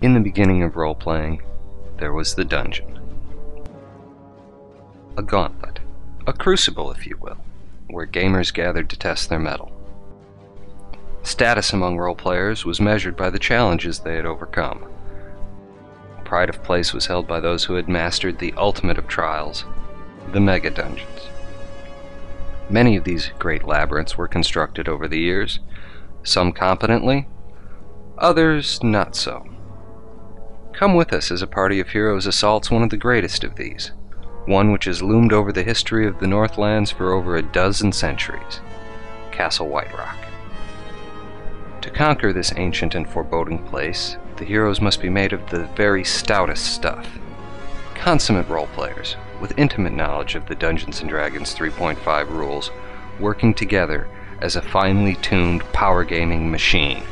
In the beginning of role playing, there was the dungeon. A gauntlet, a crucible, if you will, where gamers gathered to test their mettle. Status among role players was measured by the challenges they had overcome. Pride of place was held by those who had mastered the ultimate of trials, the mega dungeons. Many of these great labyrinths were constructed over the years, some competently, others not so. Come with us as a party of heroes assaults one of the greatest of these, one which has loomed over the history of the Northlands for over a dozen centuries Castle White Rock. To conquer this ancient and foreboding place, the heroes must be made of the very stoutest stuff. Consummate role players, with intimate knowledge of the Dungeons and Dragons 3.5 rules, working together as a finely tuned power gaming machine.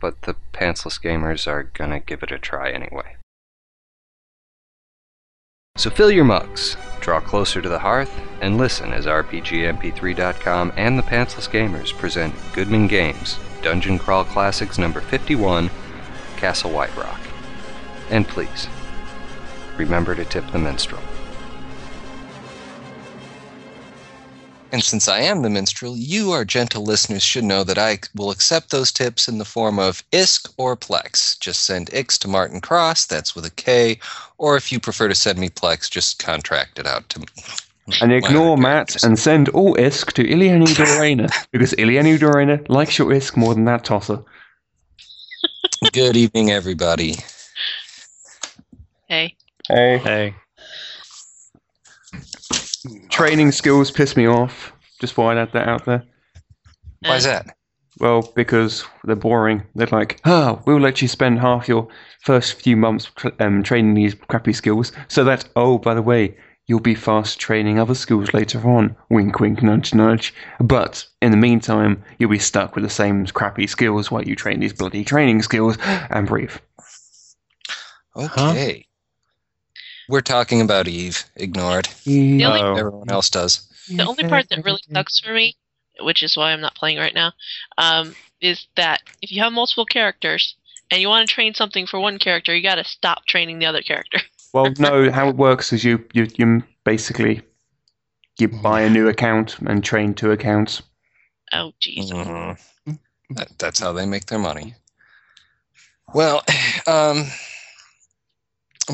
But the pantsless gamers are gonna give it a try anyway. So fill your mugs, draw closer to the hearth, and listen as RPGMP3.com and the Pantsless Gamers present Goodman Games Dungeon Crawl Classics number 51, Castle White Rock. And please, remember to tip the minstrel. And since I am the minstrel, you, our gentle listeners, should know that I will accept those tips in the form of ISK or Plex. Just send IX to Martin Cross, that's with a K, or if you prefer to send me Plex, just contract it out to me. And ignore other Matt characters. and send all ISK to Ilianu Dorena because Ilianu Dorena likes your ISK more than that tosser. Good evening, everybody. Hey. Hey. Hey, Training skills piss me off. Just thought I'd add that out there. Why is Uh, that? Well, because they're boring. They're like, ah, we'll let you spend half your first few months tr- um, training these crappy skills so that, oh, by the way, you'll be fast training other skills later on. Wink, wink, nudge, nudge. But in the meantime, you'll be stuck with the same crappy skills while you train these bloody training skills and breathe. Okay. We're talking about Eve. Ignore it. The only- Oh. Everyone else does. The only part that really sucks for me, which is why I'm not playing right now, um, is that if you have multiple characters and you want to train something for one character, you got to stop training the other character. Well, no, how it works is you, you, you basically you buy a new account and train two accounts. Oh, jeez. Mhm. That- that's how they make their money. Well, um,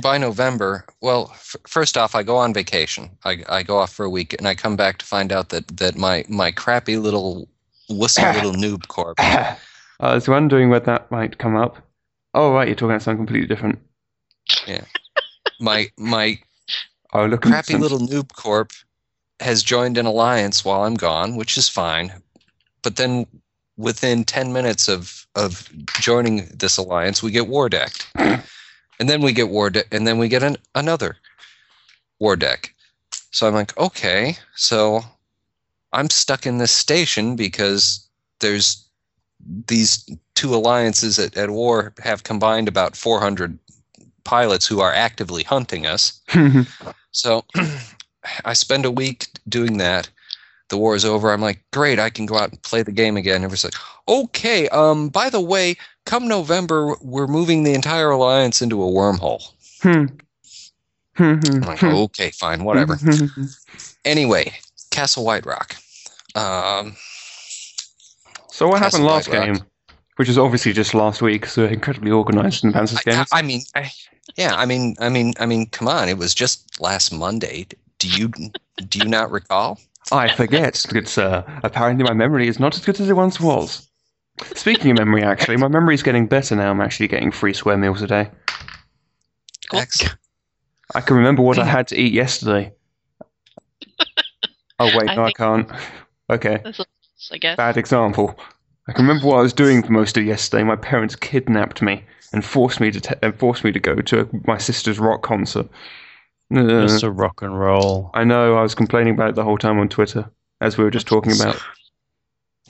by November, well, f- first off, I go on vacation. I, I go off for a week, and I come back to find out that, that my, my crappy little wussy little noob corp. I was wondering where that might come up. Oh, right, you're talking about something completely different. My my Oh, look, crappy instant. little noob corp has joined an alliance while I'm gone, which is fine. But then within 10 minutes of of joining this alliance, we get war decked. And then we get war de- and then we get an, another war deck. So I'm like, okay, so I'm stuck in this station because there's these two alliances at, at war have combined about 400 pilots who are actively hunting us. Hmm, So I spend a week doing that. The war is over. I'm like, great, I can go out and play the game again. Everyone's like, okay, um, by the way, come November, we're moving the entire alliance into a wormhole. Hmm. Hmm, I'm hmm, like, hmm. okay, fine, whatever. Hmm, hmm, hmm. Anyway, Castle White Rock. Um, so what Castle happened last White game? Rock. Which was obviously just last week, so incredibly organised in Panzer's I, games. I mean, I, yeah, I mean, I mean, I mean, come on, it was just last Monday. Do you do you not recall? I forget, good sir. Apparently my memory is not as good as it once was. Speaking of memory, actually, my memory's getting better now. I'm actually getting three square meals a day. Cool. Ex- I can remember what I had to eat yesterday. Oh, wait, I no, I think- can't. Okay. I guess. Bad example. I can remember what I was doing for most of yesterday. My parents kidnapped me and forced me to te- and forced me to go to my sister's rock concert. Uh, just a rock and roll. I know. I was complaining about it the whole time on Twitter, as we were just talking about.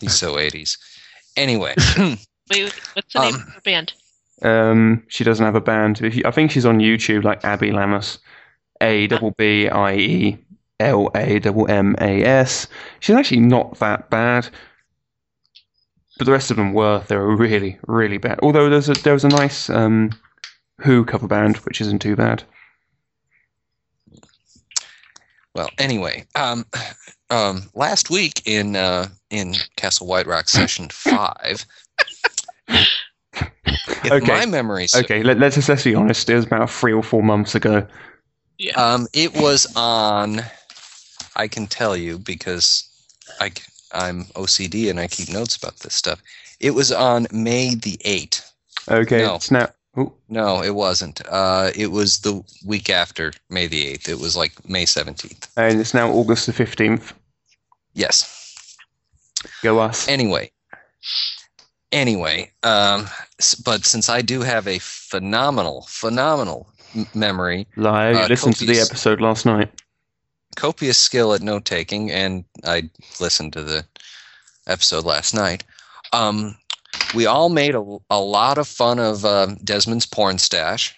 He's so 80s. Anyway, Wait, what's the Um, name of her band? Um, she doesn't have a band. If you, I think she's on YouTube, like Abby Lamas, A double B I E L A double M A S. She's actually not that bad. but the rest of them were they were really really bad. Although there's a there was a nice um, Who cover band which isn't too bad. Well, anyway, um, um, last week in uh, in Castle White Rock session five, if Okay. my memory serves, Okay, let, let's let's be honest. It was about three or four months ago. Yeah. um, it was on. I can tell you because I c- I'm OCD and I keep notes about this stuff. It was on May the eighth. Okay, No. snap. Oh, No, it wasn't. Uh, it was the week after May the eighth. It was like May seventeenth. and it's now August the fifteenth. Yes. Go us. Anyway. Anyway, um, s- but since I do have a phenomenal, phenomenal m- memory, Liar, you uh, listened to the Copies. episode last night. copious skill at note taking, and I listened to the episode last night. Um, we all made a, a lot of fun of um Desmond's porn stash.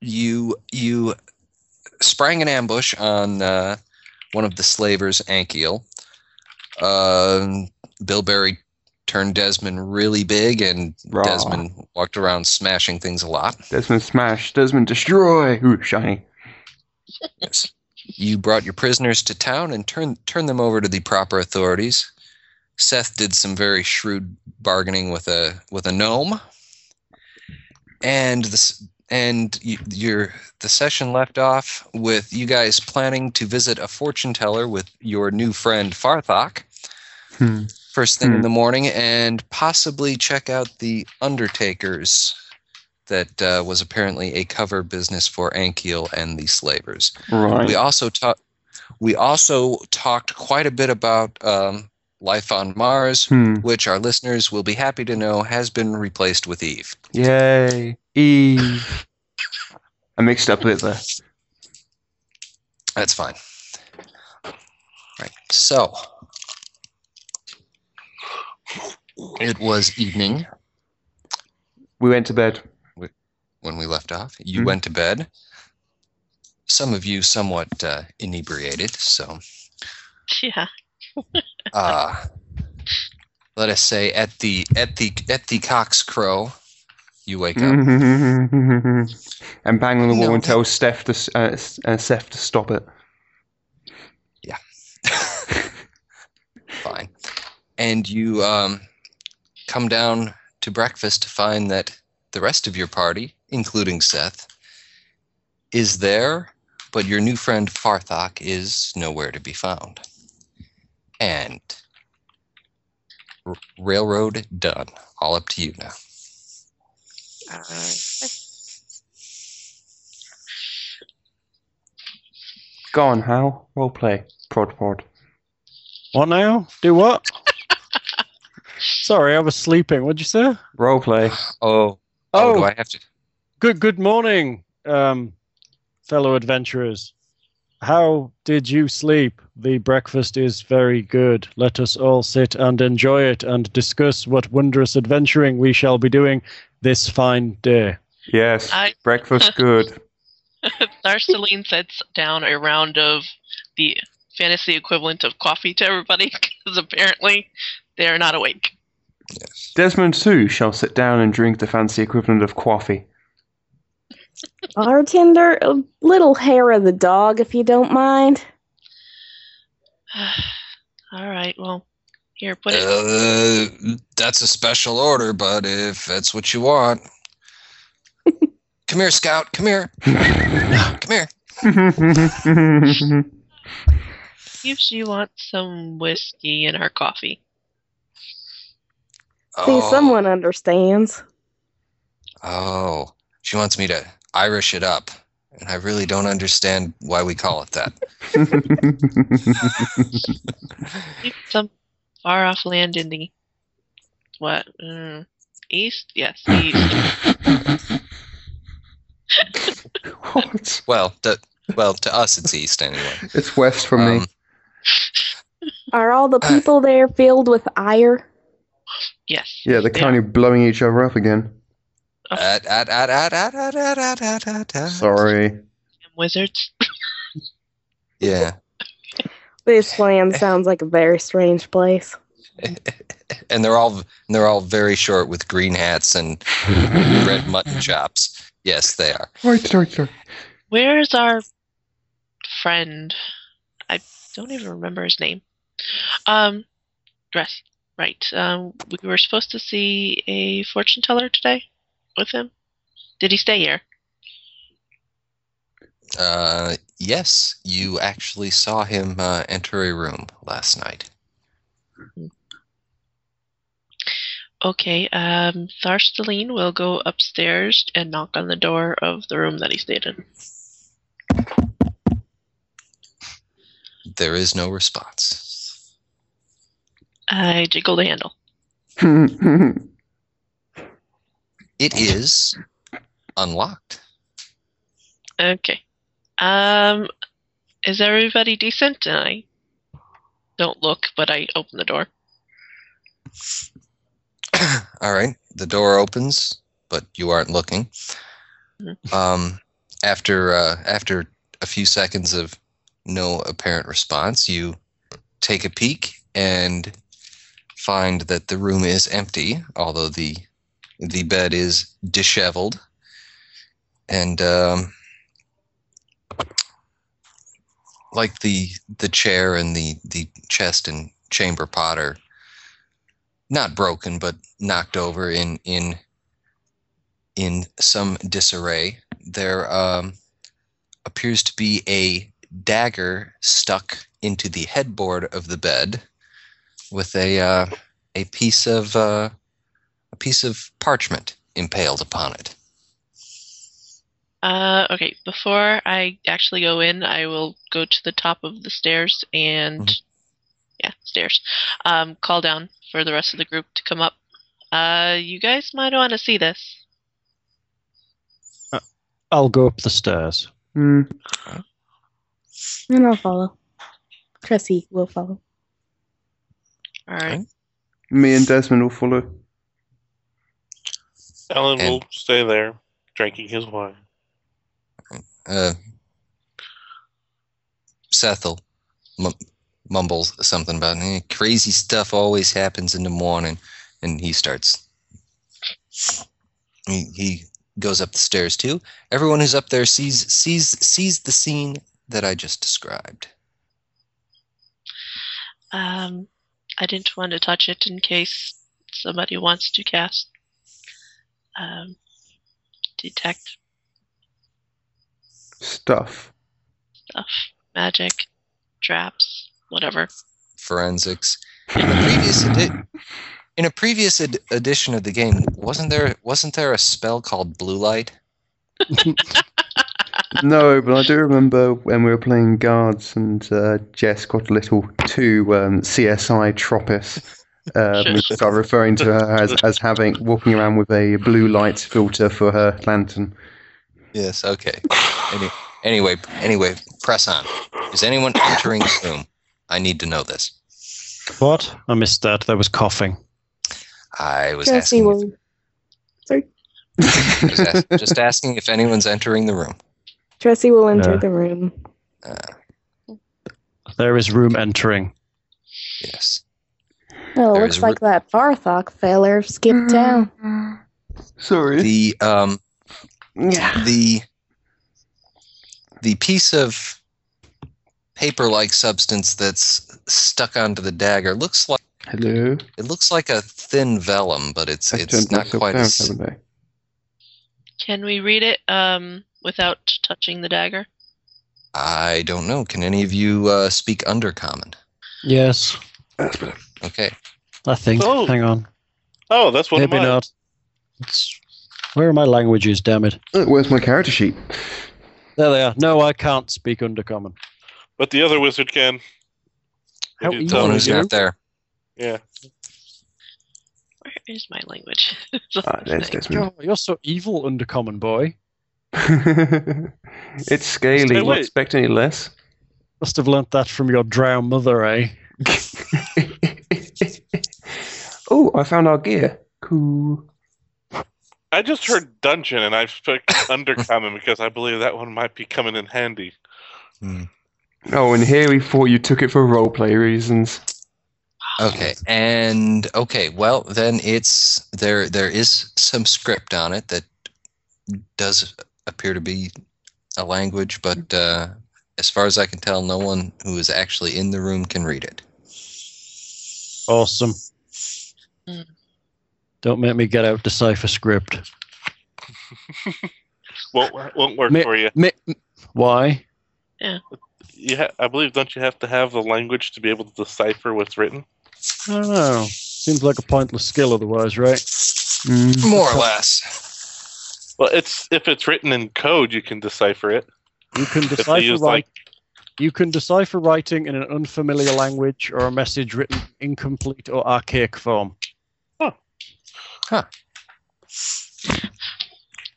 You you sprang an ambush on uh, one of the slavers, Ankiel. Um, Bilberry turned Desmond really big, and Rah. Desmond walked around smashing things a lot. Desmond smash. Desmond destroy. Ooh, shiny. Yes. You brought your prisoners to town and turned turned them over to the proper authorities. Seth did some very shrewd bargaining with a with a gnome, and this and you, your the session left off with you guys planning to visit a fortune teller with your new friend Farthok Hmm. first thing in Hmm. the morning, and possibly check out the Undertakers. That uh, was apparently a cover business for Ankiel and the Slavers. Right. We also talked. We also talked quite a bit about um, life on Mars, Hmm. which our listeners will be happy to know has been replaced with Eve. Yay. Eve. I mixed up a bit there. That's fine. Right. So it was evening We went to bed. when we left off. You Mhm. went to bed. Some of you somewhat uh, inebriated, so yeah. uh, let us say at the at the at the cock's crow, you wake up. and bang on the wall No. and tell Steph to s- uh, s- uh, Seth to stop it. fine. And you um, come down to breakfast to find that the rest of your party, including Seth, is there, but your new friend Farthok is nowhere to be found. And r- railroad done. All up to you now. uh, Go on, Hal. Role play. Prod prod. What now? Do what? Sorry, I was sleeping. What'd you say? Role play. Oh, oh, do Oh, I have to? good good morning, um, fellow adventurers. How did you sleep? The breakfast is very good. Let us all sit and enjoy it and discuss what wondrous adventuring we shall be doing this fine day. Yes. I- Breakfast good. Darceline sets down a round of the fantasy equivalent of coffee to everybody because apparently they're not awake. Desmond too shall sit down and drink the fancy equivalent of coffee. Bartender, a little hair of the dog, if you don't mind. All right, well, here, put it. Uh, that's a special order, but if that's what you want. come here, Scout. Come here. Come here. Desmond See if she wants some whiskey in her coffee. See, Oh. someone understands. Oh, she wants me to Irish it up. And I really don't understand why we call it that. Leave Some far off land in the what? Mm, east? Yes, the east. What? Well, to, well, to us, it's East anyway. It's west from me. Um, Are all the Uh. people there filled with ire? Yes. Yeah, they're they kind of blowing each other up again. ah, ah, ah, ah, ah, ah, ah, ah, ah, ah, ah. Sorry. are wizards. Yeah. This Eh. land sounds like a very strange place. and they're all and they're all very short with green hats and red mutton chops. Yes, they are. Right, sorry, sorry. Where is our friend? I don't even remember his name. Um, dress. Right. Um, we were supposed to see a fortune teller today with him. Did he stay here? Uh, yes, you actually saw him uh, enter a room last night. Okay. Um, Tharstaline will go upstairs and knock on the door of the room that he stayed in. There is no response. I jiggle the handle. It is unlocked. Okay. Um, is everybody decent? And I don't look, but I open the door. All right, the door opens, but you aren't looking. Um, after uh, after a few seconds of no apparent response, you take a peek and find that the room is empty, although the the bed is disheveled, and um, like the the chair and the the chest and chamber potter, not broken but knocked over in in in some disarray. There um, appears to be a dagger stuck into the headboard of the bed, with a uh, a piece of uh, a piece of parchment impaled upon it. Uh, okay. Before I actually go in, I will go to the top of the stairs and yeah, stairs. Um, call down for the rest of the group to come up. Uh, you guys might want to see this. I'll go up the stairs. Hmm. And I'll follow. Cressy will follow. All right. Me and Desmond will follow. Alan And- will stay there, drinking his wine. Uh, Sethel m- mumbles something about "Eh, crazy stuff always happens in the morning, and he starts. He, he goes up the stairs too. Everyone who's up there sees sees sees the scene that I just described. Um, I didn't want to touch it in case somebody wants to cast um, detect Stuff. stuff, magic, traps, whatever. Forensics in the previous edi- in a previous ed- edition of the game wasn't there wasn't there a spell called blue light? No, but I do remember when we were playing guards and uh, Jess got a little too um, CSI Tropis. Uh, we start referring to her as, as having walking around with a blue light filter for her lantern. Yes. Okay. Any, anyway, anyway, press on. Is anyone entering the room? I need to know this. What? I missed that. There was coughing. I was Cressy asking. will. Sorry. just, ask, just asking if anyone's entering the room. Tressie will enter Yeah. the room. There is room entering. Yes. Oh, There looks is like that Farthok feller skipped town. Sorry. The um Yeah. the the piece of paper-like substance that's stuck onto the dagger looks like Hello. it looks like a thin vellum, but it's I it's turned not myself quite down, as haven't I? Can we read it um, without touching the dagger? I don't know. Can any of you uh, speak undercommon? Yes, That's better. Okay. I think. Oh. Hang on. Oh, that's one of Maybe mine. not. It's, where are my languages? Damn it! Oh, where's my character sheet? There they are. No, I can't speak undercommon. But the other wizard can. How Did you easy tell Someone we him? who's do? not there. Yeah. Where is my language? Ah, there's Desmond. Oh, you're so evil, undercommon boy. it's scaly. Hey, Not wait. expect any less. Must have learnt that from your drow mother, eh? oh, I found our gear. Cool. I just heard dungeon and I picked undercommon because I believe that one might be coming in handy. Oh, and here we thought you took it for roleplay reasons. Okay, and okay, well then it's there. There is some script on it that does appear to be a language, but uh, as far as I can tell, no one who is actually in the room can read it. Awesome. Mm. Don't make me get out the cipher script. Won't won't work Ma- for you. Ma- why? You ha- I believe don't you have to have the language to be able to decipher what's written? I don't know. Seems like a pointless skill otherwise, right? Mm. More or less. Well, it's if it's written in code, you can decipher it. You can If decipher they use writing. like You can decipher writing in an unfamiliar language or a message written incomplete or archaic form.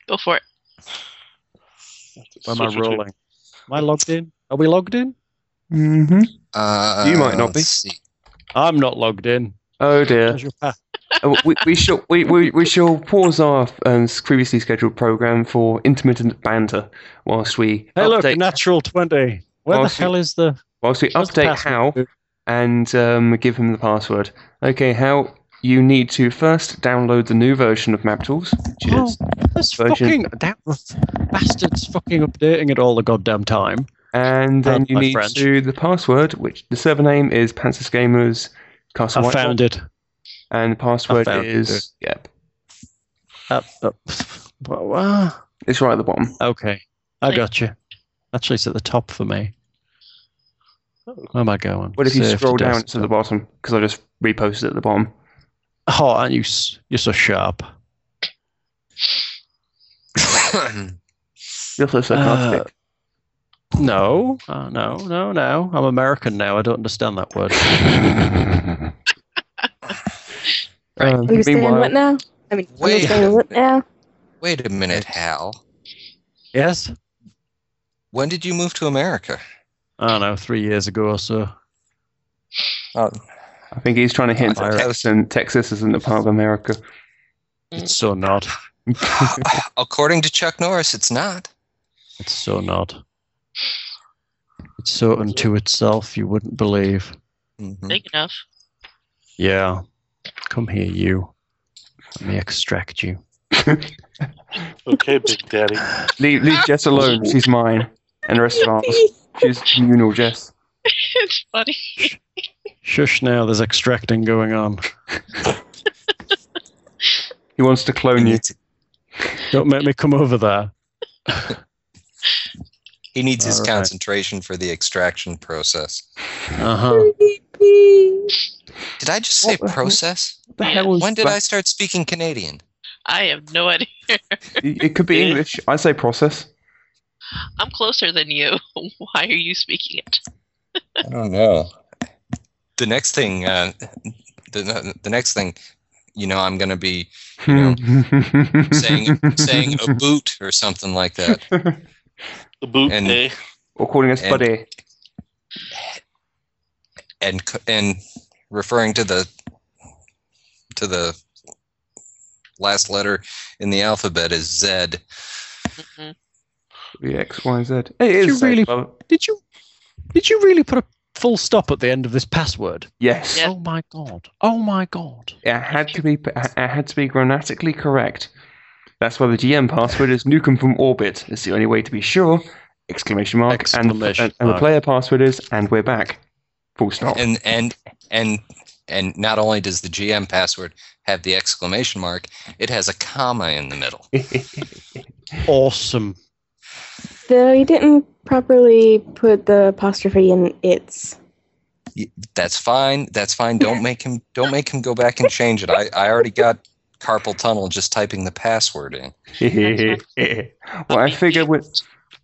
Go for it. Where am I switch between- rolling? Am I logged in? Are we logged in? hmm Uh, You might not be. let's see. I'm not logged in. Oh dear. Where's your pa- Uh, we, we shall we, we, we shall pause our um, previously scheduled program for intermittent banter whilst we Hey, look, update natural 20. Where the Awesome. hell is the. whilst we where's the update how password? and um, give him the password. Okay, how you need to first download the new version of MapTools, which is This Version- Oh, fucking. That bastard's fucking updating it all the goddamn time. and then That's you my need French. to the password, which the server name is Panzers Gamers Castle I Whitehall, found it. and the password found is it. yep, Uh, uh, wha- wha- it's right at the bottom. Okay, I got you. Actually, it's at the top for me. Where am I going? What if you Save to scroll down? desk. It's at the bottom because I just reposted it at the bottom. Oh, aren't you? s- You're so sharp. You're so Uh, sarcastic. No, uh, no, no, no. I'm American now. I don't understand that word. Um, Understand meanwhile, what now? I mean, Wait. understand what now? Wait a minute, Hal. yes, When did you move to America? I don't know. Three years ago or so. Oh, I think he's trying to hint that Virus. Texas, and Texas isn't a part of America. It's so not. according to Chuck Norris, it's not. It's so not. It's so unto itself. You wouldn't believe. Mhm. Big enough. Yeah. Come here, you. Let me extract you. Okay, Big Daddy. leave, leave Jess alone. She's mine, and the rest of ours. She's communal, Jess. it's funny. Shush now. There's extracting going on. He wants to He clone you. needs, Don't make me come over there. he needs his All right. concentration for the extraction process. Uh huh. Did I just say What the heck? process? What the hell is When did that? I start speaking Canadian? I have no idea. It it could be English. I say process. I'm closer than you. Why are you speaking it? I don't know. The next thing, uh, the, the next thing, you know, I'm going to be Yeah. saying saying a boot or something like that. The boot, And- eh? or calling us and- buddy. and c- and referring to the to the last letter in the alphabet is Z. Mhm. The X Y Z. It is You really- well, Did you? Did you really put a full stop at the end of this password? Yes. Yeah. Oh my god. Oh my god. It had to be. It had to be grammatically correct. That's why the GM password is Nukem from orbit. It's the only way to be sure! Exclamation mark! Exclamation and, and, and the mark. player password is and we're back. Full stop. And and and and not only does the GM password have the exclamation mark, it has a comma in the middle. Awesome. Though you didn't properly put the apostrophe in its. That's fine. That's fine. Don't make him don't make him go back and change it. I, I already got carpal tunnel just typing the password in. well, I figure we're.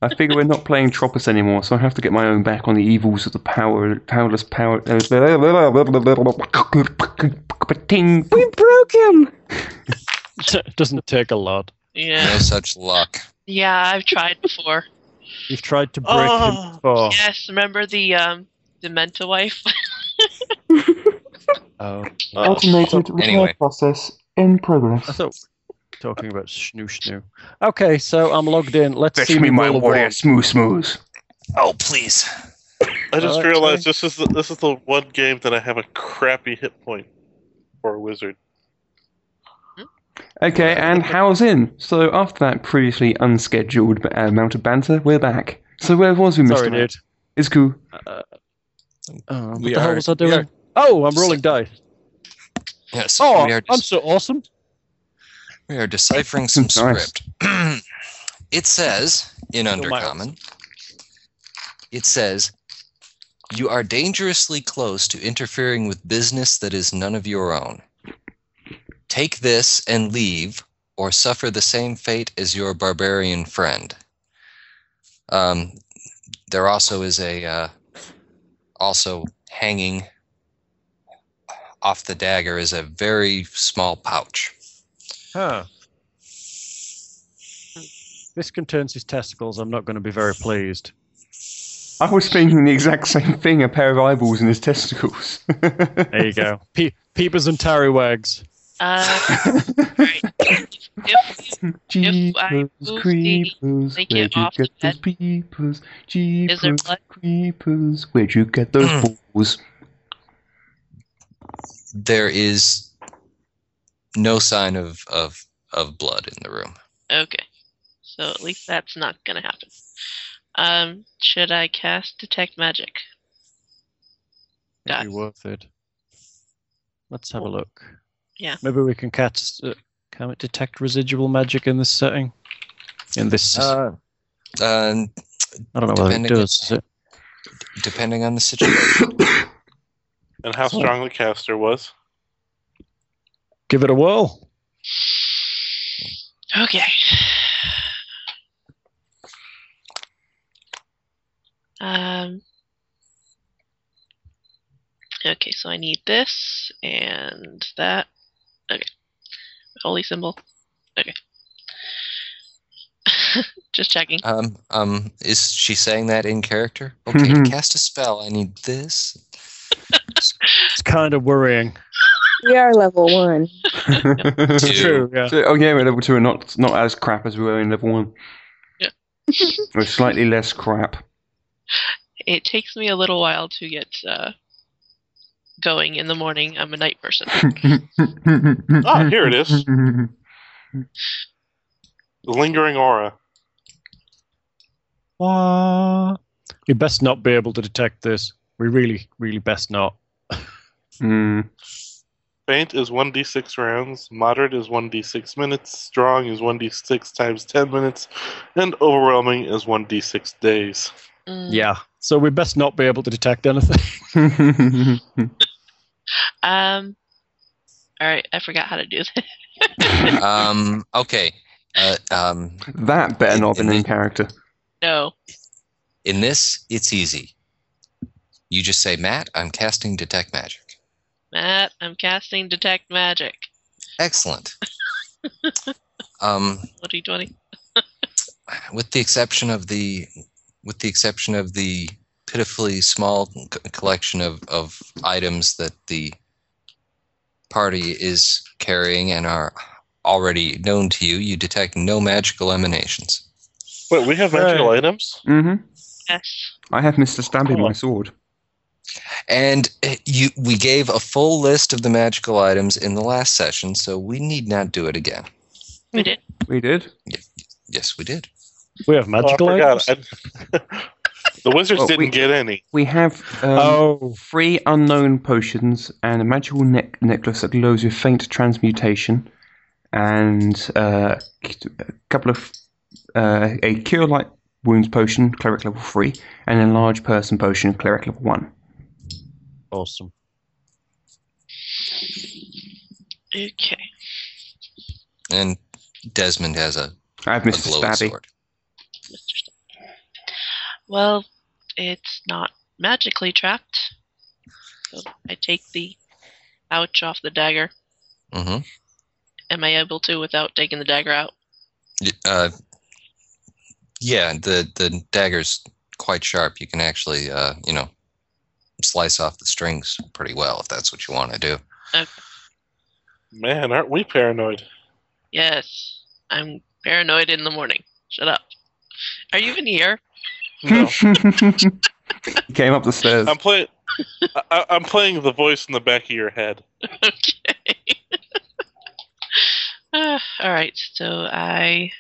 I figure we're not playing Tropus anymore, so I have to get my own back on the evils of the power, powerless power. uh, Ting. We broke him! It doesn't take a lot. Yeah. No such luck. Yeah, I've tried before. You've tried to break him Oh. before. Yes, remember the um Dementa wife? Oh. Oh, Anyway. process in I progress. thought we were talking about snoo snoo. Okay, so I'm logged in. Let's Fetch see me me my roll a warrior one. smooth smooth. Oh please. I just Alright, realized this is the, this is the one game that I have a crappy hit point for a wizard. Okay, and how's in? So after that previously unscheduled uh, amount of banter, we're back. So where was we, Mr. Sorry, Matt? dude. It's cool. Uh, what We the hell are- was I we doing? are- Oh, I'm rolling dice. Yes, Oh, we, are I'm dis- so awesome. we are deciphering some Nice. script. it says in miles. Undercommon, it says, You are dangerously close to interfering with business that is none of your own. Take this and leave, or suffer the same fate as your barbarian friend. Um, there also is a uh, also hanging off the dagger is a very small pouch. Huh. This contains his testicles. I'm not going to be very pleased. I was thinking the exact same thing, a pair of eyeballs in his testicles. There you go. Pe- peepers and tarrywags. Uh, right. If you- If I move the creepers, blanket where'd you off get the those peepers? is there Jeepers, blood? creepers, where'd you get those balls? there is no sign of of of blood in the room. Okay. So at least that's not going to happen. Um, should I cast Detect Magic? It'd be Guys. worth it. Let's have a look. Yeah. Maybe we can catch. Uh, can it detect residual magic in this setting? Uh, In this, Um, I don't know whether it depending- does. Is it? depending on the situation, And how strong the caster was. Give it a whirl. Okay. Um. Okay, so I need this and that. Okay. Holy symbol. Okay. Just checking. um, um, is she saying that in character? Okay, Mhm. to cast a spell. I need this. It's kind of worrying. We are level one. Two. True. Yeah. So, oh yeah, we're level two and not not as crap as we were in level one. Yeah. we're slightly less crap. It takes me a little while to get uh, going in the morning. I'm a night person. ah, here it is. The lingering aura. Wah. You best not be able to detect this. We really, really best not. Mm. Faint is 1d6 rounds, moderate is 1d6 minutes, strong is 1d6 times 10 minutes, and overwhelming is 1d6 days. Mm. Yeah. So we best not be able to detect anything. Um. All right, I forgot how to do this. Um, okay. Uh, um, that better not have been in character. No. in this, it's easy. You just say, Matt, I'm casting detect magic. Matt, I'm casting Detect Magic. Excellent. um, What D20? with the exception of the with the exception of the pitifully small c- collection of, of items that the party is carrying and are already known to you, you detect no magical emanations. Wait, we have magical items? hmm Yes. I have Mr. Stabby Oh. my sword. And eh, you, we gave a full list of the magical items in the last session, so we need not do it again. We did. We did. Yes, we did. We have magical oh, I items. forgot. I- the wizards Oh, didn't we- get any. We have um, oh, three unknown potions and a magical neck necklace that glows with faint transmutation, and uh, a couple of uh, a cure light wounds potion, cleric level three, and a large person potion, cleric level one. awesome. Okay. And Desmond has a, I have a Mr. glowing Stabby. sword. Well, it's not magically trapped. So I take the ouch off the dagger. Mm-hmm. Am I able to without taking the dagger out? Y- Uh, yeah, the the dagger's quite sharp. You can actually, uh, you know, slice off the strings pretty well if that's what you want to do. Man, aren't we paranoid? Yes. I'm paranoid in the morning. Shut up. Are you even here? No. he came up the stairs. I'm playing. I- I'm playing the voice in the back of your head. okay. uh, all right, so I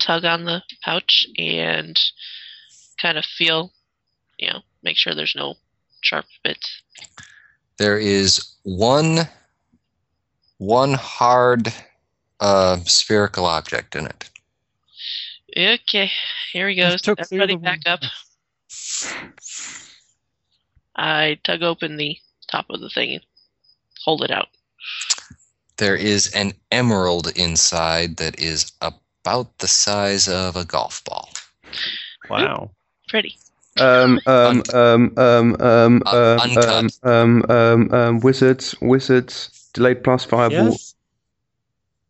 tug on the pouch and kind of feel, you know, make sure there's no sharp bits. There is one one hard uh, spherical object in it. Okay, here he Just goes. took the Everybody other back one. up. I tug open the top of the thing and hold it out. There is an emerald inside that is about the size of a golf ball. Wow. Pretty. Um, um, um, um, um, Uh, um, um, uncut. um, um, um, wizards, wizards, delayed plus fireball.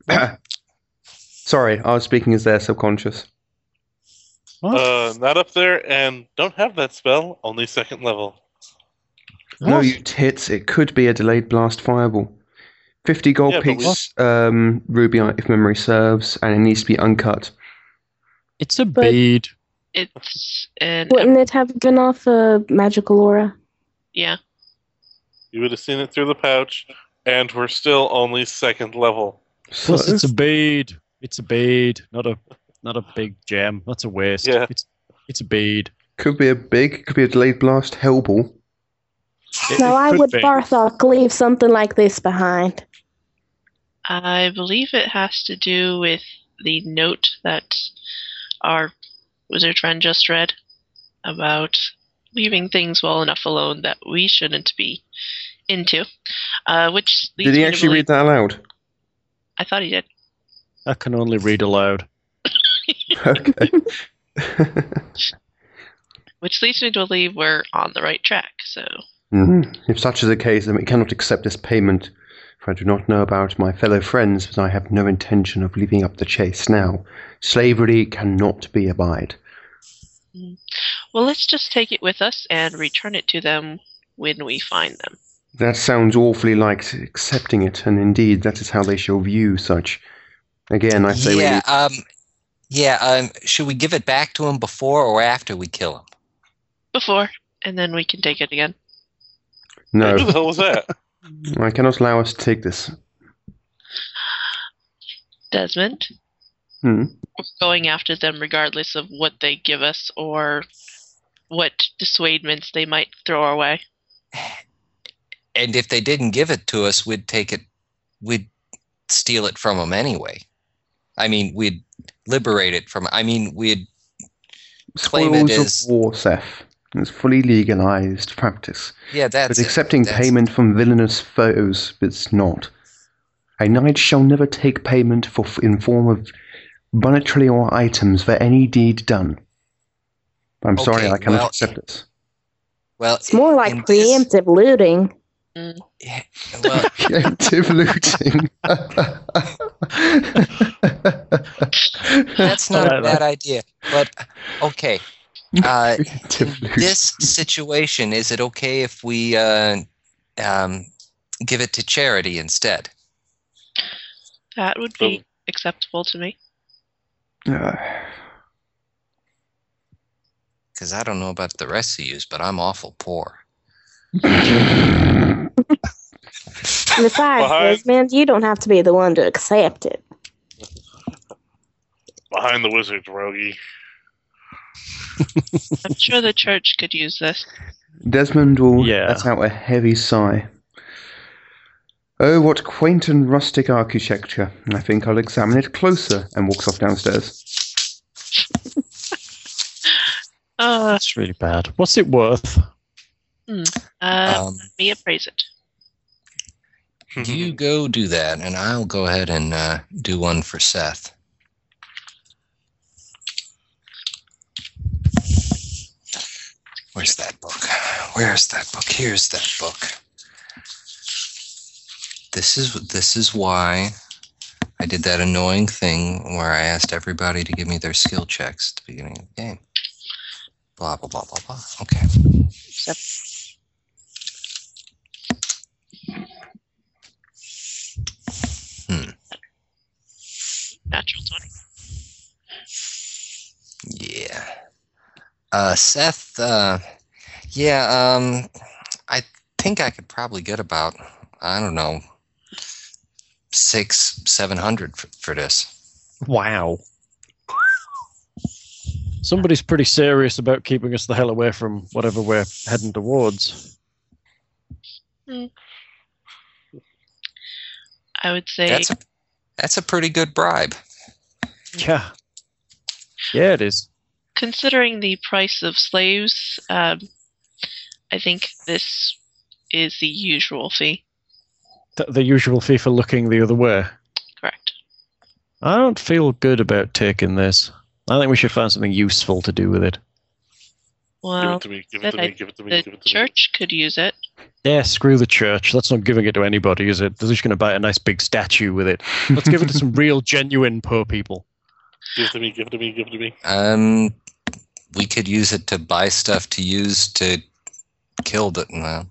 Yes. Sorry, I was speaking as their subconscious. What? Uh, not up there, and don't have that spell. Only second level. No, What? you tits, it could be a delayed blast fireball. 50 gold Yeah, but piece, um, ruby, if memory serves, and it needs to be uncut. It's a But- bead. It's an Wouldn't it have been off a magical aura? yeah. You would have seen it through the pouch, and we're still only second level. So, Plus, it's a bead. It's a bead, not a not a big gem. That's a waste. Yeah. It's it's a bead. could be a big, could be a delayed blast hellball. It- now it I could would be. Barthok leave something like this behind. I believe it has to do with the note that our wizard friend just read about leaving things well enough alone that we shouldn't be into. Uh, which leads Did me he to actually believe- read that aloud? I thought he did. I can only read aloud. Okay. Which leads me to believe we're on the right track. So Mhm. If such is the case, then we cannot accept this payment, for I do not know about my fellow friends, but I have no intention of leaving up the chase now. Slavery cannot be abide. Well, let's just take it with us and return it to them when we find them. That sounds awfully like accepting it, and indeed that is how they shall view such. Again, I say yeah, um, yeah. Um, should we give it back to him before or after we kill him? Before, and then we can take it again. we need, Who no, the hell was that? I cannot allow us to take this. Desmond, Hmm. we're going after them regardless of what they give us or what dissuadements they might throw our way. And if they didn't give it to us, we'd take it. We'd steal it from them anyway. I mean, we'd liberate it from. I mean, we'd Claim it Spoils is- of war, Seth. It's fully legalized practice. yeah. That's but it, accepting that's- payment from villainous foes is not. A knight shall never take payment for in form of monetary or items for any deed done. I'm sorry, Okay, I cannot well- accept this. Well, It's more like in this- preemptive looting. eh, well, Preemptive looting. that's not I a like- bad idea. But okay, uh, Preemptive looting. this situation is it okay if we uh, um, give it to charity instead? That would be Oh. acceptable to me. Uh, Because I don't know about the rest of yous, but I'm awful poor. And besides, Behind- Desmond, you don't have to be the one to accept it. Behind the wizard, Rogie. I'm sure the church could use this. Desmond will Yeah. let out a heavy sigh. Oh, what quaint and rustic architecture. I think I'll examine it closer, and walks off downstairs. Uh, That's really bad. What's it worth? uh, um, me appraise it. Mm-hmm. you go do that, and I'll go ahead and uh, do one for Seth. Where's that book? Where's that book? Here's that book. This is this is why I did that annoying thing where I asked everybody to give me their skill checks at the beginning of the game. Blah blah blah blah blah. Okay. Natural 20. Yeah. Uh, Seth, uh, yeah, um, I think I could probably get about, I don't know, six, seven hundred for, for this. Wow. Somebody's pretty serious about keeping us the hell away from whatever we're heading towards. I would say That's a, that's a pretty good bribe. Yeah. Yeah, it is. considering the price of slaves, um, I think this is the usual fee. Th- the usual fee for looking the other way. Correct. I don't feel good about taking this. I think we should find something useful to do with it. Well, give it to me, give it then to I- me, give it to me, the give it to me. church could use it. Yeah, screw the church. That's not giving it to anybody, is it? They're just going to buy a nice big statue with it. Let's give it to some real, genuine poor people. Give it to me, give it to me, give it to me. Um, we could use it to buy stuff to use to kill the. No.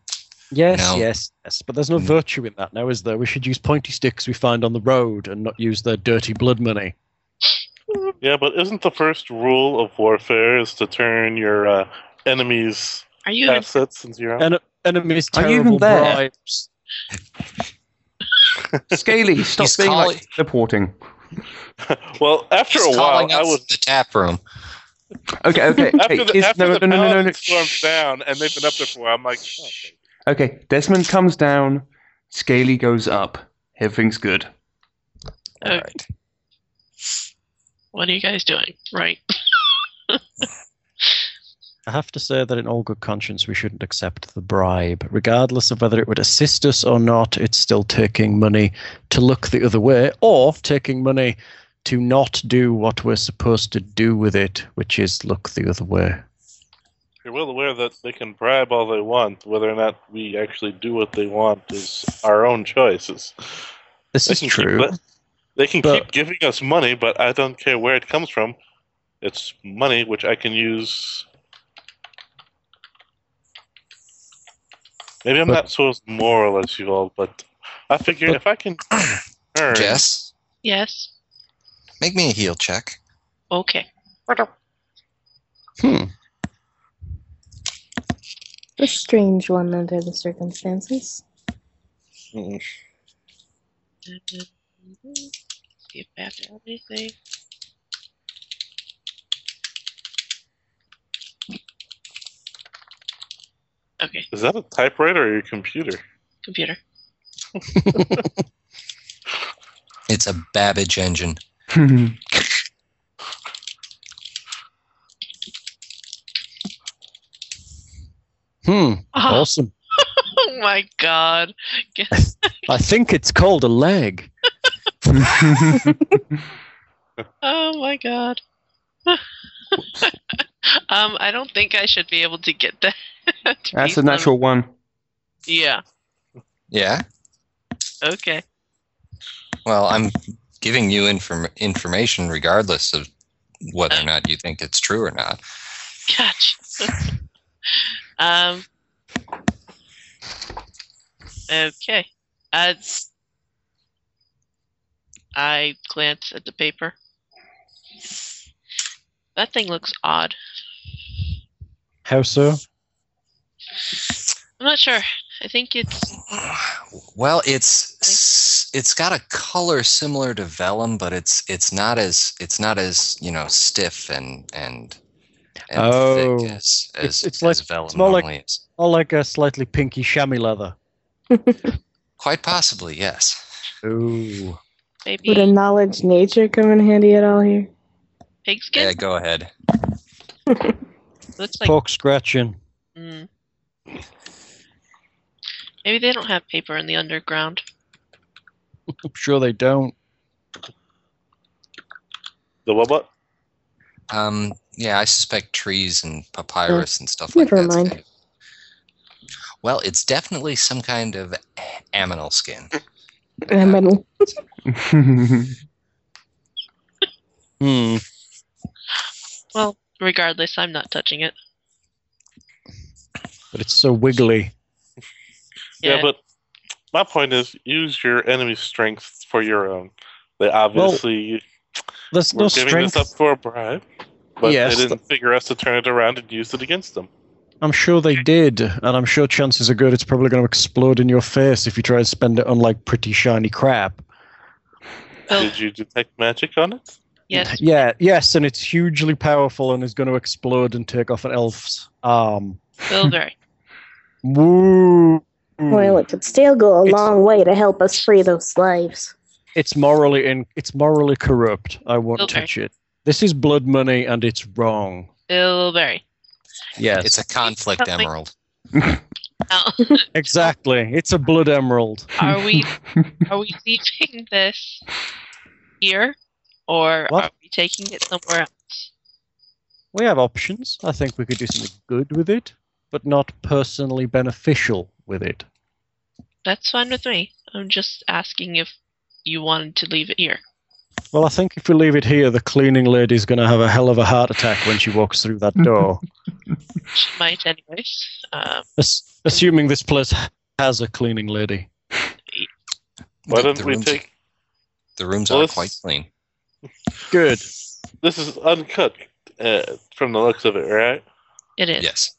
Yes, No. yes, yes. But there's no Mm. virtue in that now, is there? We should use pointy sticks we find on the road and not use their dirty blood money. Yeah, but isn't the first rule of warfare is to turn your uh, enemy's Are you? even- assets into your own? And enemies Are you terrible even there? bribes. Scaly, stop He's being calling- like teleporting. well, after He's a while, calling I us was the tap room. Okay, okay. okay. after the, is- after no, the no, no, no, no, no. storms down and they've been up there for a while. I'm like, oh, okay. Okay, Desmond comes down. Scaly goes up. Everything's good. All Okay. right. What are you guys doing? Right. I have to say that in all good conscience, we shouldn't accept the bribe. Regardless of whether it would assist us or not, it's still taking money to look the other way or taking money to not do what we're supposed to do with it, which is look the other way. You're well aware that they can bribe all they want. Whether or not we actually do what they want is our own choices. This They is can true. Keep, they can But- keep giving us money, but I don't care where it comes from. It's money which I can use. Maybe I'm But- not so as moral as you all, but I figure But- if I can earn, Jess, Yes. make me a heal check. Okay. Hmm. A strange one under the circumstances. See Mm-hmm. if I have to add anything. Okay, is that a typewriter or your computer? computer. It's a Babbage engine. Hmm. Oh, Awesome. my god. I think it's called a leg. Oh my god. um, I don't think I should be able to get that. That's Based a on- natural one. Yeah. Yeah. Okay. Well, I'm giving you inform- information regardless of whether or not you think it's true or not. Catch. um. Okay. Uh, I glance at the paper. That thing looks odd. How so? I'm not sure. I think it's Well, it's s- it's got a color similar to vellum, but it's it's not as it's not as you know stiff and and, and Oh. thick as as, It's- as it's like- vellum it's more like- normally is. Or like a slightly pinky chamois leather. Quite possibly, yes. Ooh. maybe Would a knowledge nature come in handy at all here? pigskin. Yeah, go ahead. Looks like Pork scratching. Mm. Maybe they don't have paper in the underground. I'm sure they don't. The what? what? Um, yeah, I suspect trees and papyrus and stuff Never like that. mind. Well, it's definitely some kind of aminal skin. And then Hmm. Well, regardless, I'm not touching it. But it's so wiggly. Yeah. Yeah. but my point is, use your enemy's strength for your own. They obviously There's were no giving strength. this up for a bribe. But Yes. they didn't figure us to turn it around and use it against them. I'm sure they did, and I'm sure chances are good it's probably going to explode in your face if you try to spend it on like pretty shiny crap. Well- Did you detect magic on it? Yes. Yeah, yes, and it's hugely powerful and is going to explode and take off an elf's arm. Will very. Woo! Well, it could still go a Hmm. It's- long way to help us free those slaves. It's morally in, it's morally corrupt. I won't Okay. touch it. This is blood money, and it's wrong. Will very. Yes, It's a conflict Something- emerald. Now, exactly. It's a blood emerald. are we are we leaving this here, or What? are we taking it somewhere else? We have options. I think we could do something good with it, but not personally beneficial with it. That's fine with me. I'm just asking if you wanted to leave it here. Well, I think if we leave it here, the cleaning lady's going to have a hell of a heart attack when she walks through that door. She might, anyways. Um, Ass- assuming this place has a cleaning lady. Why The- don't the we rooms- take The rooms Well, are let's- quite clean. Good. this is uncut uh, from the looks of it, right? it is. Yes.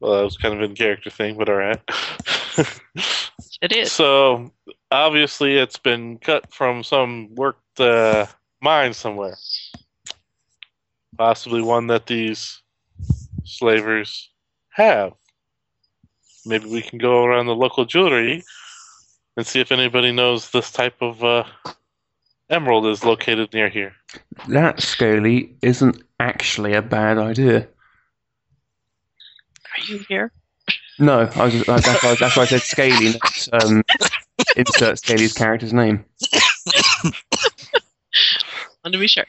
Well, that was kind of in character thing, but all right. It is. so obviously, it's been cut from some worked uh, mine somewhere, possibly one that these slavers have. Maybe we can go around the local jewelry and see if anybody knows this type of uh, emerald is located near here. That, Scully, isn't actually a bad idea. Are you here? No, I was, I, that's, why, that's why I said Scaly, not um, insert Scaly's character's name. Want to be sure.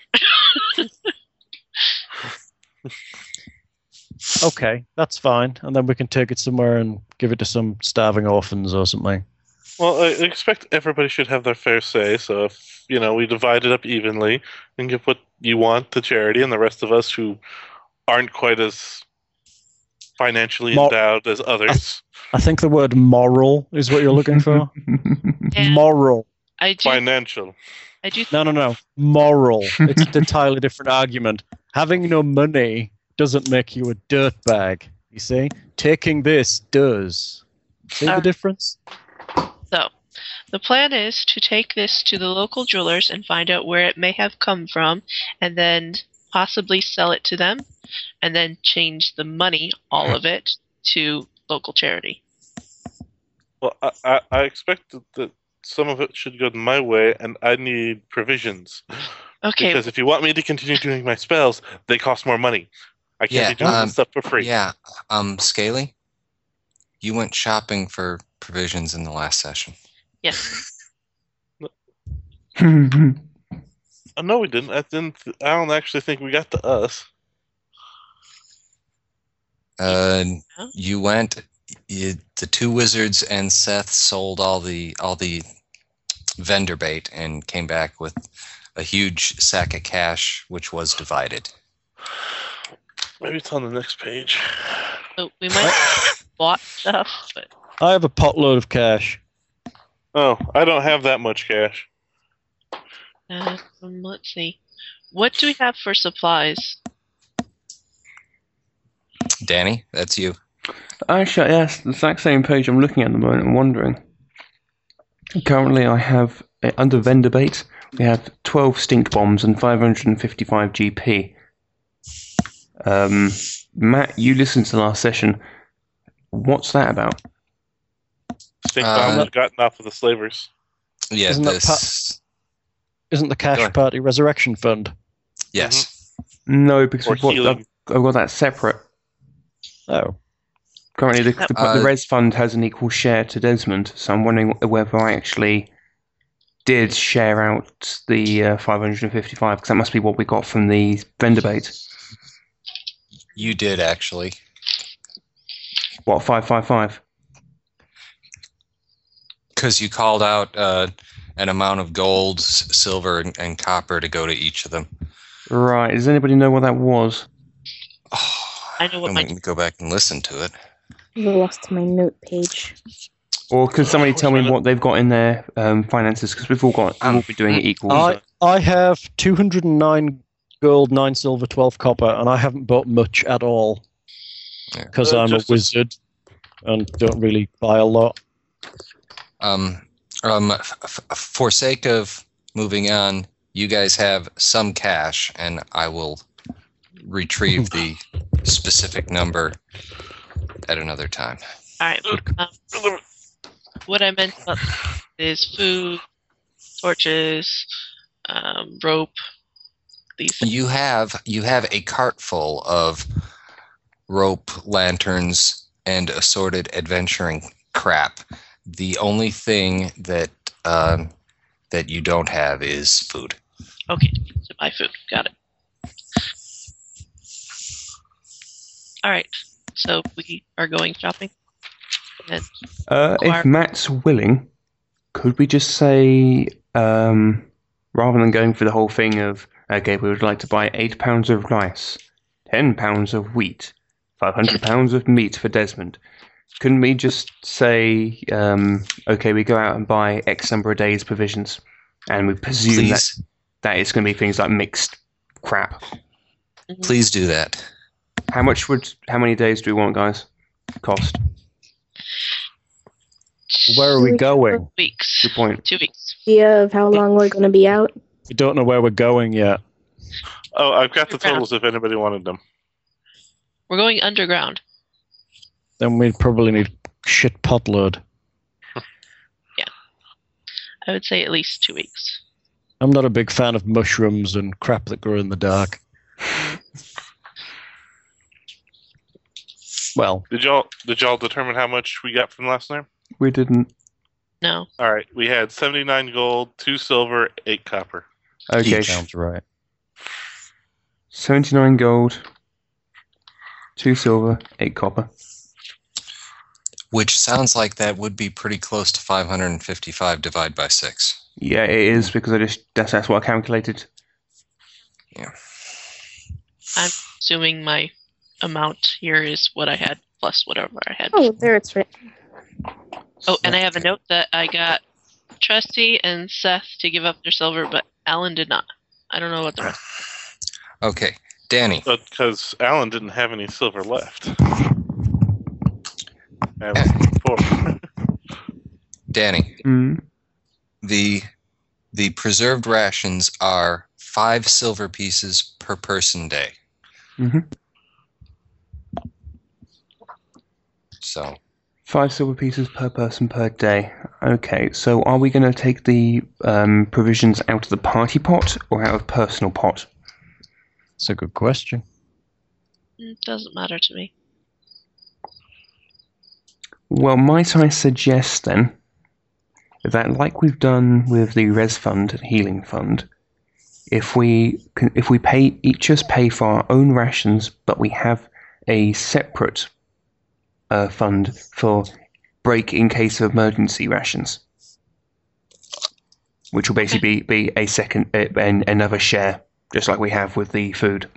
Okay, that's fine. And then we can take it somewhere and give it to some starving orphans or something. Well, I expect everybody should have their fair say. So if you know we divide it up evenly and give what you want to charity, and the rest of us who aren't quite as financially Mo- endowed as others, I think the word moral is what you're looking for. Mm-hmm. And moral. I do. financial. I do. No, no, no. Moral. It's an entirely different argument. Having no money doesn't make you a dirtbag. You see? Taking this does. See the Ah. Uh, difference? The plan is to take this to the local jewelers and find out where it may have come from, and then possibly sell it to them, and then change the money, Mm-hmm. all of it, to local charity. Well, I, I, I expect that, that some of it should go my way, and I need provisions Okay. because if you want me to continue doing my spells, they cost more money. I can't Yeah, be doing um, this stuff for free. Yeah. Um, Scaly, you went shopping for provisions in the last session. yes. Uh, no, we didn't. I didn't. I don't actually think we got to us. Uh, Yeah. you went. You, the two wizards and Seth sold all the all the vendor bait and came back with a huge sack of cash, which was divided. Maybe it's on the next page. So we might have bought stuff, but I have a potload of cash. Oh, I don't have that much cash. um, let's see. What do we have for supplies? Danny, that's you. Actually, yes, the exact same page I'm looking at at the moment and wondering. Currently, I have, uh, under vendor bait, we have 12 stink bombs and 555 GP. Um, Matt, you listened to the last session. What's that about? Stink Uh, bombs have gotten off of the slavers. Yeah. Isn't that This. Isn't the Go Cash on. Party Resurrection Fund? yes. Mm-hmm. No, because Or we've got, healing. I've, I've got that separate. Oh. Currently, the, the, Uh, the Res Fund has an equal share to Desmond, so I'm wondering whether I actually did share out the uh, 555 because that must be what we got from the vendor bait. You did actually. What, 555? because you called out uh, an amount of gold, s- silver, and, and copper to go to each of them. Right, does anybody know what that was? Oh, I know what I'm my- going to go back and listen to it. I lost my note page. Or could somebody tell me Wait a what they've got in their um, finances? Because we've all got, we've all been doing it equal. I, I have 209 gold, nine silver, twelve copper, and I haven't bought much at all because Uh, I'm a just- wizard and don't really buy a lot. Um, um, f- f- for sake of moving on, you guys have some cash, and I will retrieve the specific number at another time. All right. Um, what I meant about is food, torches, um, rope. These things. You have you have a cart full of rope, lanterns, and assorted adventuring crap. The only thing that um, that you don't have is food. Okay, to buy food. Got it. All right. So we are going shopping. And Uh, Or- if Matt's willing, could we just say, um, rather than going for the whole thing of, okay, we would like to buy eight pounds of rice, ten pounds of wheat, five hundred pounds of meat for Desmond, couldn't we just say, um, okay, we go out and buy X number of days' provisions, and we presume that, Please, that it's going to be things like mixed crap? please do that. How much would, how many days do we want, guys? Cost. Where are we Two going? weeks. Good point. Two weeks. idea of how long we're going to be out. We don't know where we're going yet. Oh, I've got the totals if anybody wanted them. We're going underground. Then we'd probably need shit potload. I would say at least two weeks. I'm not a big fan of mushrooms and crap that grow in the dark. Well, Did y'all did y'all determine how much we got from last night? We didn't. No. All right, we had seventy nine gold, two silver, eight copper. Okay. he sounds right. 79 gold, 2 silver, 8 copper. Which sounds like that would be pretty close to 555 divided by 6. Yeah, it is because I just that's, that's what I calculated. Assuming my amount here is what I had plus whatever I had. Oh, there it's right. Oh, and I have a note that I got Trusty and Seth to give up their silver, but Alan did not. I don't know what the rest. Okay, Danny, Because Alan didn't have any silver left. That was before. Danny, Mm. the the preserved rations are 5 silver pieces per person day. Mhm. So, 5 silver pieces per person per day. Okay, so are we going to take the um, provisions out of the party pot or out of personal pot? It's a good question. Mm, Doesn't matter to me. Well, might I suggest then that, like we've done with the Res Fund and Healing Fund, if we can, if we pay each us pay for our own rations, but we have a separate uh, fund for break in case of emergency rations, which will basically be, be a second uh, an, another share, just like we have with the food,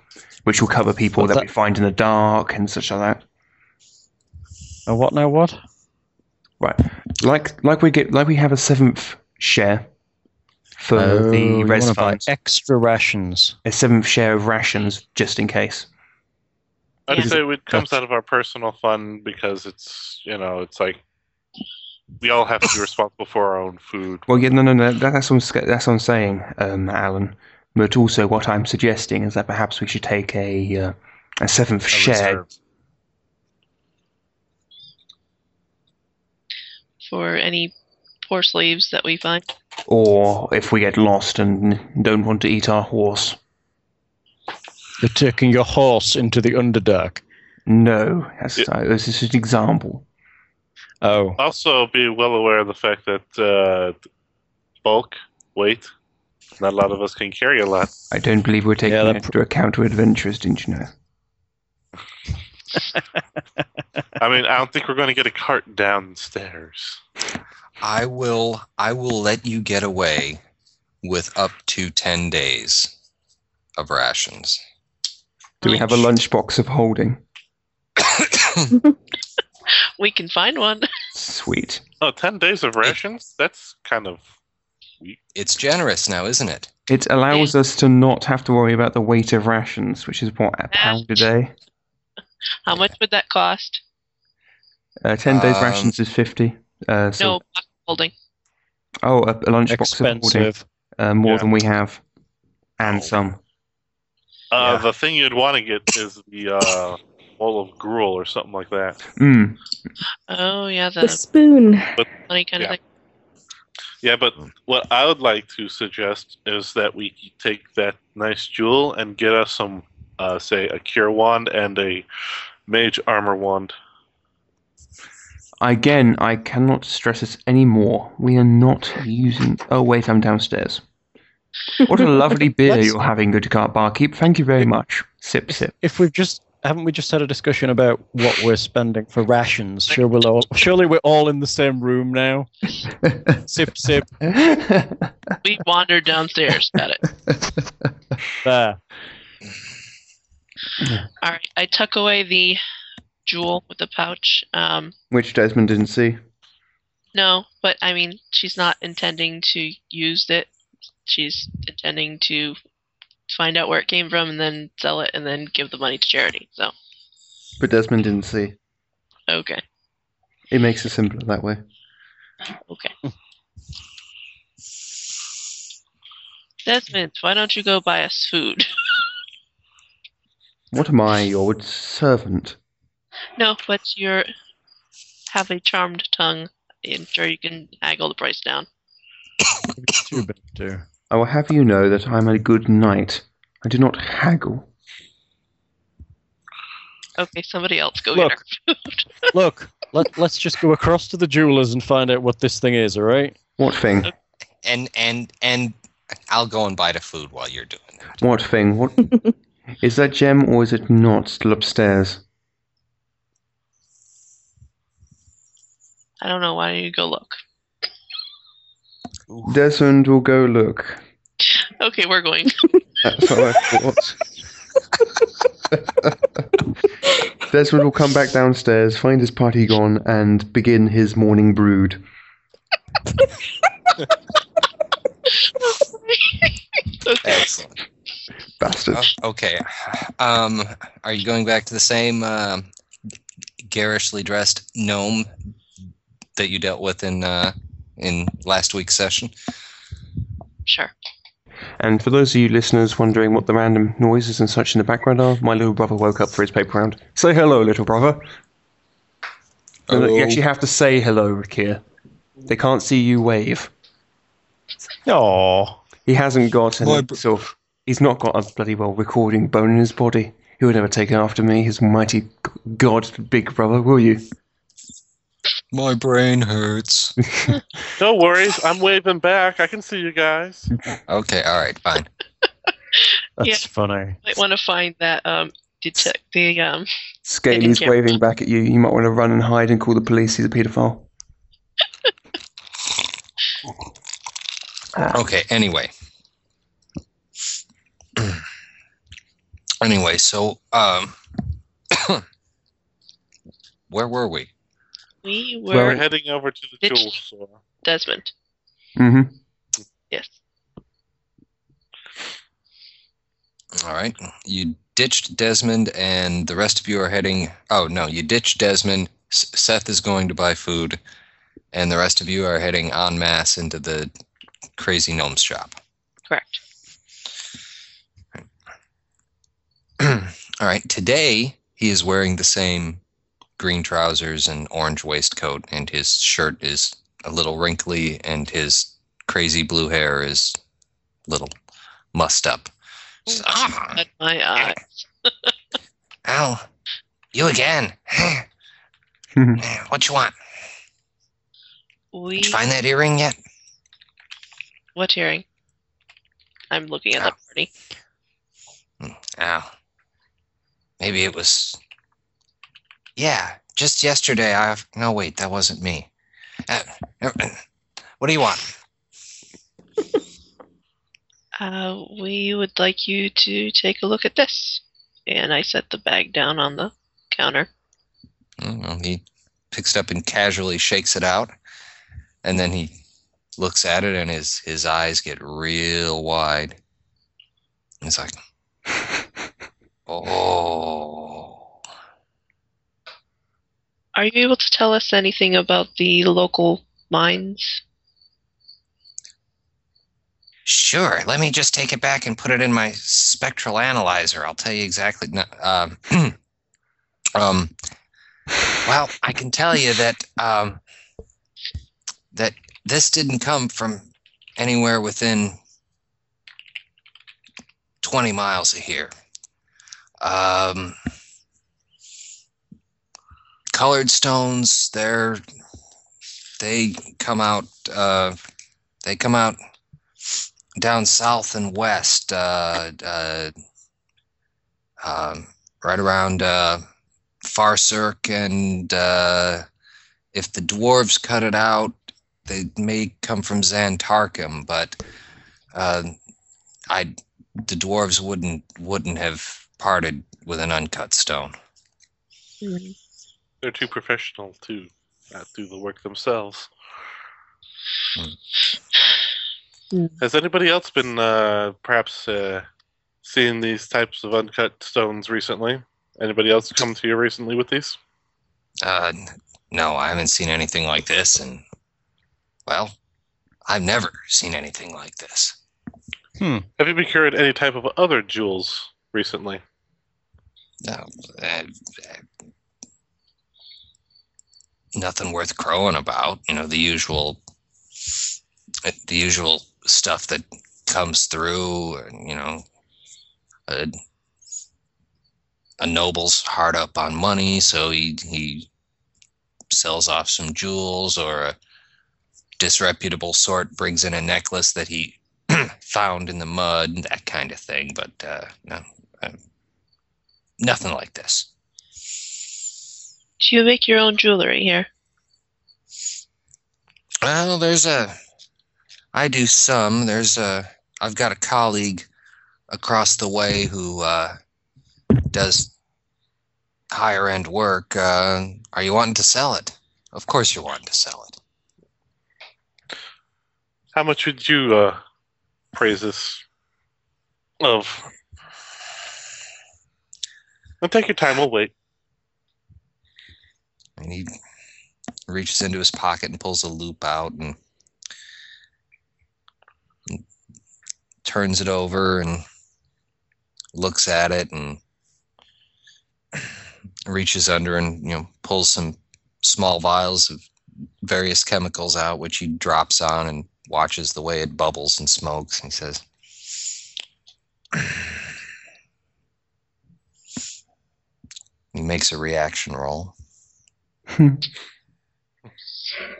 which will cover people But that that- we find in the dark and such like that. And what now? What? Right. Like like we get like we have a seventh share for the Oh, you res wanna buy funds. extra rations. A seventh share of rations just in case. I'd Yeah. say it comes out of our personal fund because it's you know it's like we all have to be responsible for our own food. Well yeah, no no no that, that's what I'm, sca- that's what I'm saying, um, Alan. But also what I'm suggesting is that perhaps we should take a uh, a seventh a share. reserve. For any poor slaves that we find. Or if we get lost and don't want to eat our horse. You're taking your horse into the Underdark. No. That's, Yeah. uh, this is an example. Oh, Also, be well aware of the fact that uh, bulk weight. Not a lot of us can carry a lot. I don't believe we're taking Yeah, that into account we're adventurers, didn't you know? I mean, I don't think we're going to get a cart downstairs. I will I will let you get away with up to 10 days of rations. Do we have a lunchbox of holding? We can find one. Sweet. Oh, 10 days of rations? That's kind of. it's generous now, isn't it? It allows us to not have to worry about the weight of rations, which is what a pound a day. How much would that cost? Uh, Ten days Um, rations is fifty. Uh, so No, holding. oh, a, a lunchbox of hoarding, Expensive. uh, more Yeah. than we have, and some. Uh, Yeah. The thing you'd want to get is the uh, bowl of gruel or something like that. Mm. Oh yeah, The the spoon. money kind of yeah. thing. Yeah, but what I would like to suggest is that we take that nice jewel and get us some, uh, say, a cure wand and a mage armor wand. Again, I cannot stress this any more. We are not using. Oh wait, I'm downstairs. What a lovely beer Let's- you're having, good cart barkeep. Thank you very much. Sip, sip. If we've just haven't we just had a discussion about what we're spending for rations? Sure, we'll all, surely we're all in the same room now. sip, sip. We wandered downstairs. Got it. There. All right. I tuck away the jewel with the pouch. Um, Which Desmond didn't see. no, but I mean, she's not intending to use it. She's intending to find out where it came from and then sell it and then give the money to charity. So But Desmond didn't see. okay, It makes it simpler that way. okay. Desmond, why don't you go buy us food? What am I, your servant? No, but you're have a charmed tongue. I'm sure you can haggle the price down. Maybe it's too big to- I will have you know that I am a good knight. I do not haggle. Okay, somebody else go Look. get her. Look, let, let's just go across to the jewelers and find out what this thing is. All right? What thing? And and and I'll go and buy the food while you're doing that. What thing? What is that gem or is it not still upstairs? I don't know. Why don't you go look? Desmond will go look. Okay, we're going. That's what I thought. Desmond will come back downstairs, find his party gone, and begin his morning brood. okay. Excellent. Bastard. Oh, okay. Um, are you going back to the same uh, garishly dressed gnome that you dealt with in uh, in last week's session? Sure. And for those of you listeners wondering what the random noises and such in the background are, my little brother woke up for his paper round. Say hello, little brother. No, no, You actually have to say hello, Rakia. They can't see you wave. Oh, He hasn't got My any br- sort of, He's not got a bloody well recording bone in his body. He would never take after me, his mighty g- god, big brother, will you? My brain hurts. No worries, I'm waving back. I can see you guys. okay. All right. Fine. that's Yeah. funny. Might want to find that um detect the um Scaly's Yeah. waving back at you. You might want to run and hide and call the police. He's a paedophile. Okay. Anyway. anyway. So, um, where were we? we We're were heading over to the Bitch. jewel store. Desmond. hmm Yes. All right. You ditched Desmond, and the rest of you are heading. Oh, no. You ditched Desmond. S- Seth is going to buy food, and the rest of you are heading en masse into the crazy gnome's shop. Correct. All right. Today, he is wearing the same green trousers and orange waistcoat, and his shirt is a little wrinkly, and his crazy blue hair is a little mussed up. So- ah. At my uh, eye. Ow. You again. Hmm. what you want? We Did you find that earring yet? what hearing? I'm looking at the party. Ow. Maybe it was. Yeah, just yesterday. I no, wait, that wasn't me. Uh, uh, what do you want? Uh, we would like you to take a look at this. And I set the bag down on the counter. Mm, I don't know. He picks it up and casually shakes it out, and then he looks at it and his his eyes get real wide. He's like, oh, Are you able to tell us anything about the local mines? sure. Let me just take it back and put it in my spectral analyzer. I'll tell you exactly. No, Um, um, well, I can tell you that um, that this didn't come from anywhere within twenty miles of here. Um, colored stones, they're they come out uh, they come out down south and west uh, uh, um, right around uh, Farsirk and uh, if the dwarves cut it out they may come from Xantarkum but uh, I the dwarves wouldn't wouldn't have parted with an uncut stone They're too professional to not do the work themselves. Hmm. Has anybody else been uh, perhaps uh, seeing these types of uncut stones recently? Anybody else come to you recently with these? Uh, n- no, I haven't seen anything like this, and well, I've never seen anything like this. Have you procured any type of other jewels recently? No, uh, uh, nothing worth crowing about. You know the usual, the usual stuff that comes through, and you know, a, a noble's hard up on money, so he he sells off some jewels, or a disreputable sort brings in a necklace that he found in the mud, that kind of thing. But uh, no, nothing like this. Do you make your own jewelry here? Well, there's a. I do some. There's a. I've got a colleague across the way who uh, does higher end work. Uh, are you wanting to sell it? Of course, you're wanting to sell it. How much would you uh, praise this of? And take your time. We'll wait. And he reaches into his pocket and pulls a loop out and, and turns it over and looks at it and reaches under and you know pulls some small vials of various chemicals out which he drops on and watches the way it bubbles and smokes and he says he makes a reaction roll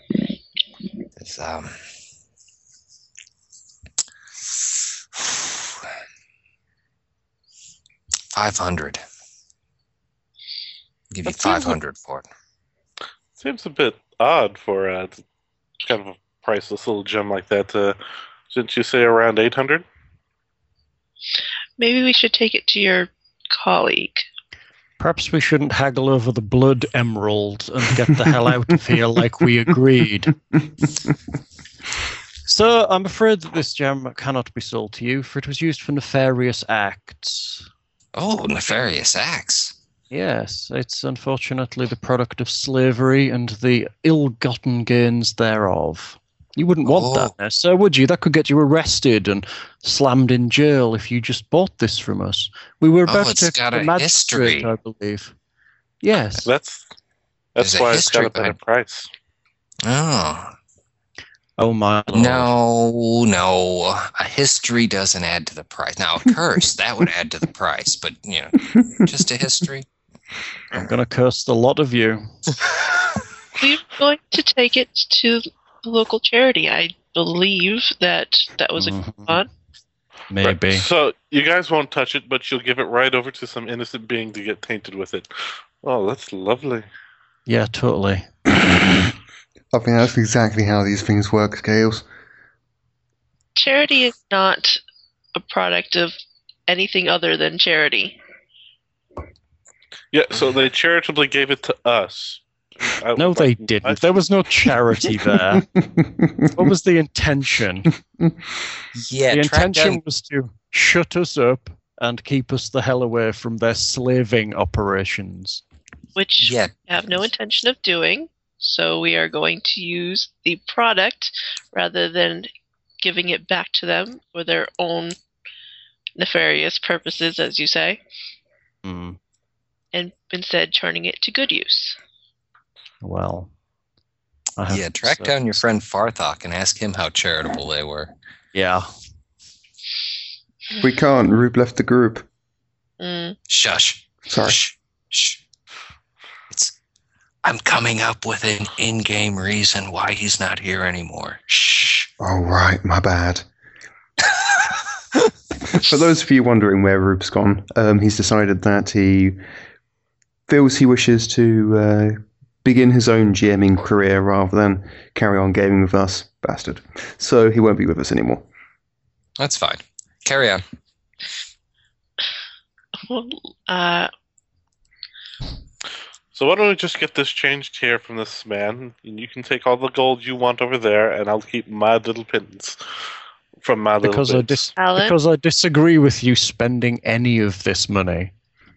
It's, um, five hundred. Give you That seems five hundred for it. Seems a bit odd for uh, kind of a priceless little gem like that. Uh, shouldn't you say around 800? Maybe we should take it to your colleague. Perhaps we shouldn't haggle over the blood emerald and get the hell out of here like we agreed. Sir, I'm afraid that this gem cannot be sold to you, for it was used for nefarious acts. Oh, nefarious acts! Yes, it's unfortunately the product of slavery and the ill gotten gains thereof. You wouldn't want Oh. that, now, sir, would you? That could get you arrested and slammed in jail if you just bought this from us. We were about Oh, it's to got a the magistrate, history. I believe. Yes. That's that's There's a why it's got history a better behind- price. Oh Oh my lord. no, no! A history doesn't add to the price. Now, a curse that would add to the price, but you know, just a history. I'm gonna curse the lot of you. We're going to take it to the local charity. I believe that that was a Mhm. on. Maybe. Right. So you guys won't touch it, but you'll give it right over to some innocent being to get tainted with it. Oh, that's lovely. Yeah, totally. I mean, that's exactly how these things work, Scales. charity is not a product of anything other than charity. Yeah. So they charitably gave it to us, I- No, they didn't. There was no charity there. what was the intention? Yeah, the track intention down- was to shut us up and keep us the hell away from their slaving operations. which Yeah, we have no intention of doing. So we are going to use the product rather than giving it back to them for their own nefarious purposes, as you say, Hmm. and instead turning it to good use. Well, I have yeah, to track say- down your friend Farthok and ask him how charitable they were. Yeah, We can't. Rube left the group. Mm. Shush. Sorry. Shh. Shh. It's. I'm coming up with an in-game reason why he's not here anymore. Shh. Oh, right. My bad. For those of you wondering where Rube's gone, um, he's decided that he feels he wishes to uh, begin his own GMing career rather than carry on gaming with us. Bastard. So he won't be with us anymore. That's fine. Carry on. Uh, So why don't we just get this changed here from this man, and you can take all the gold you want over there, and I'll keep my little pittance from my little. because I bit. dis- Alan? because I disagree with you spending any of this money.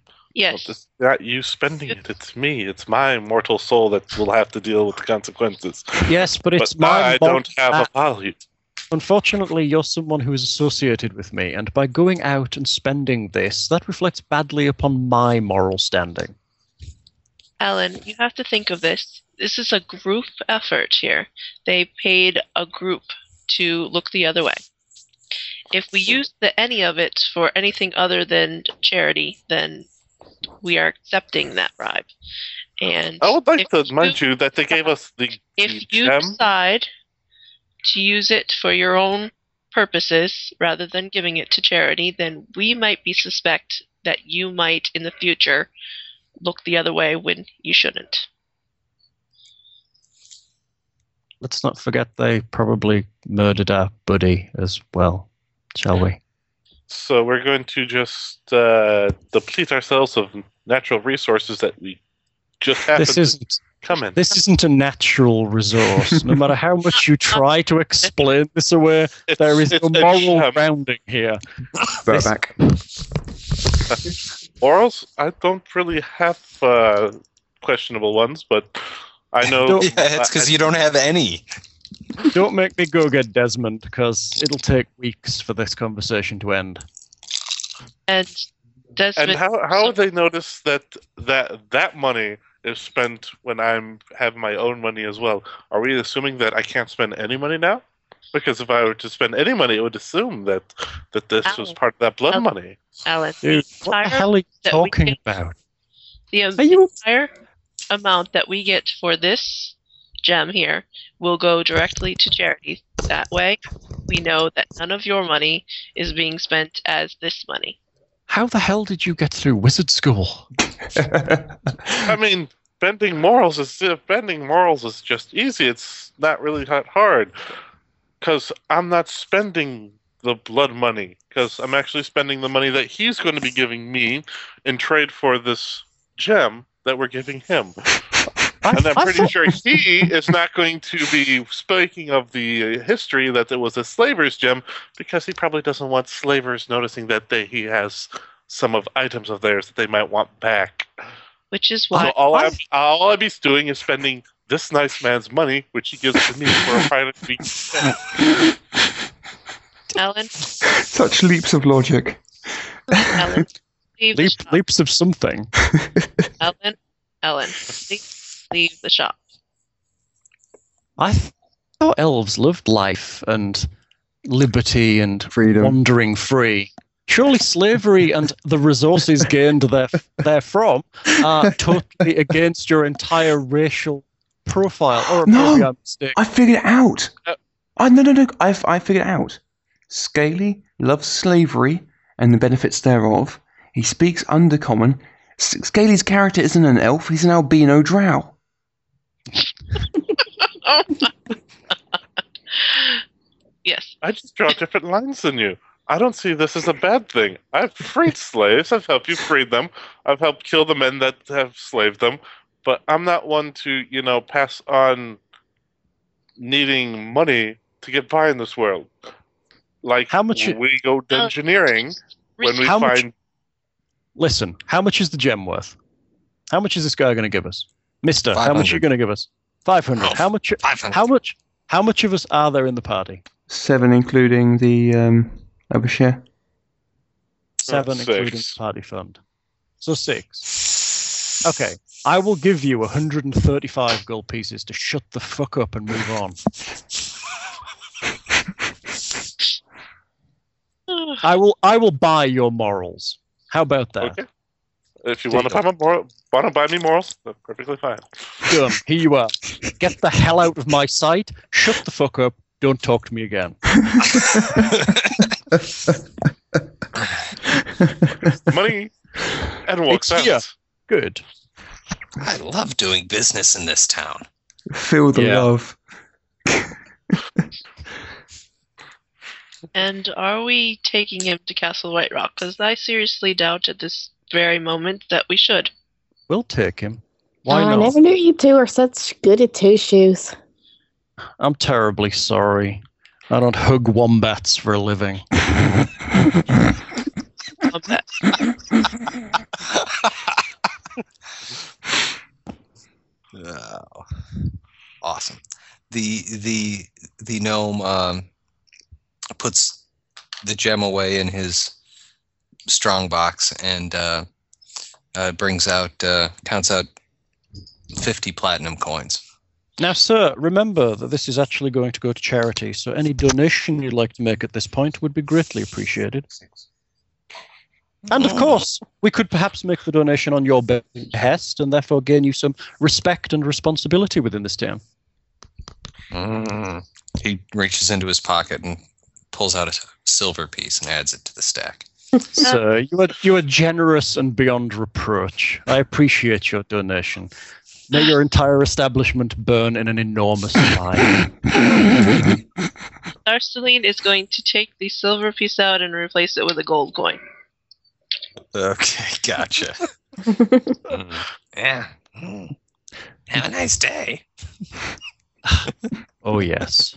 Well, yes. It's not you spending it. It's me. It's my immortal soul that will have to deal with the consequences. Yes, but it's but my I mon- don't have uh, a value. Unfortunately, you're someone who is associated with me, and by going out and spending this, that reflects badly upon my moral standing. Alan, you have to think of this. This is a group effort here. They paid a group to look the other way. If we use the, any of it for anything other than charity, then we are accepting that bribe. And I would like if to remind you that they gave us the if you gem. decide to use it for your own purposes rather than giving it to charity, then we might be suspect that you might in the future look the other way when you shouldn't. Let's not forget they probably murdered our buddy as well, shall we? So we're going to just uh, deplete ourselves of natural resources that we just happen This to isn't come in. this isn't a natural resource. No matter how much you try to explain this away, It's- there is it's no moral gem. grounding here. Right Yes. back. Orals, I don't really have uh, questionable ones, but I know. Don't- Yeah, it's because you don't have any. Don't make me go get Desmond, because it'll take weeks for this conversation to end. And Desmond, And how how would they notice that that that money is spent when I'm have my own money as well? Are we assuming that I can't spend any money now? Because if I were to spend any money, it would assume that that this was Oh. Ow. part of that blood Ow. money. Alan, Dude, what the Tyra, hell are you that we talking can- about? the Are you entire amount that we get for this gem here will go directly to charity. That way, we know that none of your money is being spent as this money. How the hell did you get through wizard school? I mean, bending morals is bending morals is just easy. It's not really that hard because I'm not spending the blood money because I'm actually spending the money that he's going to be giving me in trade for this gem that we're giving him. I, And I'm I pretty thought- sure he is not going to be speaking of the history that it was a slaver's gem because he probably doesn't want slavers noticing that they, he has some of items of theirs that they might want back. Which is So why all I- I'm, all I'd be doing is spending this nice man's money, which he gives to me for a private week. oh. Alan, Such leaps of logic. Alan, leave the leap, shop. leaps of something. Alan, Alan, leave, leave the shop. I th- thought elves loved life and liberty and Freedom. wandering free. Surely slavery and the resources gained there, therefrom are totally against your entire racial profile. Or No. maybe I'm mistaken. I figured it out. Uh, I no no no. I I figured it out. Scaly loves slavery and the benefits thereof. He speaks undercommon. S- Scaly's character isn't an elf. He's an albino drow. Oh my Yes, I just draw different lines than you. I don't see this as a bad thing. I've freed slaves. I've helped you free them. I've helped kill the men that have slaved them. but I'm not one to, you know, pass on needing money to get by in this world. Like How much- we go to Oh. engineering when we How much- find Listen, how much is the gem worth? How much is this guy going to give us, Mister? How much are 500. you going to give us? Five hundred. Oh, How much? 500. How much? How much of us are there in the party? Seven, including the um, Abishare. Seven, six. including the party fund. So six. Okay, I will give you 135 gold pieces to shut the fuck up and move on. Ugh. I will. I will buy your morals. How about that? Okay. If you There want you to buy my moral, want to buy me morals, that's perfectly fine. Done. Here you are. Get the hell out of my sight. Shut the fuck up. Don't talk to me again. Money and walks It's out. here. Good. I love doing business in this town. Feel the Yeah. love. And are we taking him to Castle White Rock? Because I seriously doubt at this very moment that we should. We'll take him. Why Oh, I not? never knew you two are such good at two shoes. I'm terribly sorry. I don't hug wombats for a living. Um, that- Oh, awesome. The the the gnome um, puts the gem away in his strong box and uh, uh, brings out uh, counts out fifty platinum coins. Now, sir, remember that this is actually going to go to charity, so any donation you'd like to make at this point would be greatly appreciated. And of course, we could perhaps make the donation on your behest and therefore gain you some respect and responsibility within this town. Mm. He reaches into his pocket and pulls out a silver piece and adds it to the stack. Sir, you are, you are generous and beyond reproach. I appreciate your donation. May your entire establishment burn in an enormous fire. Arceline is going to take the silver piece out and replace it with a gold coin. Okay, gotcha. Mm. Yeah. Mm. Have a nice day. Oh, yes.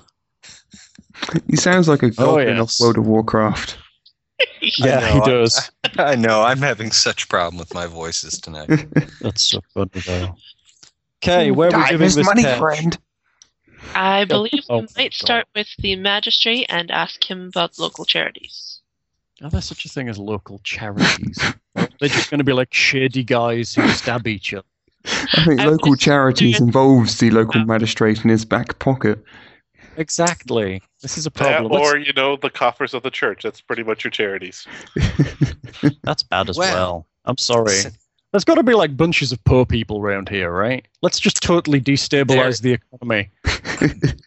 He sounds like a Oh, goblin yes. of World of Warcraft. Yeah, know, he I- does. I know. I'm having such problem with my voices tonight. That's so funny, though. Okay, where are we giving this cash? I believe oh we my might God. start with the magistrate and ask him about local charities. Are there Oh, such a thing as local charities? They're just going to be like shady guys who stab each other. I think I local was- charities involves the local magistrate in his back pocket. Exactly. This is a That, problem. or you know the coffers of the church. That's pretty much your charities. that's, that's bad as Well, well. I'm sorry. There's got to be like bunches of poor people around here, right? Let's just totally destabilize the economy.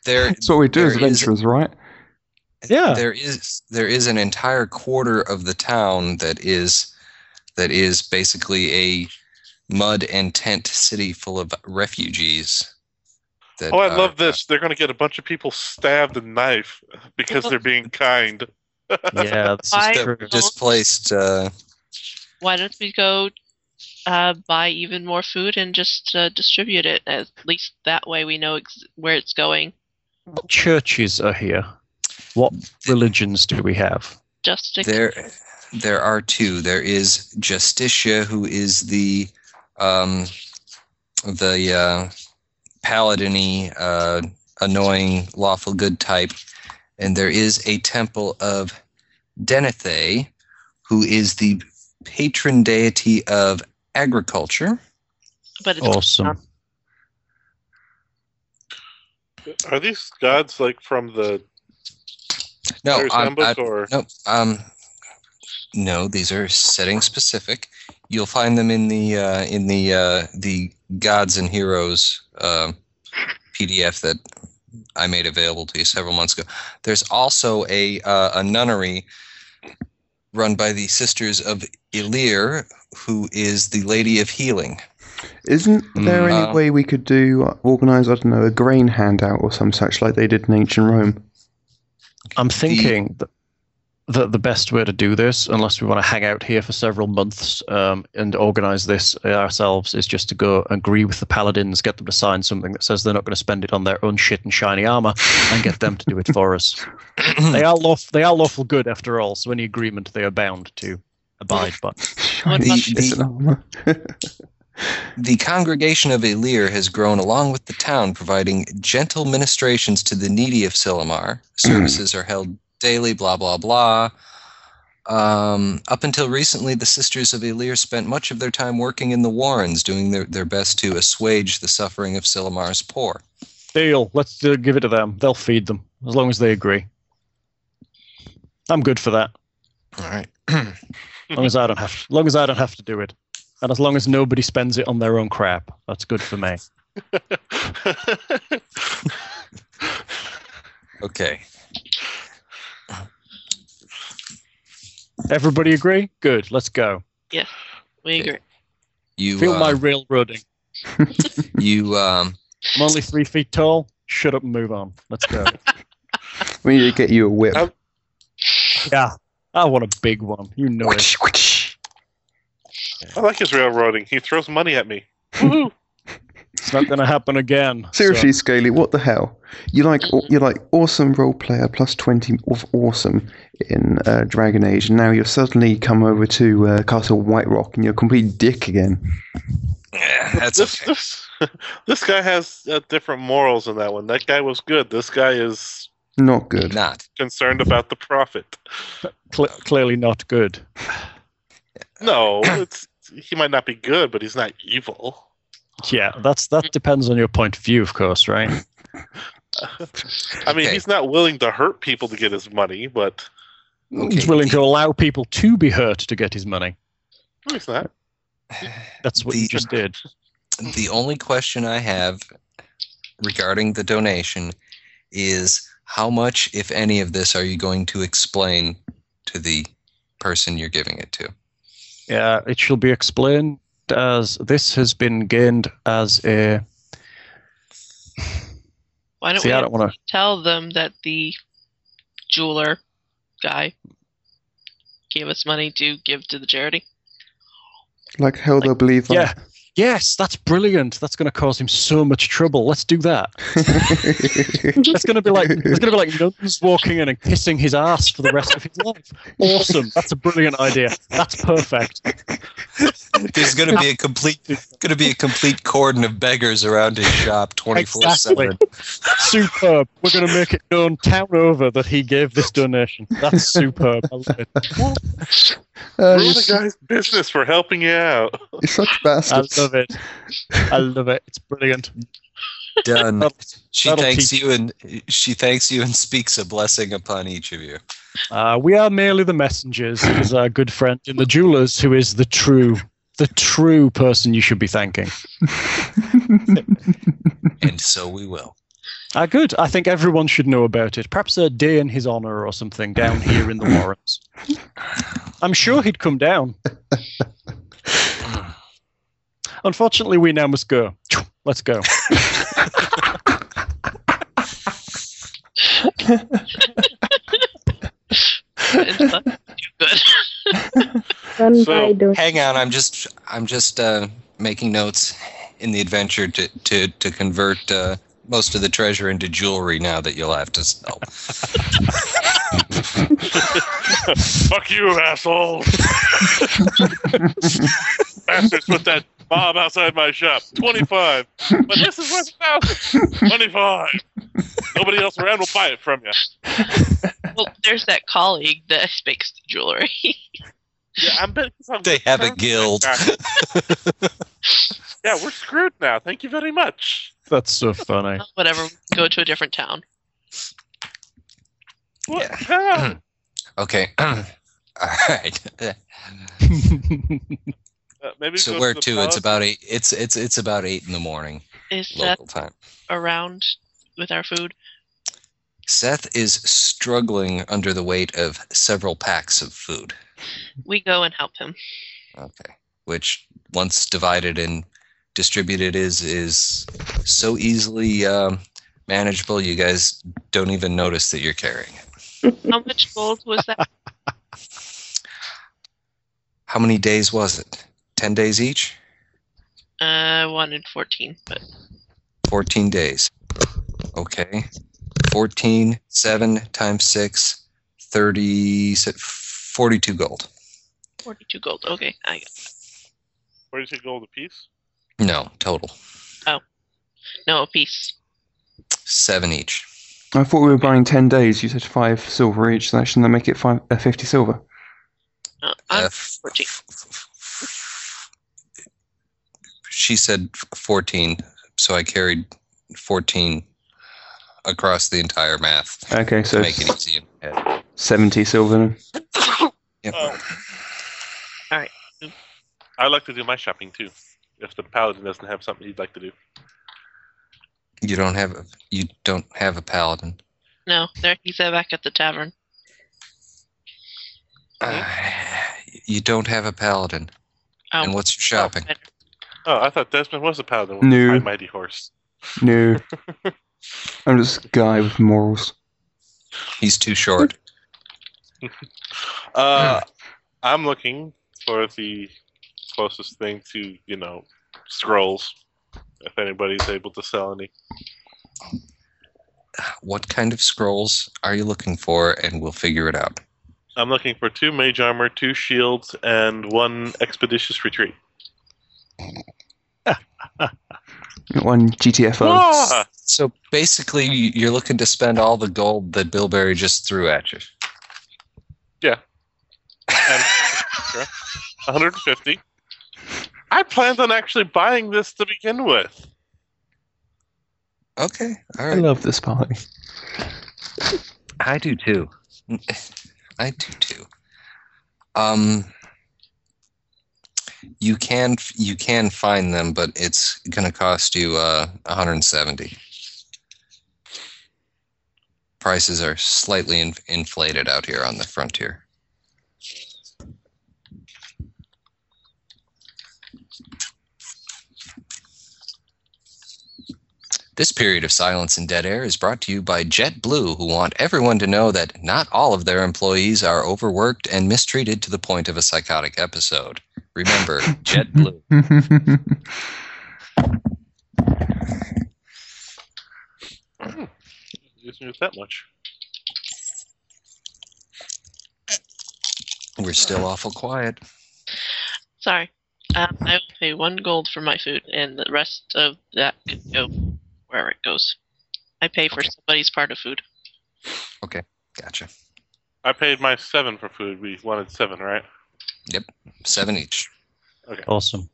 There, That's what we do as There is- adventurers, right? Yeah. there is there is an entire quarter of the town that is that is basically a mud and tent city full of refugees. that Oh, I are- love this. They're going to get a bunch of people stabbed and knife because they're being kind. Yeah, this I- is that true. were displaced. Uh, Why don't we go uh, buy even more food and just uh, distribute it? At least that way we know ex- where it's going. What churches are here? What religions do we have? Just to there, there are two. There is Justitia, who is the um, the uh, paladiny, uh, annoying, lawful good type, and there is a temple of Denethé, who is the patron deity of agriculture. but it's Awesome. Are these gods like from the No, Irish I'm, handbook I, or no, um, no. These are setting specific. You'll find them in the uh, in the uh, the gods and heroes um PDF that I made available to you several months ago. There's also a uh, a nunnery run by the Sisters of Ilir, who is the Lady of Healing. Isn't there Mm. any Uh, way we could do organise, I don't know, a grain handout or some such like they did in ancient Rome? I'm thinking that that the best way to do this, unless we want to hang out here for several months um, and organize this ourselves, is just to go agree with the paladins, get them to sign something that says they're not going to spend it on their own shit and shiny armor, and get them to do it for us. they are lawful, they are lawful good after all, so any agreement they are bound to abide by. What about- The- the- The congregation of Elir has grown along with the town, providing gentle ministrations to the needy of Silmar. Services are held daily, blah, blah, blah. Um, up until recently, the sisters of Elir spent much of their time working in the warrens, doing their, their best to assuage the suffering of Silmar's poor. Deal. Let's uh, give it to them. They'll feed them as long as they agree. I'm good for that. All right. As long as I don't have, as long as I don't have to do it, and as long as nobody spends it on their own crap, that's good for me. Okay. Everybody agree? Good. Let's go. we agree. You, Feel my uh, railroading. you, um, I'm only three feet tall. Shut up and move on. Let's go. We need to get you a whip. Um, yeah, I want a big one. You know it. Whoosh, whoosh. I like his railroading. He throws money at me. Woohoo! It's not going to happen again. so- Seriously, Scaly, what the hell? You like Mhm. you're like awesome role player plus twenty of awesome in uh, Dragon Age, and now you've suddenly come over to uh, Castle White Rock and you're a complete dick again. yeah, that's this, okay. this, this guy has uh, different morals in that one. That guy was good. This guy is Not good. Not. concerned about the profit. Cle- clearly not good. No, it's he might not be good, but he's not evil. Yeah, that's that depends on your point of view, of course, right? I mean, Okay. he's not willing to hurt people to get his money, but He's Okay, willing the- to allow people to be hurt to get his money. no, he's not. That's what The- you just did. the only question I have regarding the donation is how much, if any, of this are you going to explain to the person you're giving it to? Yeah, it shall be explained as this has been gained as a. Why don't See, we I don't want to. tell them that the jeweler guy gave us money to give to the charity? Like hell, they'll believe that. Yeah. Yes, that's brilliant. That's going to cause him so much trouble. Let's do that. It's going to be like it's going to be like nuns walking in and kissing his ass for the rest of his life. Uh, Awesome. That's a brilliant idea. That's perfect. There's going to be a complete, going to be a complete cordon of beggars around his shop, twenty four seven. Superb. We're going to make it known town over that he gave this donation. That's superb. I love it. Uh, Ruin you're, the su- guy's business for helping you out. you're such I bastards. love it. I love it. It's brilliant. Done. That'll- She that'll thanks teach- you and she thanks you and speaks a blessing upon each of you. Uh, we are merely the messengers, is our good friend in the jewelers, who is the true, the true person you should be thanking. And so we will. Ah, good. I think everyone should know about it. Perhaps a day in his honor or something down here in the Warrens. I'm sure he'd come down. Unfortunately, we now must go. Let's go. Good. Run So- by doing Hang on, I'm just I'm just uh, making notes in the adventure to to to convert uh, most of the treasure into jewelry now that you'll have to oh, sell. Fuck you, asshole! Bastards put that bomb outside my shop. Twenty-five. But this is worth a thousand. Twenty-five. Nobody else around will buy it from you. Well, there's that colleague that makes the jewelry. Yeah, I'm betting I'm They have a guild. Yeah, we're screwed now. Thank you very much. That's so funny. Whatever. Go to a different town. What? Yeah. hell? Okay. All right. Uh, maybe go So where the to? It's pub. about eight. It's it's it's about eight in the morning Is that local time. around with our food? Seth is struggling under the weight of several packs of food. We go and help him. Okay. Which once divided and distributed is is so easily um, manageable. You guys don't even notice that you're carrying it. How much gold was that? How many days was it? 10 days each? Uh, one in fourteen, but 14 days. Okay. 14, 7 times 6, 30, so 42 gold. forty-two gold. Okay, I Where's your gold apiece? No, total. no a piece. Seven each. I thought we were buying 10 days. You said 5 silver each. So that shouldn't that make it five, uh, 50 silver? Uh, I'm Uh, f- 14. f- f- f- She said f- 14, so I carried 14 across the entire math Okay, to so make it easy. 70 silver then. Yep. Oh. Oh. I like to do my shopping too. If the paladin doesn't have something he'd like to do, You don't have a, you don't have a paladin. No, there he's uh, back at the tavern. Uh, you don't have a paladin. Oh. And what's your shopping? better. oh, I thought Desmond was a paladin with No. high mighty horse. No. I'm just a guy with morals. He's too short. Uh, I'm looking for the closest thing to you know scrolls. If anybody's able to sell any, What kind of scrolls are you looking for? And we'll figure it out. I'm looking for two mage armor, two shields, and one expeditious retreat. One GTFO. Ah! So basically, you- you're looking to spend all the gold that Bilberry just threw at you. Yeah. And- 150. I planned on actually buying this to begin with. okay. All I right. love this party. I do too. I do too. Um, you can you can find them, but it's going to cost you uh 170. Prices are slightly in, inflated out here on the frontier. This period of silence and dead air is brought to you by JetBlue, who want everyone to know that not all of their employees are overworked and mistreated to the point of a psychotic episode. Remember, JetBlue. Isn't it that much? We're still awful quiet. Sorry. Um, I will pay one gold for my food, and the rest of that can go wherever it goes. I pay for Okay. somebody's part of food. Gotcha. I paid my seven for food. We wanted seven, right? Seven each. Awesome.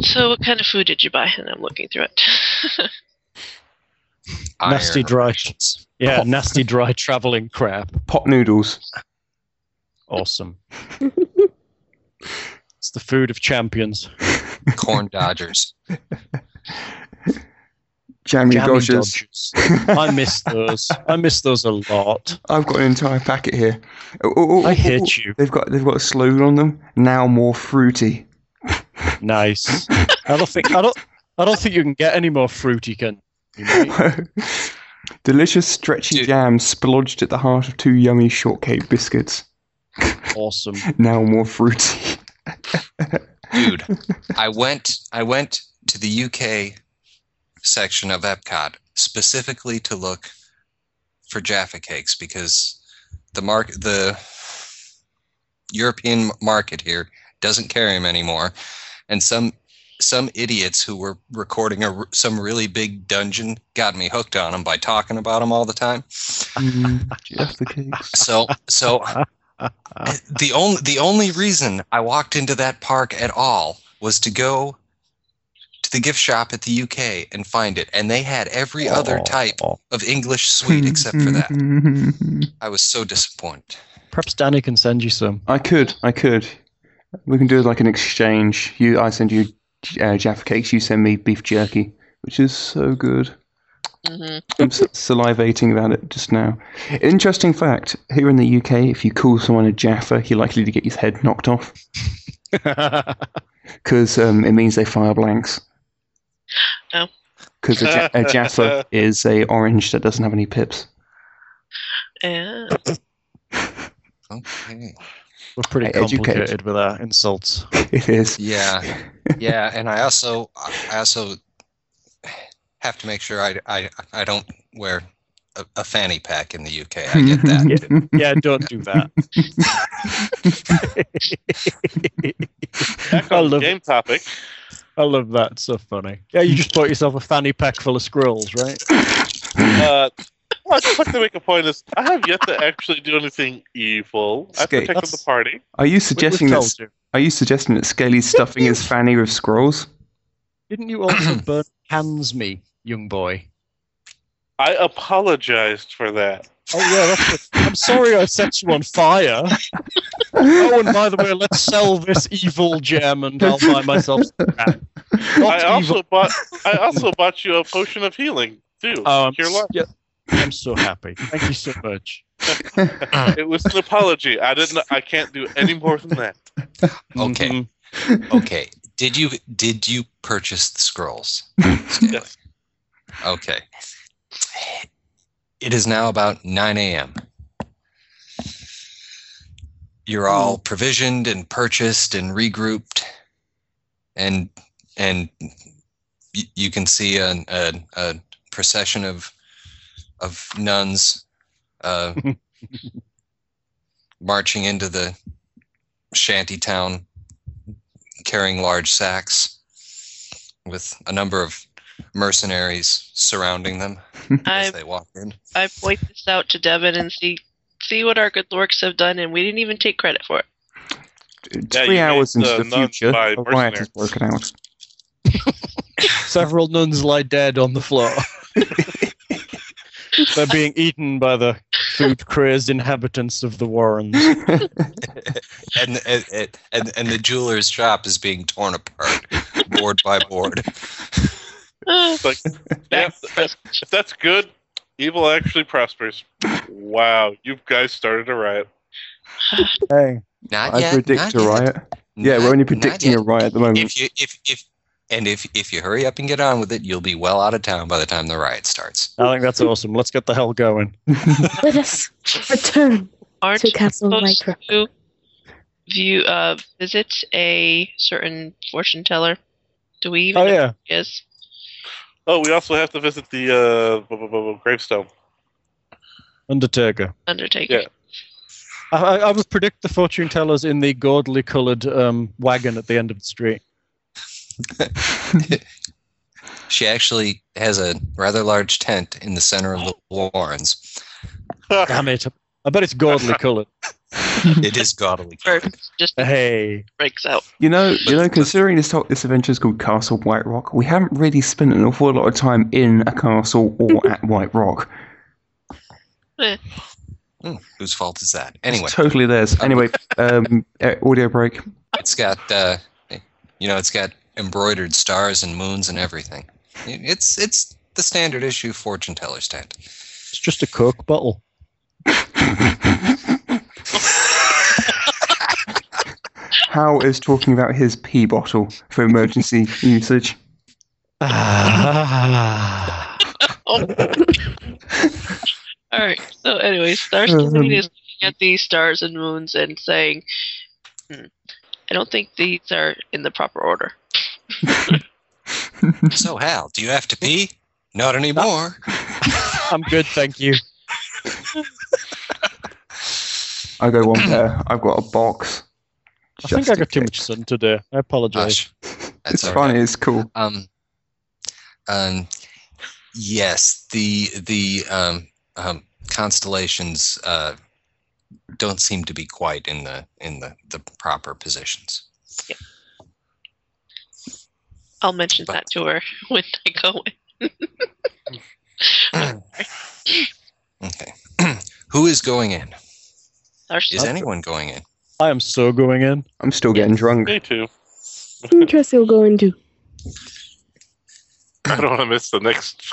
So, what kind of food did you buy? And I'm looking through it. Nasty dry- rations. Yeah, nasty dry traveling crap. Pot noodles. Awesome. it's the food of champions. corn dodgers. Jammy Jammy, dodgers. Dodgers. I miss those. I miss those a lot. I've got an entire packet here. Oh, oh, oh, I oh, oh. hate you. They've got they've got a slogan on them. Now more fruity. Nice. I don't think I don't I don't think you can get any more fruity can you, mate? Delicious stretchy Dude. jam splodged at the heart of two yummy shortcake biscuits. awesome. Now more fruity. Dude, I went I went to the UK section of Epcot specifically to look for Jaffa cakes because the mark the European market here doesn't carry them anymore and some some idiots who were recording a, r- some really big dungeon got me hooked on them by talking about them all the time. Mm, Just the cakes. so so the only the only reason I walked into that park at all was to go to the gift shop at the UK and find it, and they had every other type of English sweet except for that. I was so disappointed. Perhaps Danny can send you some. I could, I could. We can do it like an exchange. You, I send you uh, Jaffa cakes. You send me beef jerky, which is so good. hmm I'm s- salivating about it just now. Interesting fact: here in the UK, if you call someone a Jaffa, you're likely to get his head knocked off oh, because um, it means they fire blanks. No. Because a, ja- a Uh. Jaffa is a orange that doesn't have any pips. Uh, Okay. We're pretty I educate. complicated with our insults. It is. Yeah. Yeah, and I also I also have to make sure I I, I don't wear a, a fanny pack in the UK. I get that. Yeah. Yeah, don't do that. Back I on love game topic. I love that. It's so funny. Yeah, you just bought yourself a fanny pack full of squirrels, right? Uh, well, I just like to make a point is I have yet to actually do anything evil. I Okay. protected the party. Are you We- we've suggesting told that? you. Are you suggesting that Scaly's stuffing his fanny with squirrels? Didn't you also burn hands me, young boy? I apologized for that. Oh yeah, that's good. I'm sorry I set you on fire. Oh, and by the way, let's sell this evil gem, and I'll buy myself. Some crap. Not I also evil. bought I also bought you a potion of healing too. Um, Cure lung. yeah, I'm so happy. Thank you so much. It was an apology. I didn't I can't do any more than that. Okay. Mhm. Okay. Did you did you purchase the scrolls? Yes. Okay. It is now about 9 a.m. You're all provisioned and purchased and regrouped, and and y- you can see an, a, a procession of of nuns uh, marching into the shanty town, carrying large sacks with a number of mercenaries surrounding them as I they walk in. I point this out to Devin and see see what our good lorks have done, and we didn't even take credit for it. you Three made hours into the the nuns future, by a riot mercenaries. has broken out. Several nuns lie dead on the floor. They're being eaten by the food crazed inhabitants of the Warrens. And, and, and, and the jeweler's shop is being torn apart, board by board. Uh, Like yeah, that's, that's good. Evil actually prospers. Wow, you guys started a riot. Hey, Not I yet, predict not a yet, riot. not- Yeah, we're only not predicting a yet. riot at the moment. If you if if and if if you hurry up and get on with it, you'll be well out of town by the time the riot starts. I think that's awesome. Let's get the hell going. Let us return aren't to Castle supposed Lycra. to view uh visit a certain fortune teller? Do we even Oh know yeah, who he is? Oh, we also have to visit the uh, bu- bu- bu- bu- gravestone. Undertaker. Undertaker. Yeah. I, I, I would predict the fortune tellers in the gaudily coloured um, wagon at the end of the street. She actually has a rather large tent in the center of the Warrens. Damn it! I bet it's gaudily coloured. It is gaudily. First, just Uh, Hey, breaks out. You know, you know, considering this whole, this adventure is called Castle White Rock, we haven't really spent an awful lot of time in a castle or at White Rock. Hmm, whose fault is that? It's Anyway, totally theirs. Anyway, um, uh, audio break. it's got uh, you know it's got embroidered stars and moons and everything. It- It's it's the standard issue fortune teller's tent. it's just a coke bottle. Hal is talking about his pee bottle for emergency usage. Ah. Oh. All right. So, anyways, Star Mm-hmm. Stallion is looking at these stars and moons and saying, "Hmm, "I don't think these are in the proper order." So Hal, do you have to pee? Not anymore. I'm good, thank you. I go one pair. I've got a box. I think I got too much sun today. I apologise. Gosh, that's it's all fun. right. It's cool. Um, um, yes, the the um, um, constellations uh, don't seem to be quite in the in the, the proper positions. I'll mention But- that to her when I go in. Okay, who is going in? Star Is Stallion- anyone going in? I am so going in. I'm still getting drunk. Me too. Who trust you'll go into? I don't want to miss the next.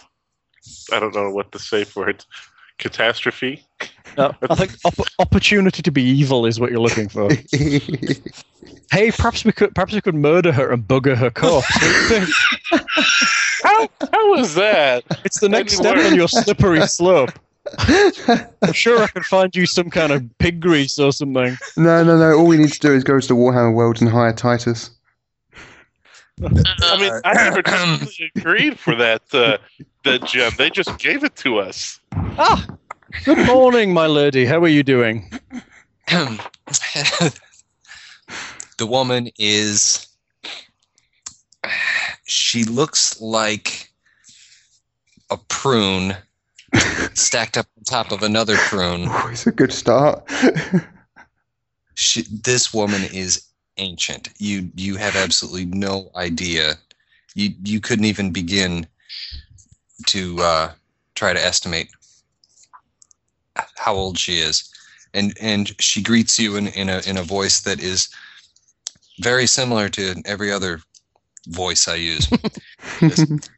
I don't know what the safe word. Catastrophe. No, I think op- opportunity to be evil is what you're looking for. Hey, perhaps we could perhaps we could murder her and bugger her corpse. How how is that? it's the next That'd step be on your slippery slope. I'm sure I could find you some kind of pig grease or something. No, no, no. All we need to do is go to the Warhammer World and hire Titus. Um, I mean, I never completely agreed for that uh, that gem. They just gave it to us. Ah, good morning, my lady. How are you doing? the woman is she looks like a prune stacked up on top of another prune Ooh, it's a good start. Uh, she, this woman is ancient you you have absolutely no idea you you couldn't even begin to uh, try to estimate how old she is and and she greets you in, in a in a voice that is very similar to every other voice I use.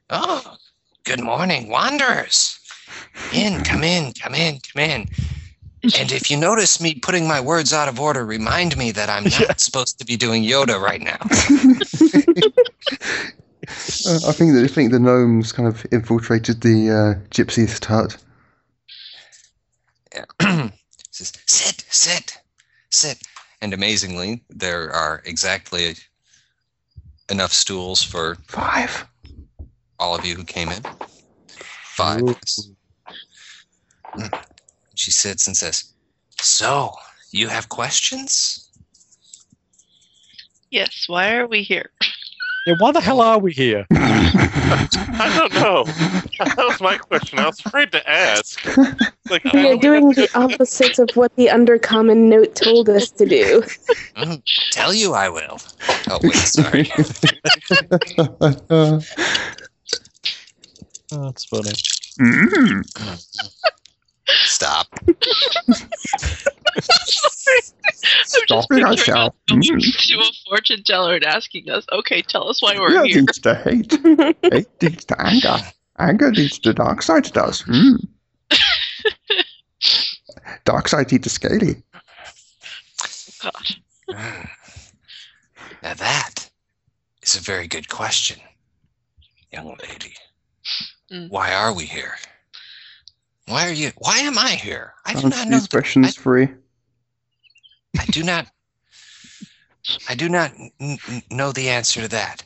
oh, good morning, wanderers. In, come in, come in, come in. And if you notice me putting my words out of order, remind me that I'm not supposed to be doing Yoda right now. Uh, I think that I think the gnomes kind of infiltrated the uh, gypsies' hut. says, sit, sit, sit. And amazingly, there are exactly enough stools for Five. all of you who came in. Five. yes. Mm. She sits and says, So, you have questions? Yes, why are we here? Yeah, why the hell are we here? I don't know. That was my question. I was afraid to ask. Like, We how are do doing we have to the opposite of what the undercommon note told us to do. Mm, tell you I will. Oh, wait, sorry. Oh, that's funny. Mm. Stop. I'm Stop it, I picturing shall. us going Mm. to a fortune teller and asking us, okay, tell us why Yeah, we're here. leads to hate. Hate leads to anger. Anger leads to dark side. It does. Mm. Dark side leads to scaly. God. Mm. Now, that is a very good question, young lady. Mm. Why are we here? Why are you? Why am I here? I do Answer not know. these The, questions free. I do not. I do not n- n- know the answer to that,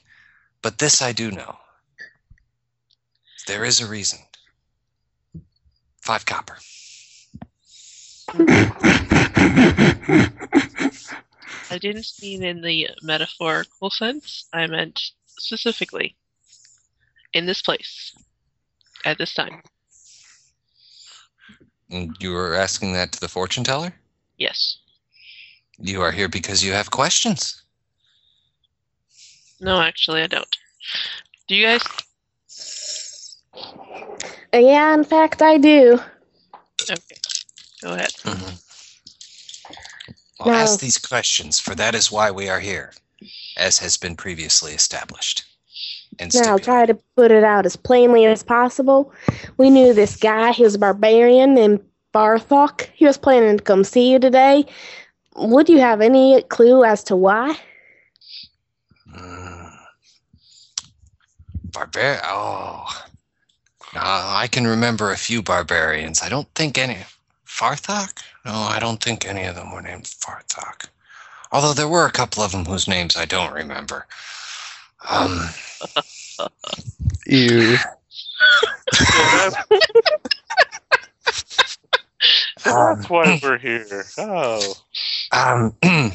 but this I do know. There is a reason. Five copper. I didn't mean in the metaphorical sense. I meant specifically in this place at this time. And you were asking that to the fortune teller. Yes. You are here because you have questions. No, actually, I don't. Do you guys? Yeah, in fact, I do. Okay. Go ahead. Well, No. ask these questions, for that is why we are here, as has been previously established. And Now, I'll stipulated. try to put it out as plainly as possible. We knew this guy, he was a barbarian in Barthok. He was planning to come see you today. Would you have any clue as to why? Mm. Barbar. Oh, Uh, I can remember a few barbarians. I don't think any. Farthok? No, I don't think any of them were named Farthok. Although there were a couple of them whose names I don't remember. Um, Ew. So that's, so um, that's why we're here. Oh, Um, did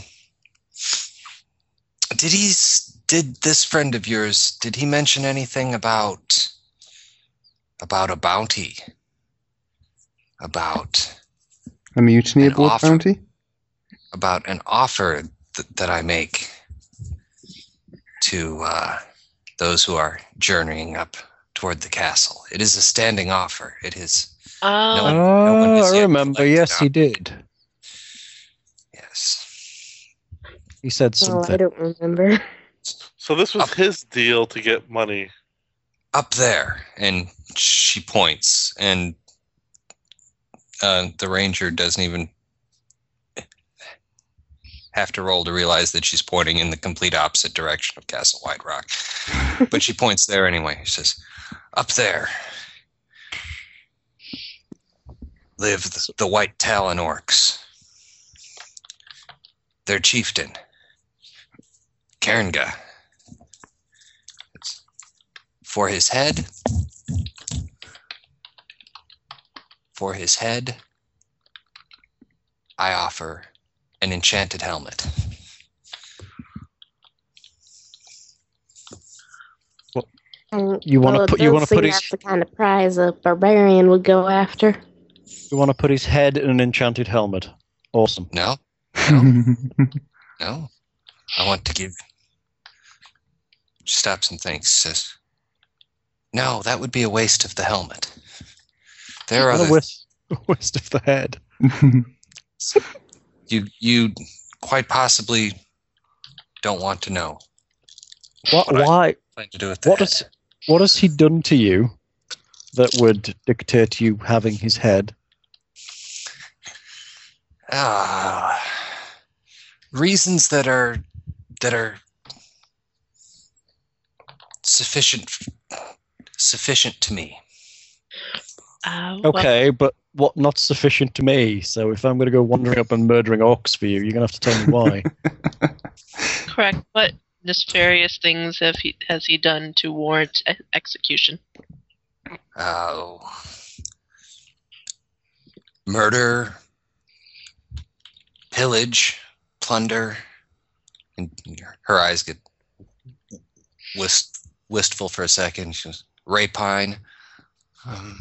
he? s- Did this friend of yours? Did he mention anything about about a bounty? About A mutiny An aboard offer. bounty? about an offer th- that I make to uh, those who are journeying up toward the castle. It is a standing offer. It is Um, No one has Ah, I yet remember. collected Yes, up. he did. yes. He said Well, I something. don't remember. so this was his deal to get money. up there and she points and uh, the ranger doesn't even have to roll to realize that she's pointing in the complete opposite direction of Castle White Rock. but she points there anyway. She says, Up there live the, the White Talon Orcs. Their chieftain, Cairnga. For his head, for his head, I offer an enchanted helmet. And, You wanna well, it put- you does wanna put seem his- that's the kind of prize a barbarian would go after. You want to put his head in an enchanted helmet. Awesome. No, no. I want to give. She stops and thinks, says, No, that would be a waste of the helmet. There are What a other waste, a waste of the head. you you quite possibly don't want to know. What? What I- Why? Plan to do with that. What has What has he done to you that would dictate you having his head? Ah, reasons that are that are sufficient sufficient to me. Uh, well, Okay, but what? Not sufficient to me. So if I'm going to go wandering up and murdering orcs for you, you're going to have to tell me why. correct. What nefarious things have he has he done to warrant e- execution? Oh, murder, pillage, plunder, and her eyes get wist, wistful for a second. She goes, "Rapine." Um,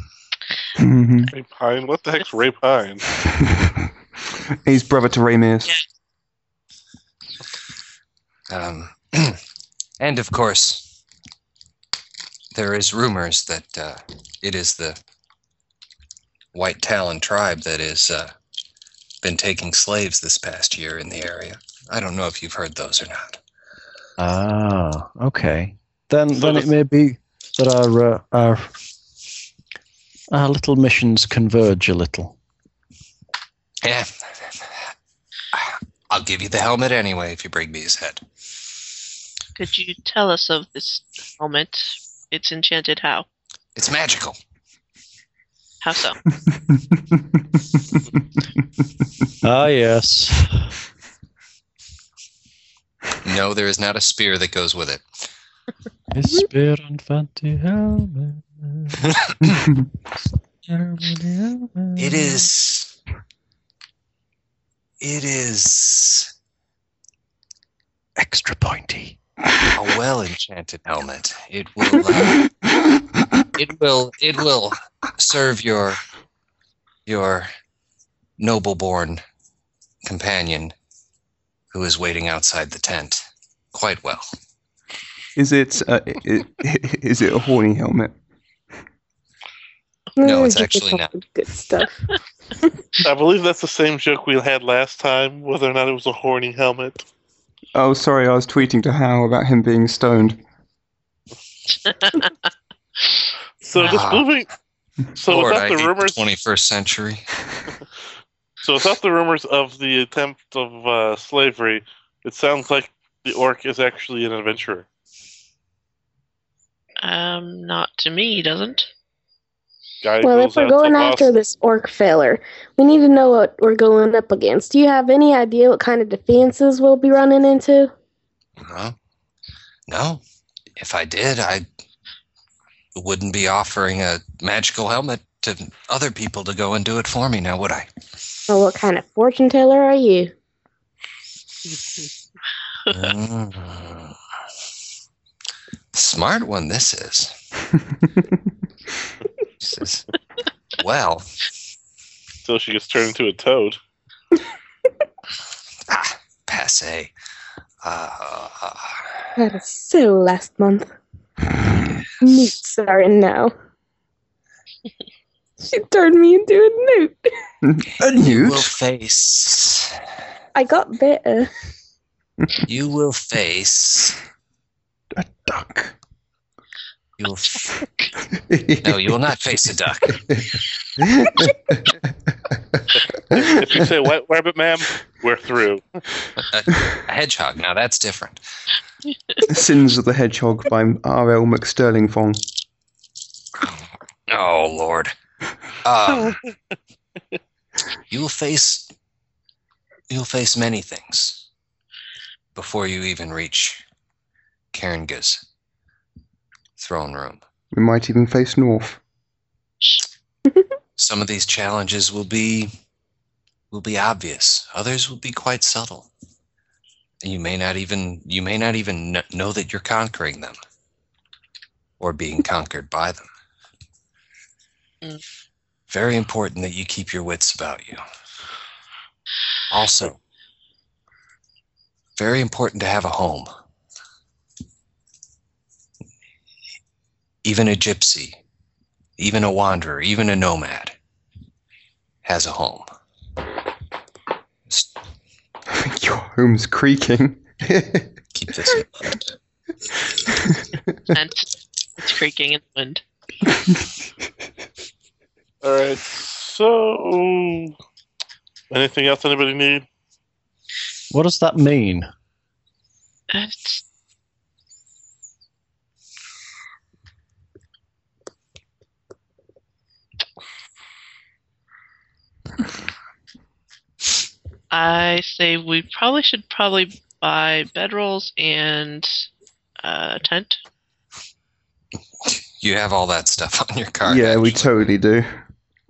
Mm-hmm. Ray Pine? What the heck's Ray Pine? He's brother to Ramius. Um, and of course, there is rumors that uh, it is the White Talon tribe that has uh, been taking slaves this past year in the area. I don't know if you've heard those or not. Ah, okay. Then, So then this- it may be that our uh, our our little missions converge a little. Yeah. I'll give you the helmet anyway if you bring me his head. Could you tell us of this helmet? It's enchanted. How? It's magical. How so? Ah, yes. No, there is not a spear that goes with it. His spear and fancy helmet. It is. It is. extra pointy. a well enchanted helmet. It will. Uh, it will. It will serve your your noble born companion who is waiting outside the tent quite well. Is it, uh, i- i- is it a horny helmet? No, it's Mm, you actually get not. all the Good stuff. I believe that's the same joke we had last time, whether or not it was a horny helmet. Oh, sorry, I was tweeting to Hal about him being stoned. So just Ah. moving. So Lord, I without the hate rumors, the 21st century. so without the rumors of the attempt of uh, slavery, it sounds like the orc is actually an adventurer. Um, not to me, doesn't. Guy Well, goes if we're out to going Boston- after this orc feller, we need to know what we're going up against. Do you have any idea what kind of defenses we'll be running into? No, no. If I did, I wouldn't be offering a magical helmet to other people to go and do it for me now, would I? Or what kind of fortune teller are you? Mm. Smart one this is. This is- well, So she gets turned into a toad. ah, passe. Uh, That is so last month. Newt, sorry, no. She turned me into a newt. a you newt? will face. I got better. You will face. a duck. You You will f- no, you will not face a duck. If you say white rabbit, ma'am, we're through. A hedgehog. Now that's different. Sins of the Hedgehog by R.L. McSterling Fong. Oh Lord. Um, you will face you'll face many things before you even reach Karenga's throne room. We might even face north. Some of these challenges will be will be obvious. Others will be quite subtle. And you may not even you may not even kn- know that you're conquering them or being conquered by them. Mm. Very important that you keep your wits about you. Also, very important to have a home. Even a gypsy, even a wanderer, even a nomad has a home. S- I think your home's creaking. Keep this. in mind. And it's creaking in the wind. All right. So, um, anything else anybody need? What does that mean? It's, I say we probably should probably buy bedrolls and uh, a tent. You have all that stuff on your card. yeah, we actually. totally do.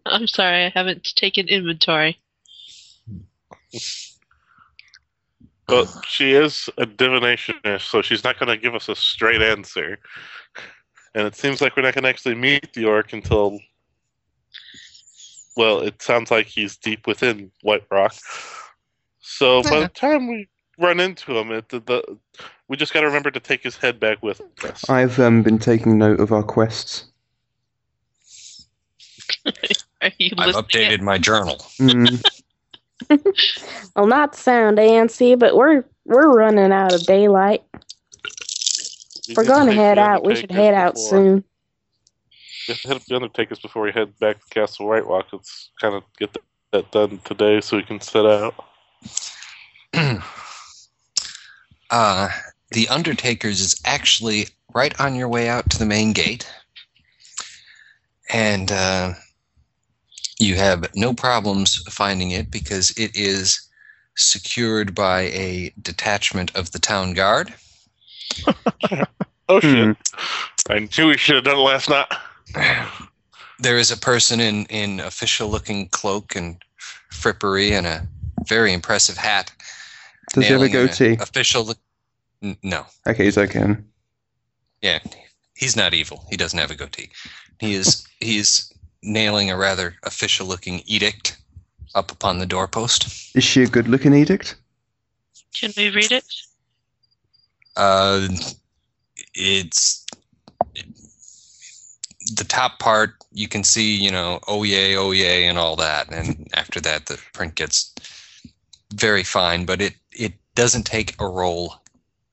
I'm sorry, I haven't taken inventory. But she is a divinationist, so she's not going to give us a straight answer. And it seems like we're not going to actually meet the orc until. Well, it sounds like he's deep within White Rock. So by the time we run into him, it, the, the, we just got to remember to take his head back with us. I've um, been taking note of our quests. Are you I've listening? updated my journal. Mm, Well, not sound antsy, but we're we're running out of daylight. We If we're need to gonna take head the out. We should Undertaker head out before- soon. We have to hit up the Undertakers before we head back to Castle White Rock. Let's kind of get th- that done today so we can set out. uh, the Undertaker's is actually right on your way out to the main gate, and uh, you have no problems finding it because it is secured by a detachment of the town guard. Oh Hmm. shit! I knew we should have done it last night. There is a person in in official-looking cloak and frippery and a very impressive hat. Does he have a nailing an goatee? Official. Look- N- no. Okay, he's okay. then. Yeah, he's not evil. He doesn't have a goatee. He is he is nailing a rather official looking edict up upon the doorpost. Is she a good looking edict? Can we read it? Uh, it's the top part you can see, you know, oh yay, oh yay, and all that. And after that, the print gets very fine, but it it doesn't take a roll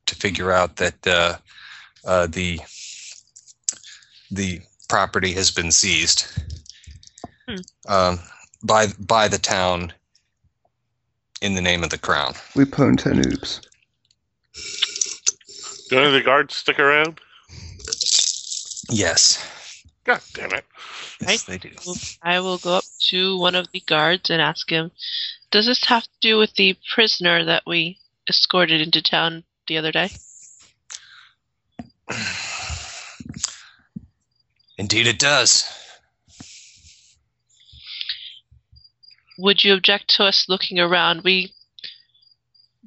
to figure out that uh, uh, the the property has been seized um, by by the town in the name of the crown. We pwned her noobs. Do any of the guards stick around? Yes, God damn it! yes, they do. I will go up to one of the guards and ask him, "Does this have to do with the prisoner that we escorted into town the other day?" Indeed, it does. Would you object to us looking around? We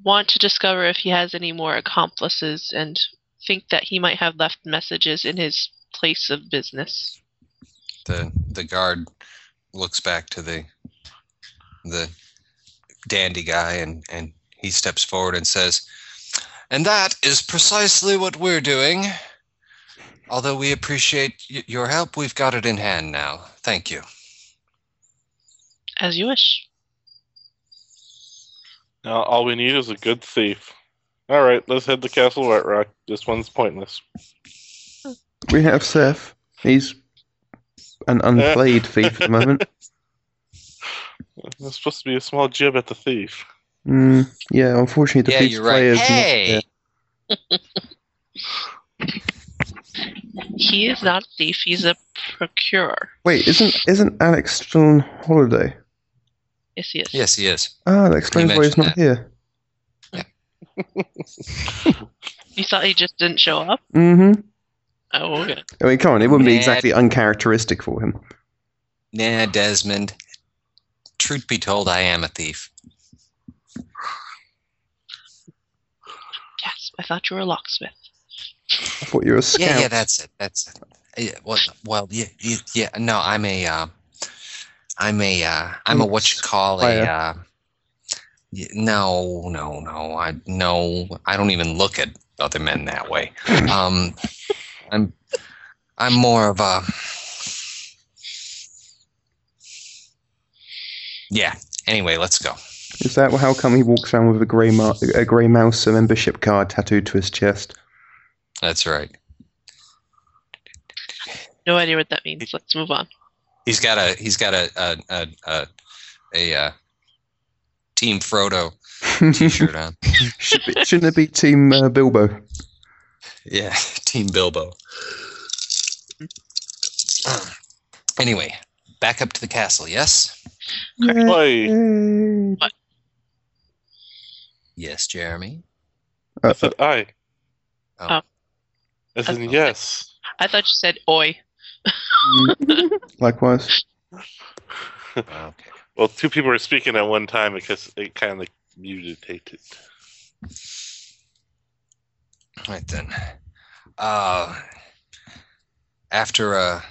want to discover if he has any more accomplices and think that he might have left messages in his place of business. The the guard looks back to the the dandy guy and and he steps forward and says, "And that is precisely what we're doing. Although we appreciate y- your help, we've got it in hand now. Thank you." As you wish. Now all we need is a good thief. All right, let's head to Castle White Rock. This one's pointless. We have Seth. He's an unplayed thief at the moment. There's supposed to be a small jib at the thief. Mm, yeah, unfortunately, the yeah, thief's you're right. players. Hey, He is not a thief. He's a procurer. Wait, isn't isn't Alex still on holiday? Yes, he is. yes, he is. Ah, that explains why he's mentioned not here. You thought he just didn't show up? Mm-hmm. Oh, okay. I mean, come on, it wouldn't be Mad. exactly uncharacteristic for him. Nah, Desmond. Truth be told, I am a thief. Yes, I thought you were a locksmith. I thought you were a scout. Yeah, yeah, that's it. That's it. Yeah, well, well, yeah, yeah, yeah. No, I'm a, uh, I'm a, uh, I'm a what you call a. Player. Uh, y- no, no, no. I no. I don't even look at other men that way. Um, I'm, I'm more of a. Yeah. Anyway, let's go. Is that how come he walks around with a grey mar- a grey mouse a membership card tattooed to his chest? That's right. No idea what that means. Let's move on. He's got a he's got a a a a, a, uh Team Frodo T-shirt on. Should be, shouldn't it be Team uh, Bilbo? yeah, Team Bilbo. anyway, back up to the castle. Yes, Mm, Hmm. Why? Yay. yes, Jeremy. Uh, I said I. Oh. I said Okay. yes. I thought you said oi. Likewise. Okay. Well, two people were speaking at one time because it kind of mutated. Right then. Uh, after a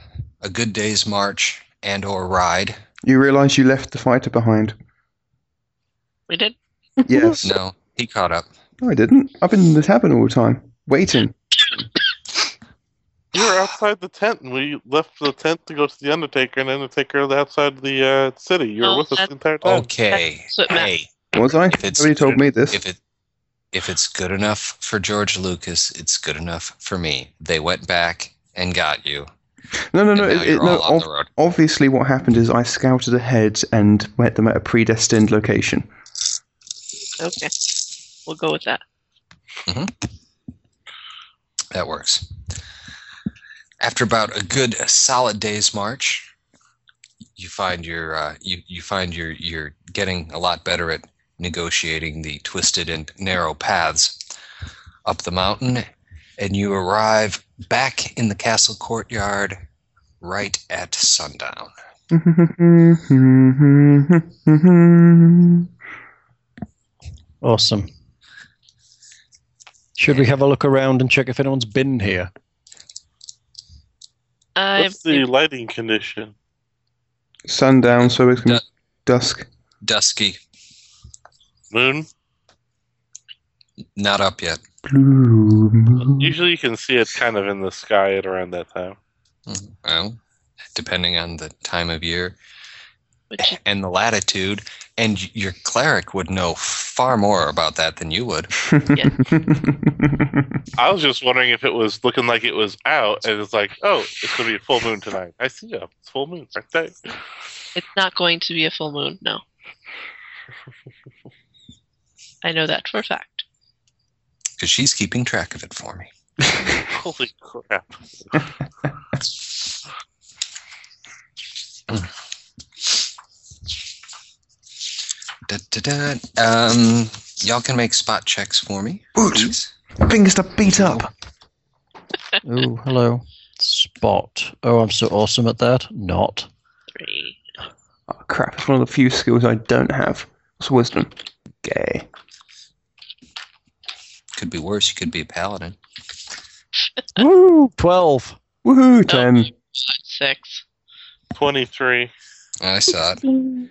a good day's march and or ride. You realise you left the fighter behind? We did. Yes. No, he caught up. No, I didn't. I've been in the tavern all the time, waiting. We were outside the tent, and we left the tent to go to the Undertaker, and the Undertaker was outside the uh, city. You were Oh, with us that- the entire time. Okay. That's what Matt- Hey, Was I? If it's- Nobody told me this. if it if it's good enough for George Lucas, it's good enough for me. They went back and got you. no, no, no. and now It, it, you're no all on ob- the road. obviously, what happened is I scouted ahead and met them at a predestined location. Okay. We'll go with that. That works. After about a good a solid day's march, you find your uh, you you find your you're getting a lot better at negotiating the twisted and narrow paths up the mountain, and you arrive back in the castle courtyard right at sundown. Yes, Awesome. Should we have a look around and check if anyone's been here? I What's the lighting condition? sundown, so it's gonna be dusk. Dusky, Moon? not up yet. Blue moon. Usually you can see it kind of in the sky at around that time. Well, depending on the time of year which is and the latitude, and y- your cleric would know far more about that than you would. I was just wondering if it was looking like it was out, and it's like, oh, it's going to be a full moon tonight. I see ya. It's full moon right there. it's not going to be a full moon, no. I know that for a fact. because she's keeping track of it for me. Holy crap. Da, da, da. Um, y'all can make spot checks for me, Woot. please. Things to beat up. Oh, hello. Spot. Oh, I'm so awesome at that. Not. Three. Oh, crap, it's one of the few skills I don't have. It's wisdom. Gay. Could be worse. You could be a paladin. Woo! 12. Woohoo, Ten. oh, Six. 23. I saw it.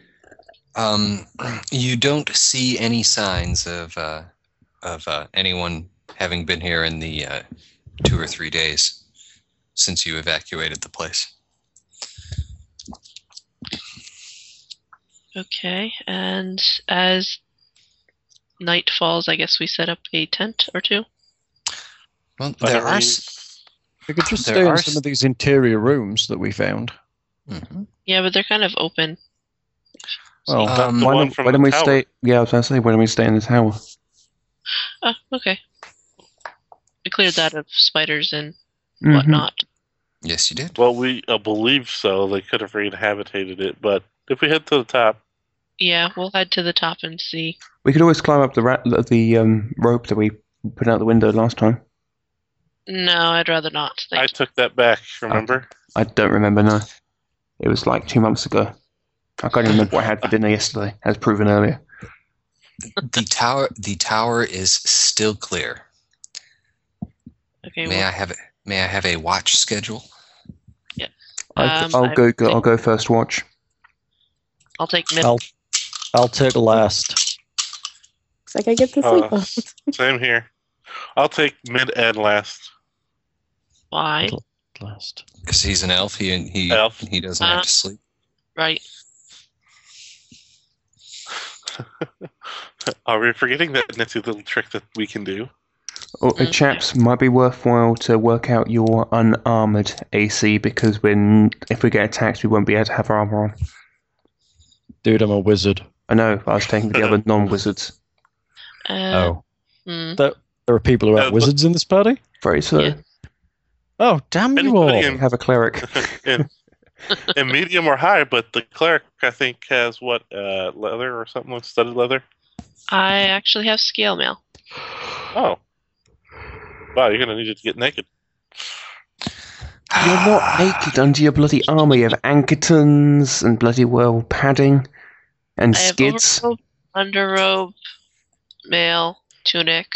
Um, you don't see any signs of uh, of uh, anyone having been here in the uh, two or three days since you evacuated the place. Okay. And as night falls, I guess we set up a tent or two. Well, there are s- Batteries. We could just There stay in are some s- of these interior rooms that we found. Mhm. Yeah, but they're kind of open. Well, Uh, Um, the why one don't, from why don't the we tower. stay? Yeah, I was going to say, why don't we stay in the tower? Oh, okay. We cleared that of spiders and Mhm. whatnot. Yes, you did. Well, we uh, believe so. They could have reinhabitated it, but if we head to the top, Yeah, we'll head to the top and see. We could always climb up the rat, the um, rope that we put out the window last time. No, I'd rather not. I Thank took that back. Remember? I don't remember now. It was like two months ago. I can't even remember what I had for dinner yesterday, as proven earlier. The tower. The tower is still clear. you. Okay, May well, I have? it? May I have a watch schedule? I, Um, I'll I- go, go. I'll go first watch. I'll take middle. I'll, I'll take last. It's like I get to sleep. Uh, on. Same here. I'll take mid and last. Why? Middle. Last. Because he's an elf. He he Elf. he doesn't have to sleep. Right. Are we forgetting that nifty little trick that we can do? Oh, uh, Mm. chaps, might be worthwhile to work out your unarmored AC because when if we get attacked, we won't be able to have our armor on. Dude, I'm a wizard. I know. But I was taking the other non-wizards. Uh, Oh. hmm. There are people who Uh, aren't but- wizards in this party? Very so. Yeah. Oh, damn you all. Anybody in- Have a cleric. in, in medium or high, but the cleric I think has what uh, leather or something like studded leather. I actually have scale mail. Oh, wow! You're gonna need to get naked. You're Ah, not naked under your bloody armor. You have ankertons and bloody well padding and I have skids. overrobe, underrobe, mail, tunic,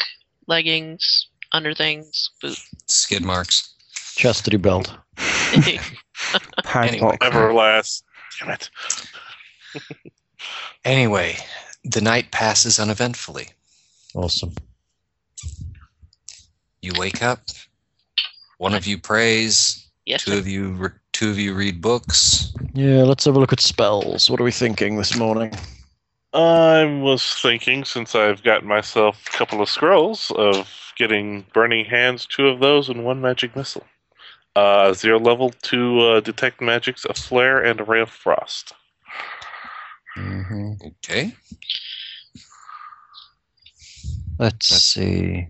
leggings, underthings, boots. Skid marks. Chastity belt. Pad Anyway. box. Never last. Damn it! Anyway, the night passes uneventfully. Awesome. You wake up. One of you prays. yes. Two of you. Re- two of you read books. Yeah, let's have a look at spells. What are we thinking this morning? I was thinking since I've gotten myself a couple of scrolls of getting burning hands, two of those, and one magic missile. Uh, zero level to uh, detect magics, a flare, and a ray of frost. Okay. Let's see.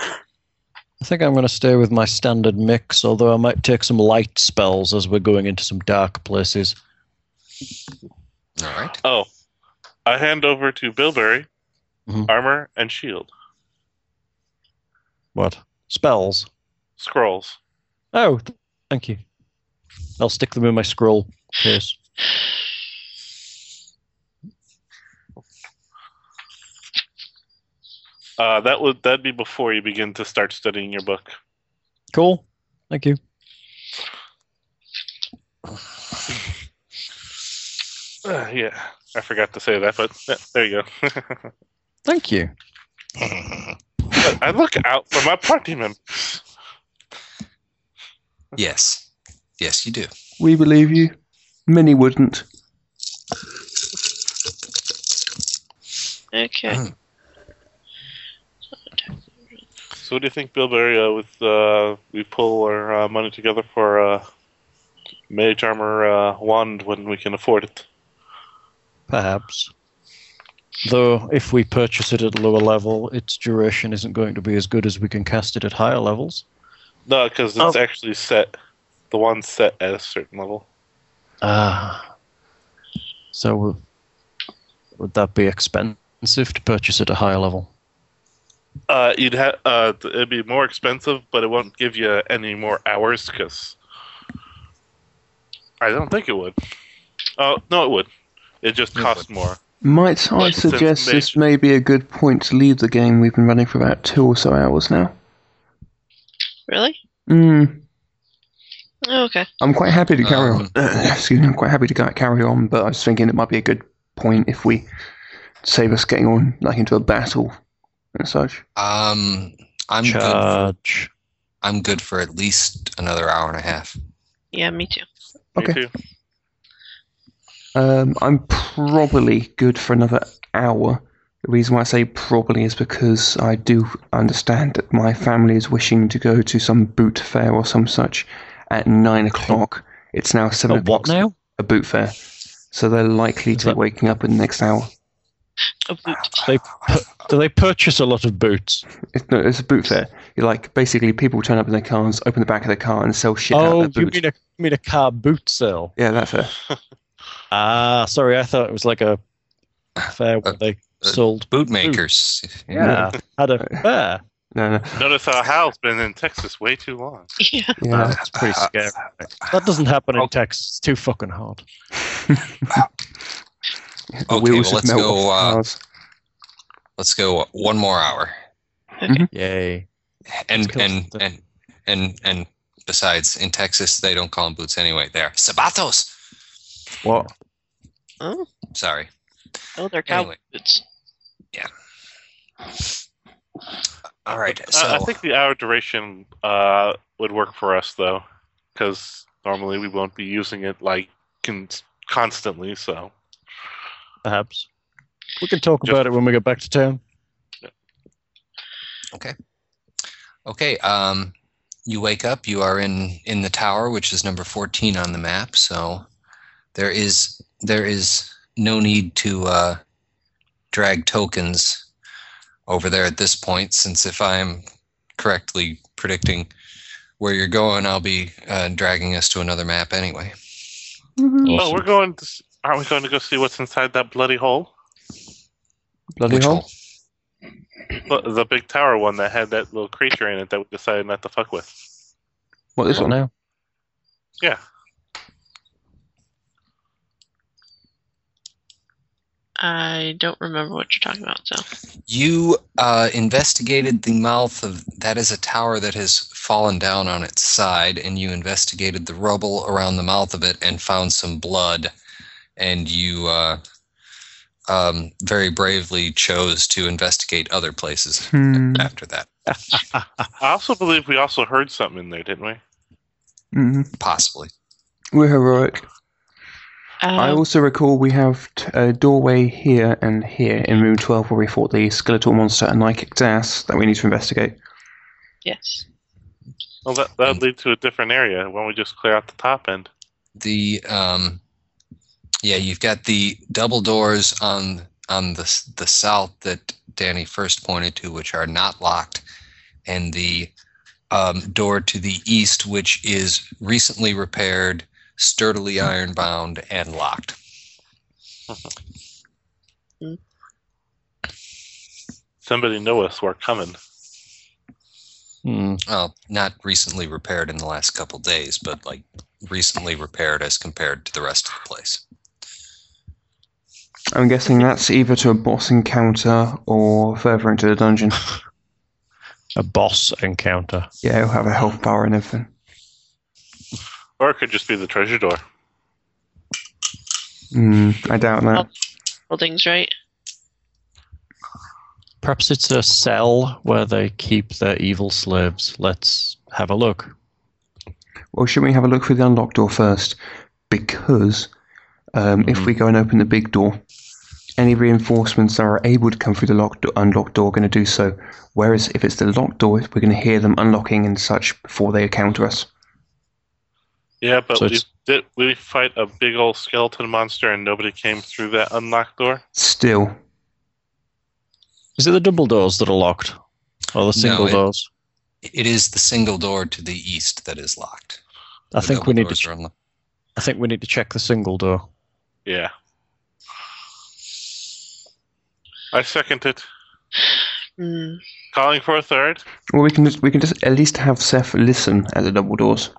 I think I'm going to stay with my standard mix, although I might take some light spells as we're going into some dark places. All right. Oh, I hand over to Bilberry Mhm. armor and shield What? Spells? scrolls. Oh, th- thank you. I'll stick them in my scroll case. Uh, that would that'd be before you begin to start studying your book. Cool. Thank you. Uh, yeah, I forgot to say that, but yeah, there you go. Thank you. I look out for my party members. yes. Yes, you do. We believe you. Many wouldn't. Okay. Mm. So, what do you think, Bilberry? Uh, with uh, we pull our uh, money together for uh, mage armor uh, wand when we can afford it. Perhaps. Though, if we purchase it at a lower level, its duration isn't going to be as good as we can cast it at higher levels. No, because it's actually set. The wand's set at a certain level. Ah. So, w- would that be expensive to purchase at a higher level? Uh, you'd have uh, th- it'd be more expensive, but it won't give you any more hours because I don't think it would. Oh no, it would. It just It costs more. Might I Yes, it's suggest this information. may be a good point to leave the game we've been running for about two or so hours now? Really? Mm, Oh, okay. I'm quite happy to carry Um, on. Uh, Excuse me, I'm quite happy to ca- carry on, but I was thinking it might be a good point if we save us getting on like into a battle and such. Um, I'm good. For, Charge. I'm good for at least another hour and a half. Yeah, me too. Me Okay. too. Um, I'm probably good for another hour The reason why I say probably is because I do understand that my family is wishing to go to some boot fair or some such at nine o'clock. It's now seven A o'clock. what now? A boot fair. So they're likely Is to be that- waking up in the next hour. A boot. They pu- do they purchase a lot of boots? It's, no, it's a boot fair. You're like basically people turn up in their cars, open the back of their car, and sell shit out oh, of their you boot. mean a you mean a car boot sale? yeah, that fair. Ah, sorry, I thought it was like a fair where Uh, they sold. Bootmakers. Yeah, Uh, had a fair. No, no. Notice how Hal's been in Texas way too long. Yeah. Yeah. That's pretty scary. That doesn't happen in Texas. It's too fucking hard. The Okay, wheels well, should let's melt go, off uh, cars. Let's go one more hour. Hmm? Yay. And Let's kill and, something. and and and besides, in Texas they don't call them boots anyway. They're sabatos. What? Oh, Sorry. oh they're cowboy Anyway. boots. All right. I- So I, think the hour duration uh, would work for us though, because normally we won't be using it like con- constantly. So Perhaps. We can talk Just- about it when we get back to town. okay. Um, you wake up. You are in in the tower, which is number fourteen on the map. So there is there is no need to uh, drag tokens over there at this point, since if I'm correctly predicting where you're going, I'll be uh, dragging us to another map anyway. Mm-hmm. oh, we're going. To, s- aren't we going to go see what's inside that bloody hole? Bloody Which hole? The, the big tower one that had that little creature in it that we decided not to fuck with. What, this one now? Yeah. I don't remember what you're talking about, so You uh, investigated the mouth of that is a tower that has fallen down on its side, and you investigated the rubble around the mouth of it and found some blood. And you uh, um, very bravely chose to investigate other places Hmm. after that. I also believe we also heard something in there, didn't we? Mhm. Possibly. We're heroic. um, I also recall we have t- a doorway here and here in room 12 where we fought the skeletal monster and I kicked ass that we need to investigate. yes. Well, that that would lead to a different area. Why don't we just clear out the top end? The um, yeah, you've got the double doors on on the s- the south that Danny first pointed to, which are not locked, and the um, door to the east, which is recently repaired, sturdily iron bound, and locked. Somebody know us. We're coming. Hmm. Well, not recently repaired in the last couple days, but like recently repaired as compared to the rest of the place. I'm guessing that's either to a boss encounter or further into the dungeon. A boss encounter. Yeah, it'll have a health bar and everything. Or it could just be the treasure door. Mm, I doubt that. Holdings, right? Perhaps it's a cell where they keep their evil slaves. Let's have a look. Well, should we have a look through the unlocked door first? Because um, if Mhm. we go and open the big door, any reinforcements that are able to come through the locked, unlocked door are going to do so. Whereas if it's the locked door, we're going to hear them unlocking and such before they encounter us. Yeah, but So we it's- did we fight a big old skeleton monster and nobody came through that unlocked door. Still, Is it the double doors that are locked? Or the single it- doors? It is the single door to the east that is locked. I The think double we need to doors ch- are unlocked. I think we need to check the single door. Yeah. I second it. Mm, Calling for a third. Well, we can just, we can just at least have Seth listen at the double doors.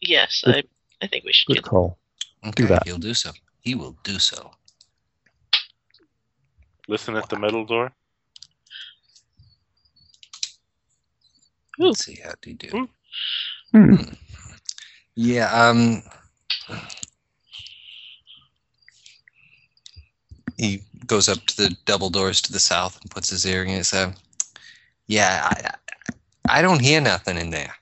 yes, I, I think we should Good get call. Okay, that. he'll do so. He will do so. Listen at the metal door. Ooh. Let's see how do you do. Hmm. Yeah, um he goes up to the double doors to the south and puts his ear in it. So, yeah, I, I I don't hear nothing in there.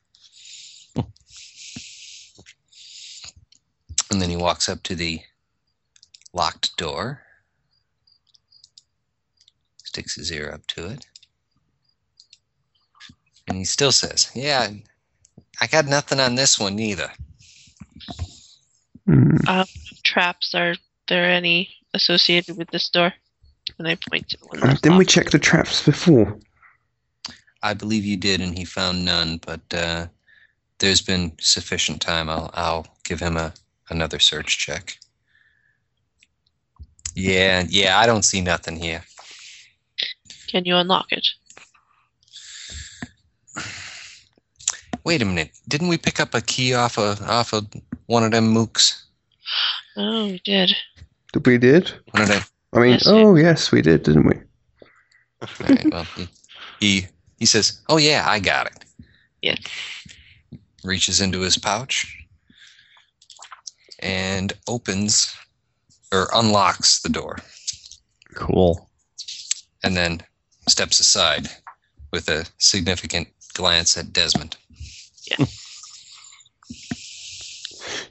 and then he walks up to the locked door. sticks his ear up to it. And he still says, Yeah, I got nothing on this one either. Hmm. Traps, are there any associated with this door? And I point to one. Uh, that's didn't we locked. check the traps before? I believe you did, and he found none, but uh, there's been sufficient time. I'll, I'll give him a, another search check. Yeah, yeah, I don't see nothing here. Can you unlock it? Wait a minute. Didn't we pick up a key off of, off of one of them mooks? Oh, we did. That we did? One of them. I mean, Yes. oh yes, we did, didn't we? All right, well, he, he he says, "Oh yeah, I got it." Yes. Reaches into his pouch and opens or unlocks the door, Cool. and then steps aside with a significant glance at Desmond.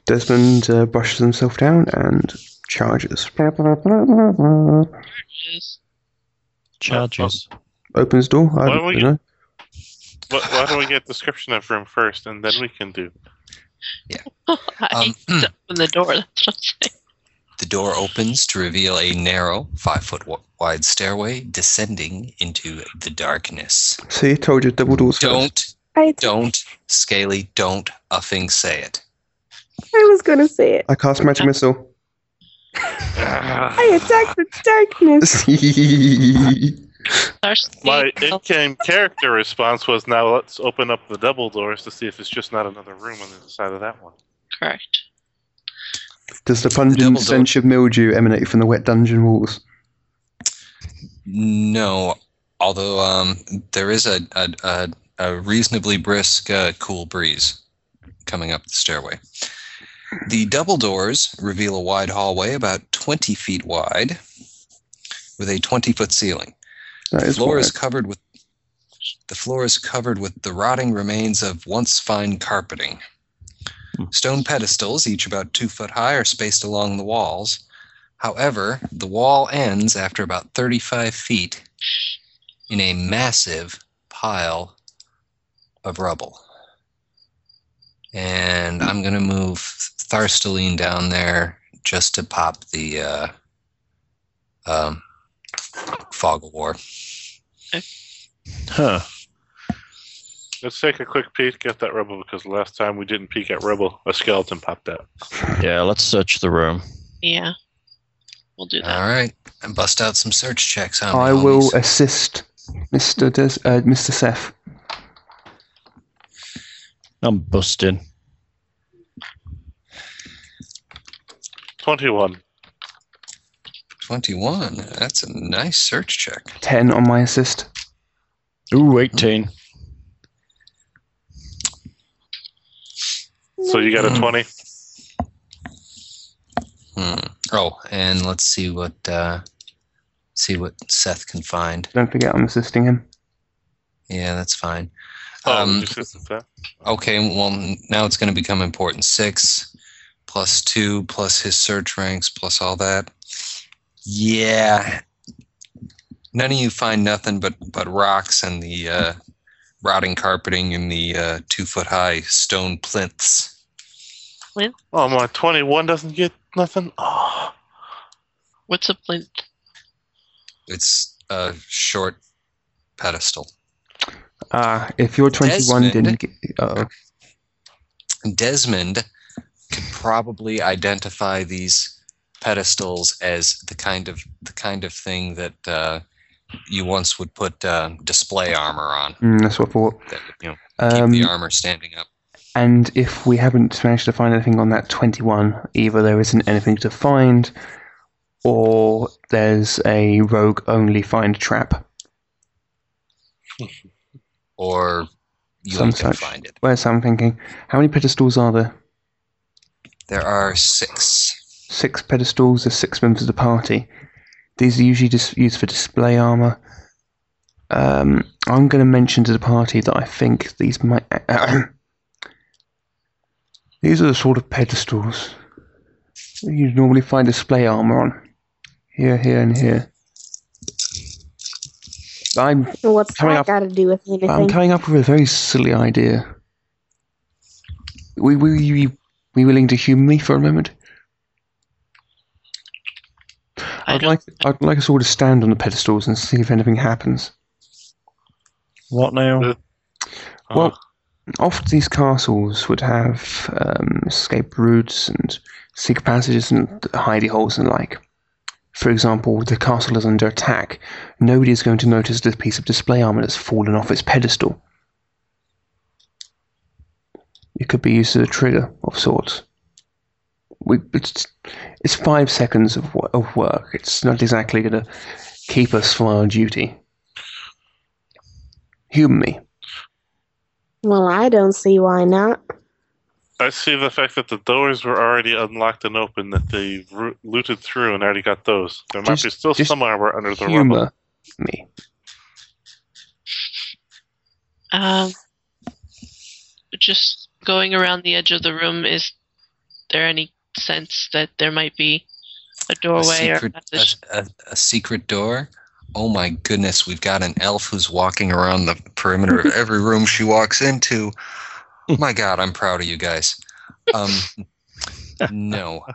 Desmond uh, brushes himself down and charges. Yes. Charges. Opens door. I Why don't we- don't know. But why don't we get description of room first, and then we can do I Um, hate to open the door. That's what I'm saying. The door opens to reveal a narrow, five foot wide stairway descending into the darkness. See, told you double doors. first. Don't, I, don't, Scaly, don't effing say it. I was going to say it. I cast magic missile. I attack the darkness. Our My sneak- in game character response was now let's open up the double doors to see if it's just not another room on the other side of that one. correct. Does the double pungent door. stench of mildew emanate from the wet dungeon walls? No, although um, there is a a, a, a reasonably brisk, uh, cool breeze coming up the stairway. The double doors reveal a wide hallway about 20 feet wide with a 20 foot ceiling. That The is floor what is covered with the floor is covered with the rotting remains of once fine carpeting. Stone pedestals, each about two foot high, are spaced along the walls. However, the wall ends after about 35 feet in a massive pile of rubble. And I'm going to move Tharstaline down there just to pop the uh, um, fog of war. Huh. Let's take a quick peek at that rubble because last time we didn't peek at rubble, a skeleton popped out. Yeah, let's search the room. Yeah. We'll do Uh, that. All right, and bust out some search checks. Huh, I homies? will assist, Mister Des- uh, Mister Seth. I'm busting. Twenty-one. Twenty-one. That's a nice search check. Ten on my assist. Ooh, 18. So you got a Mm. twenty. Hmm. Oh, and let's see what uh, see what Seth can find. Don't forget, I'm assisting him. Yeah, that's fine. Oh, Um, just isn't that. Okay, well now it's going to become important. Six plus two plus his search ranks plus all that. Yeah, none of you find nothing but but rocks and the uh, rotting carpeting and the uh, two foot high stone plinths. Oh my, twenty-one doesn't get nothing. Oh, What's a plinth? It's a short pedestal. Ah, if your 21 Desmond. didn't get, uh, Desmond could probably identify these pedestals as the kind of the kind of thing that uh, you once would put uh, display armor on. mm, that's what I thought. That would, you know, keep Um, the armor standing up. And if we haven't managed to find anything on that 21, either there isn't anything to find, or there's a rogue only find trap. Or you Some ain't gonna such. find it. Where's I'm thinking? How many pedestals are there? There are six. Six pedestals, there's six members of the party. These are usually dis- used for display armor. Um, I'm going to mention to the party that I think these might. these are the sort of pedestals that you normally find display armor on. Here, here, and here. I'm What's Coming that up- got to do with anything? I'm coming up with a very silly idea. We we we, we willing to humour me for a moment? I I'd don't- like I'd like us all to stand on the pedestals and see if anything happens. What now? Well, often these castles would have um, escape routes and secret passages and hidey holes and the like. For example, the castle is under attack. Nobody is going to notice the piece of display armor that's fallen off its pedestal. It could be used as a trigger of sorts. We, it's, it's five seconds of, wo- of work. It's not exactly going to keep us from our duty. Humour me. well, I don't see why not. I see the fact that the doors were already unlocked and open that they ru- looted through and already got those. There might Just- be still just some armor under the rubble. Humour me. Um, just going around the edge of the room, is there any sense that there might be a A doorway or secret, a- a, a, a secret door. Oh my goodness, we've got an elf who's walking around the perimeter of every room she walks into. My God, I'm proud of you guys. Um, no.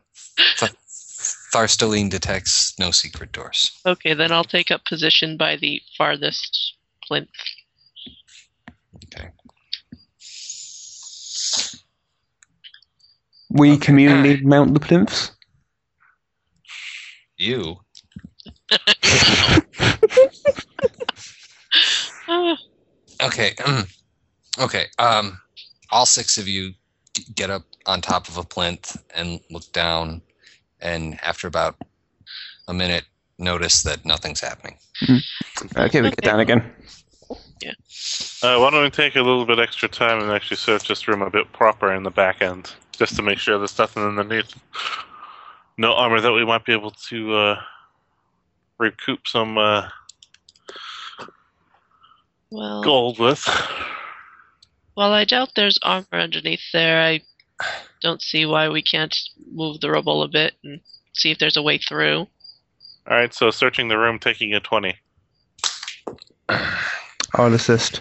Th- Tharstaline detects no secret doors. Okay, then I'll take up position by the farthest plinth. We communally mount the plinths. You. Ah, Okay. okay. Um, all six of you g- get up on top of a plinth and look down, and after about a minute, notice that nothing's happening. Okay, we get Okay. down again. Uh, why don't we take a little bit extra time and actually search this room a bit proper in the back end, just to make sure there's nothing underneath. No armor that we might be able to uh, recoup some uh, well, gold with. while I doubt there's armor underneath there, I don't see why we can't move the rubble a bit and see if there's a way through. All right, so searching the room, taking a twenty. I'll assist.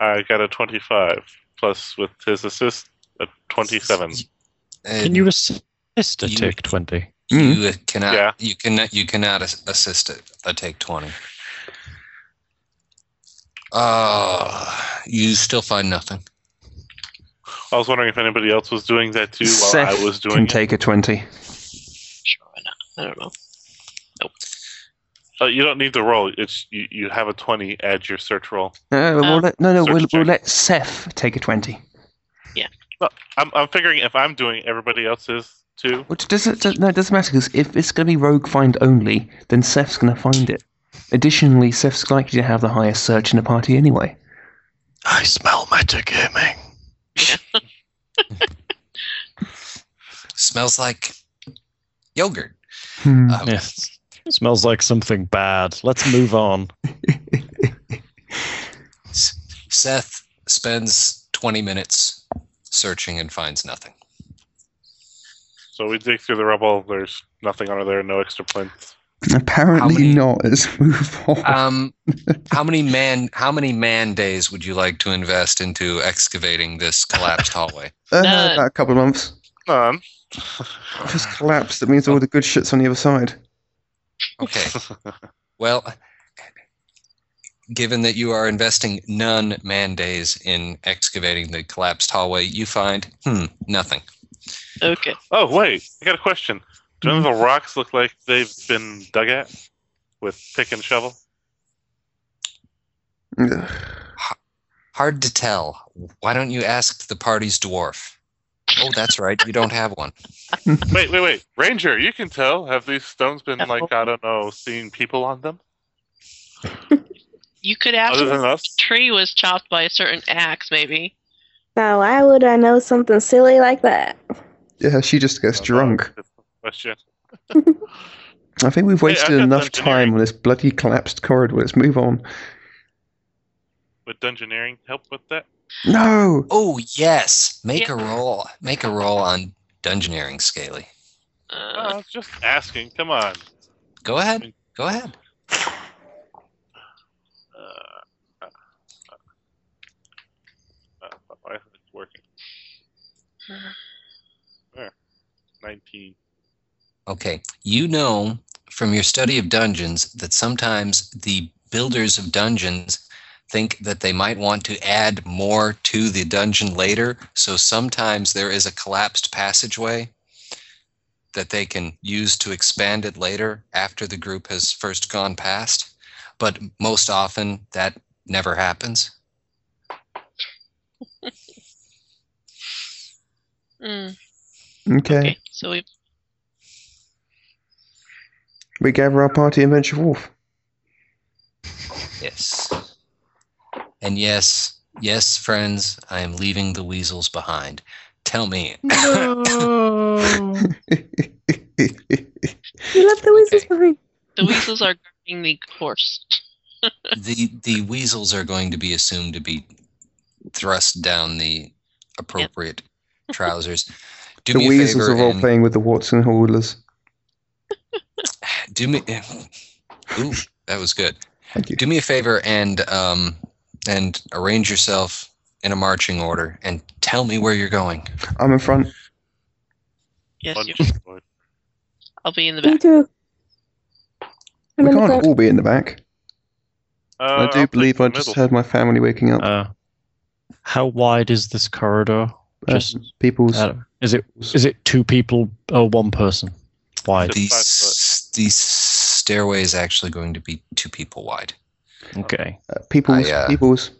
I got a twenty-five plus with his assist a twenty-seven. Can you assist a You- tick 20? You cannot. Yeah. You cannot. You cannot as- assist it. I take twenty. Uh, you still find nothing. I was wondering if anybody else was doing that too while Seth I was doing Can it. take a twenty. Sure, why not? I don't know. Uh, you don't need to roll. It's you, you have a twenty. Add your search roll. No, no, Uh, we'll Um, let, no, no, Uh, search we'll, we'll check. let Seth take a twenty. I'm, I'm figuring if I'm doing, it, everybody else is too. Which doesn't does, no, it doesn't matter because if it's going to be rogue find only, then Seth's going to find it. Additionally, Seth's likely to have the highest search in the party anyway. I smell metagaming. Smells like yogurt. Hmm. Um, Yeah. Smells like something bad. Let's move on. S- Seth spends twenty minutes searching and finds nothing. So we dig through the rubble. There's nothing under there. No extra plinth. Apparently many- not. Let's move on. Um, how many man? How many man days would you like to invest into excavating this collapsed hallway? Uh, no. about a couple of months. None. Just collapse. That means all the good shit's on the other side. Okay. Well, given that you are investing none man days in excavating the collapsed hallway, you find hmm, nothing. Okay. Oh wait, I got a question. Do any of the Mm-hmm. rocks look like they've been dug at with pick and shovel? Ugh. Hard to tell. Why don't you ask the party's dwarf? Oh, that's right. You don't have one. Wait, wait, wait. Ranger, you can tell. Have these stones been No. like I don't know, seeing people on them? You could ask Other if than the us? tree was chopped by a certain axe, maybe. Now, why would I know something silly like that? Yeah, she just gets No, no, drunk. that's a Question. I think we've Hey, wasted I've got enough some time on this bloody collapsed corridor. Let's move on. Would dungeoneering help with that? No. Oh, yes. Make a Yeah. roll. Make a roll on dungeoneering, Scaly. Oh, I Uh, was just asking. Come on. Go ahead. Go ahead. Uh, uh, Uh-huh. he Okay. You know from your study of dungeons that sometimes the builders of dungeons think that they might want to add more to the dungeon later. So sometimes there is a collapsed passageway that they can use to expand it later after the group has first gone past. But most often that never happens. Mm, Okay. okay, so we We gather our party and venture forth. Yes. And yes, yes, friends, I am leaving the weasels behind. Tell me. No. That's you left the weasels Okay. behind. the weasels are guarding the horse. the the weasels are going to be assumed to be thrust down the appropriate trousers. Do the me a weasels favor are role and- playing with the Watson Haulers. Do me. Ooh, that was good. Thank you. Do me a favor and um and arrange yourself in a marching order and tell me where you're going. I'm in front. Yes, you punched one. I'll be in the Me back. too. I'm we in the can't front. all be in the back. Uh, I do I'll take believe the I just middle. heard my family waking up. Uh, how wide is this corridor? Just Uh, people's. uh, is it is it two people or one person wide? The Just five s- the stairway is actually going to be two people wide. Okay. uh, people's. I, uh, people's.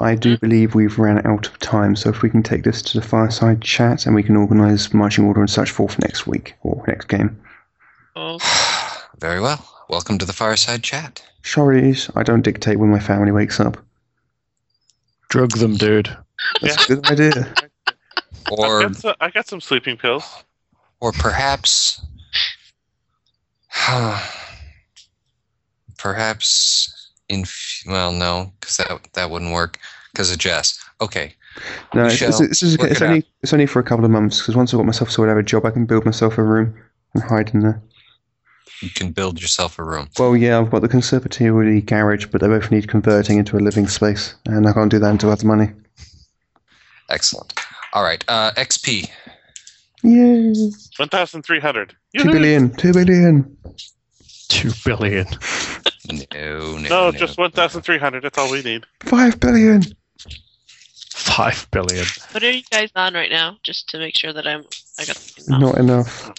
I do believe we've ran out of time, so if we can take this to the fireside chat and we can organise marching order and such forth next week or next game. Oh, Very well. Welcome to the fireside chat. Sorry, is I don't dictate when my family wakes up. Drug them, dude. That's a good idea. I Or got, some, I got some sleeping pills. or perhaps perhaps in well no because that that wouldn't work because of jess okay No, We it's, it's, shall it's, it's, work it's it only it's only for a couple of months because once I've got myself sorted out a job, I can build myself a room and hide in there. you can build yourself a room Well, yeah, I've got the conservatory garage, but they both need converting into a living space, and I can't do that until I have the money. excellent all right uh xp Yay! 1,300. Two billion, two billion. Two billion. no no No, just 1,300. That's all we need. Five billion. Five billion. what are you guys on right now? Just to make sure that I'm I got the thing on. Not enough.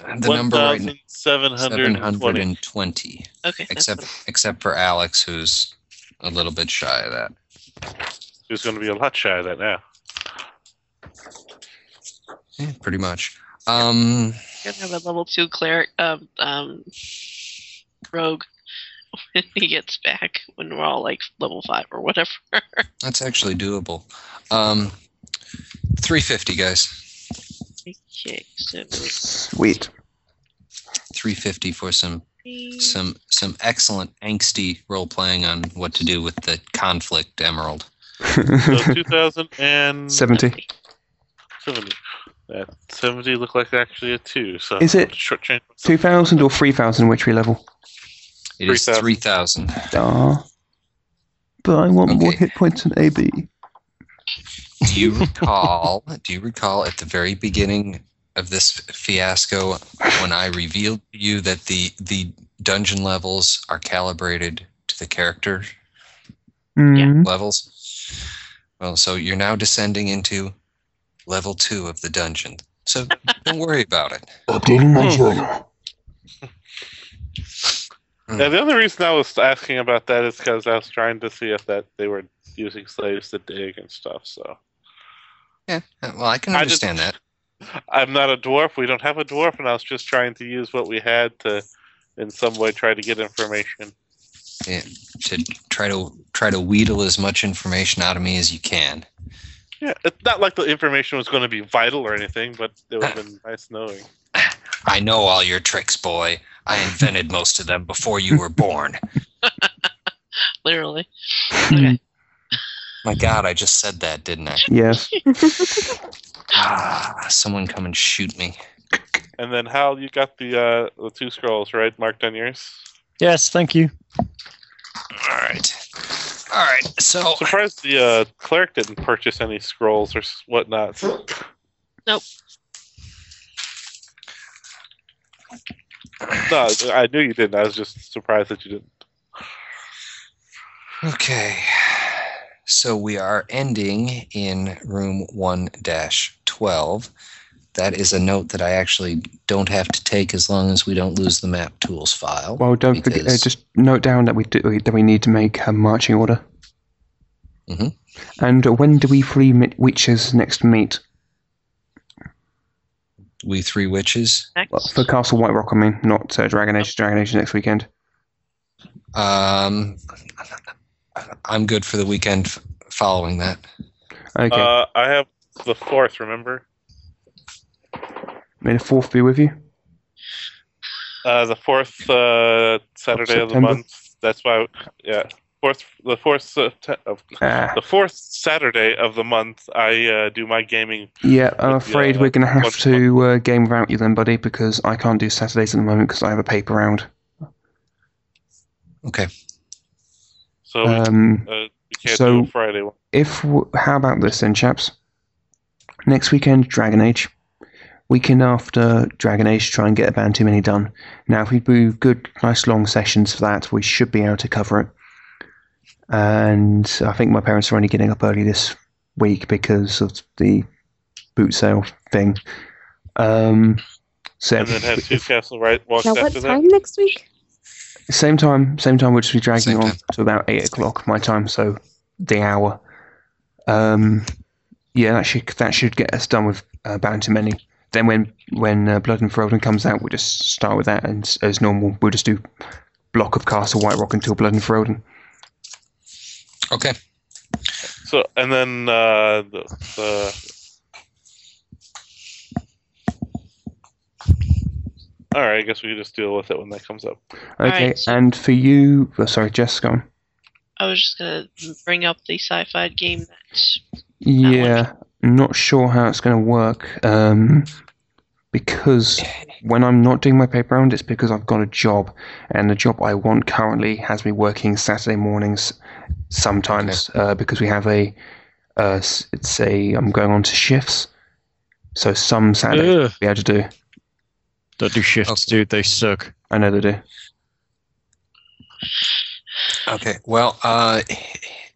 the number right now 1,720. 720 Okay, that's except except for alex who's a little bit shy of that Who's going to be a lot shy of that now? yeah, pretty much I'm um gonna have a level two cleric um um rogue when he gets back when we're all like level five or whatever. that's actually doable um 350 guys okay, so Sweet. 350 for some three, some some excellent angsty role playing on what to do with the conflict emerald. So 2,070. Seventy. That 70 looked like actually a 2. So Is it short change? Two thousand or three thousand? Which we level? It is 3,000. 3,000. Ah. But I want more Okay. hit points than AB. Do you recall? do you recall at the very beginning of this fiasco when I revealed to you that the the dungeon levels are calibrated to the character Mm. levels? Well, so you're now descending into level two of the dungeon. So don't worry about it. Updating my Hmm. journal. Yeah, the only reason I was asking about that is because I was trying to see if that they were using slaves to dig and stuff. So Yeah. Well, I can I just- understand that. I'm not a dwarf. We don't have a dwarf, and I was just trying to use what we had to, in some way, try to get information. to try to try to wheedle as much information out of me as you can. Yeah, it's not like the information was going to be vital or anything, but it would have been nice knowing. I know all your tricks, boy. I invented most of them before you were born. literally. Okay. My God, I just said that, didn't I? Yes. Ah, someone come and shoot me. And then Hal, you got the uh, the two scrolls right marked on yours. Yes, thank you. All right, all right. So Surprised the uh, cleric didn't purchase any scrolls or s- whatnot. No, I knew you didn't. I was just surprised that you didn't. Okay. So we are ending in room 1 12. That is a note that I actually don't have to take as long as we don't lose the map tools file. Well, don't forget. Uh, because- just note down that we do, that we need to make a marching order. Mhm. And uh, when do we free mi- witches next meet we three witches. Next. for Castle White Rock? I mean, not uh, Dragon Age. Dragon Age is next weekend. Um, I'm good for the weekend f- following that. Okay. Uh, I have the fourth. Remember, May the fourth be with you. uh, the fourth uh, Saturday of the September. month. That's why. Yeah, fourth. The fourth. Sept- of Ah, the fourth Saturday of the month, I uh, do my gaming. yeah, I'm Yeah, afraid we're going to have what's- to uh, game without you then, buddy, because I can't do Saturdays at the moment because I have a paper round. Okay. So we- Um, uh, we can't so- do a Friday one. if w- how about this then, chaps? Next weekend, Dragon Age. Weekend after Dragon Age, try and get a band too many done. Now, if we do good, nice long sessions for that, we should be able to cover it. And I think my parents are only getting up early this week because of the boot sale thing. Um, so And then have two castle right walks Now, what after that. time next week? same time, same time. We'll just be dragging Same on time. to about eight o'clock my time, so the hour. Um, yeah, that should that should get us done with uh, Bound to Many. Then when when uh, Blood and Ferelden comes out, we'll just start with that, and s- as normal, we'll just do block of Castle White Rock until Blood and Ferelden. Okay. So and then uh, the, the. All right, I guess we can just deal with it when that comes up. Okay, Alright. and for you, oh, sorry, Jessica. on. I was just gonna bring up the sci-fi game that Yeah, not sure how it's going to work um, because when I'm not doing my paper round, it's because I've got a job, and the job I want currently has me working Saturday mornings sometimes uh, because we have a uh, s- it's a I'm going on to shifts, so some Saturdays Ugh, we had to do. don't do shifts, Okay. dude. They suck. I know they do. Okay. Well, uh,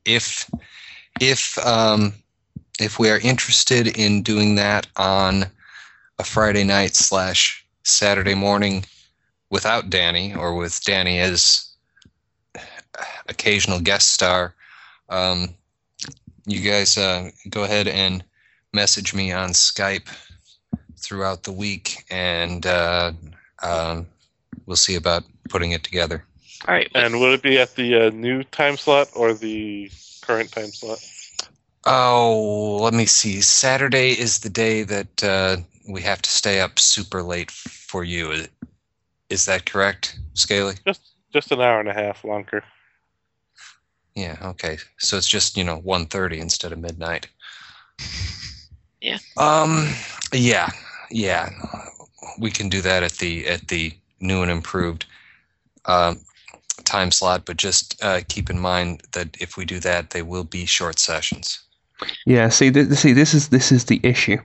if if um, if we are interested in doing that on a Friday night slash Saturday morning without Danny or with Danny as occasional guest star, um, you guys uh, go ahead and message me on Skype throughout the week, and uh, um, we'll see about putting it together. all right And would it be at the uh, new time slot or the current time slot? Oh, let me see. Saturday is the day that uh, we have to stay up super late for you. Is- Is that correct, Scaly? Just an hour and a half longer. Yeah. Okay. So it's just you know one thirty instead of midnight. Yeah. Um. Yeah. Yeah. We can do that at the at the new and improved um, time slot, but just uh, keep in mind that if we do that, they will be short sessions. Yeah, see, th- see, this is this is the issue,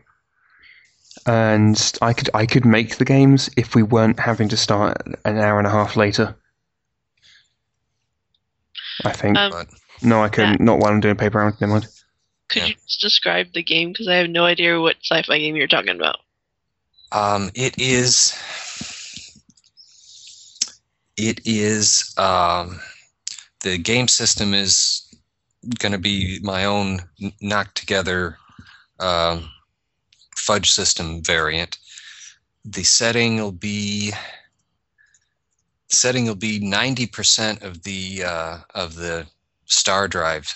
and I could I could make the games if we weren't having to start an hour and a half later. I think. Um, but- no, I couldn't. Not while I'm doing paper round. Never mind. could yeah. you just describe the game because I have no idea what sci-fi game you're talking about. Um, it is. It is. Um, the game system is going to be my own n- knocked together um, fudge system variant. The setting will be setting will be ninety percent of the uh, of the Star Drive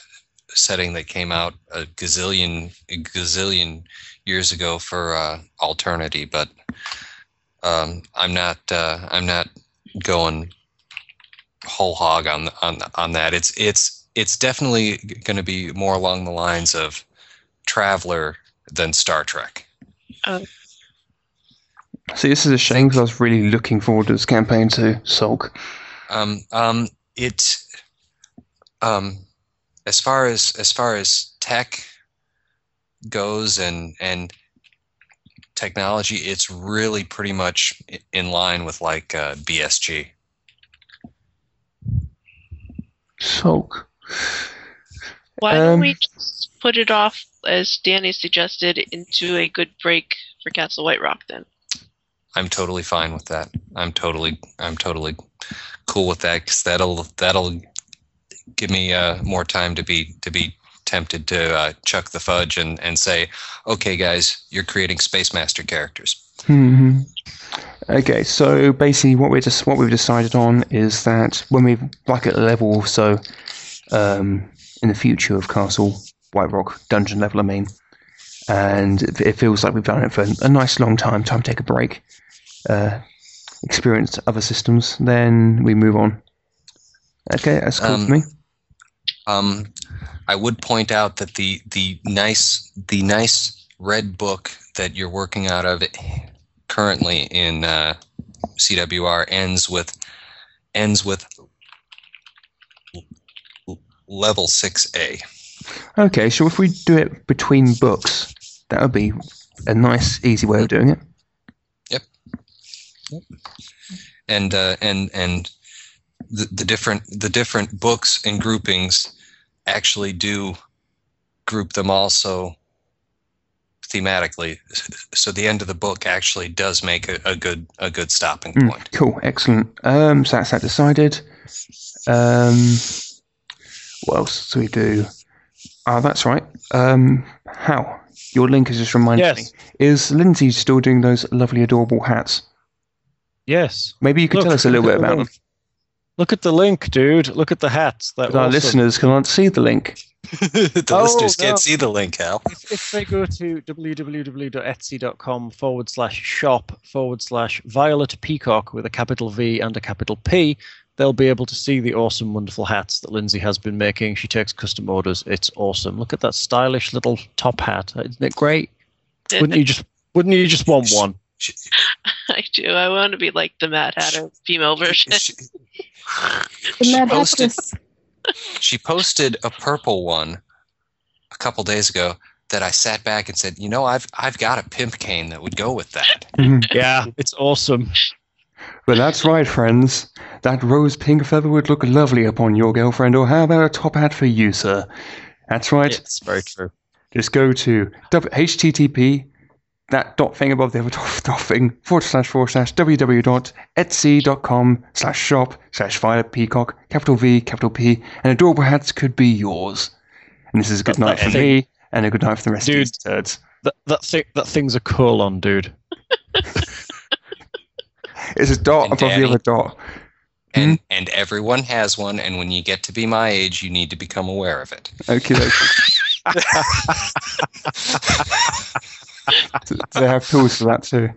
setting that came out a gazillion a gazillion years ago for uh, Alternity, but um, I'm not uh, I'm not going whole hog on on on that. It's it's it's definitely going to be more along the lines of Traveler than Star Trek. See, this is a shame because I was really looking forward to this campaign to Sulk. Um, um, it um, as far as as far as tech goes and and technology, it's really pretty much i- in line with like uh, BSG. Sulk. Why don't Um, we just put it off, as Danny suggested, into a good break for Castle White Rock then? I'm totally fine with that. I'm totally I'm totally cool with that because that'll that'll give me uh, more time to be to be tempted to uh, chuck the fudge and and say, okay, guys, you're creating Space Master characters. hmm Okay, so basically, what we just what we've decided on is that when we like at a level or so, um, in the future of Castle White Rock dungeon level, I mean, and it, it feels like we've done it for a nice long time. Time to take a break, uh, experience other systems, then we move on. Okay, that's cool Um, for me. Um, I would point out that the the nice the nice red book that you're working out of currently in uh, CWR ends with ends with level six A. Okay, so if we do it between books, that would be a nice, easy way of doing it. and uh, and and the, the different the different books and groupings actually do group them also thematically so the end of the book actually does make a, a good a good stopping Mm, point cool, excellent. Um, so that's that decided. Um, what else do we do? Ah, that's right. Um, how your link has just reminded Yes. me. Is Lindsay still doing those lovely, adorable hats? Yes. Maybe you could Look, tell us a little look bit at the about them, link. Look at the link, dude. Look at the hats. That but our awesome. listeners cannot see the link. the Oh, listeners can't no. see the link Hal. If, if they go to www.etsy.com forward slash shop forward slash Violet Peacock with a capital V and a capital P, they'll be able to see the awesome, wonderful hats that Lindsay has been making. She takes custom orders. It's awesome. Look at that stylish little top hat. Isn't it great? Wouldn't you just Wouldn't you just want one? She- I do. I want to be like the Mad Hatter female version. she- The Mad posted- Hatters. she posted a purple one a couple days ago that i sat back and said you know i've i've got a pimp cane that would go with that Yeah, it's awesome. But that's right, friends. That rose pink feather would look lovely upon your girlfriend, or how about a top hat for you, sir? That's right. It's very true. just go to w- http that dot thing above the other dot, dot thing forward slash forward slash www dot etsy dot com slash shop slash violet peacock capital v capital p and adorable hats could be yours and this is a good That- night that for thing- me and a good night for the rest Dude. of these turds That that thing that thing's a colon, dude. it's a dot And above Danny. the other dot and and everyone has one and when you get to be my age you need to become aware of it okay they have tools for that too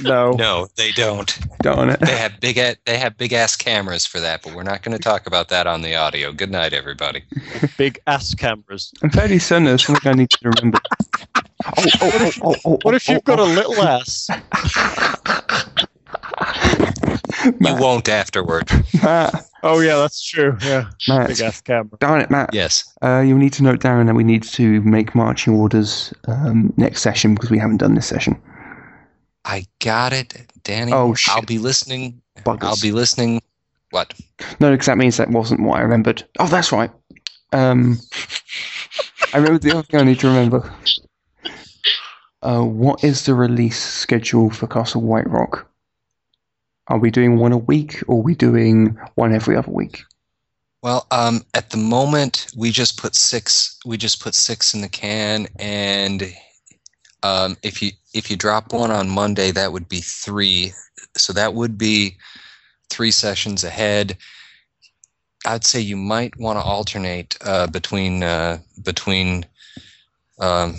No. no they don't darn it they have big a- they have big ass cameras for that but we're not going to talk about that on the audio good night everybody Big ass cameras. i'm fairly certain there's something i need to remember oh oh oh oh, oh What if oh, you've got a oh. little ass? you won't afterward Matt, Oh yeah, that's true. Yeah. Matt, Big ass camera. darn it, Matt. yes Uh, you'll need to note down that we need to make marching orders um, next session because we haven't done this session. i got it danny Oh, shit. i'll be listening Buggers. i'll be listening what No, because that means that wasn't what I remembered. Oh, that's right. Um, I remember the other thing I need to remember. Uh, what is the release schedule for Castle White Rock? Are we doing one a week or are we doing one every other week? Well, um, at the moment, we just put six. We just put six in the can, and um, if you if you drop one on Monday, that would be three. So that would be three sessions ahead. I'd say you might want to alternate uh, between uh, between um,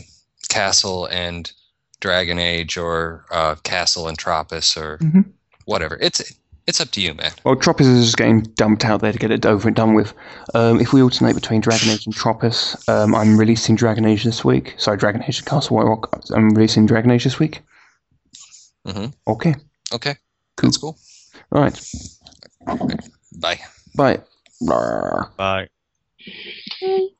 Castle and Dragon Age, or uh, Castle and Tropis, or Mhm. whatever. It's it's up to you, man. Well, Tropis is just getting dumped out there to get it over and done with. Um, if we alternate between Dragon Age and Tropis, um, I'm releasing Dragon Age this week. Sorry, Dragon Age and Castle White Rock. I'm releasing Dragon Age this week. Mhm. Okay. Okay, Cool. that's cool. All right. Bye. Bye. Blah. Bye. Hey,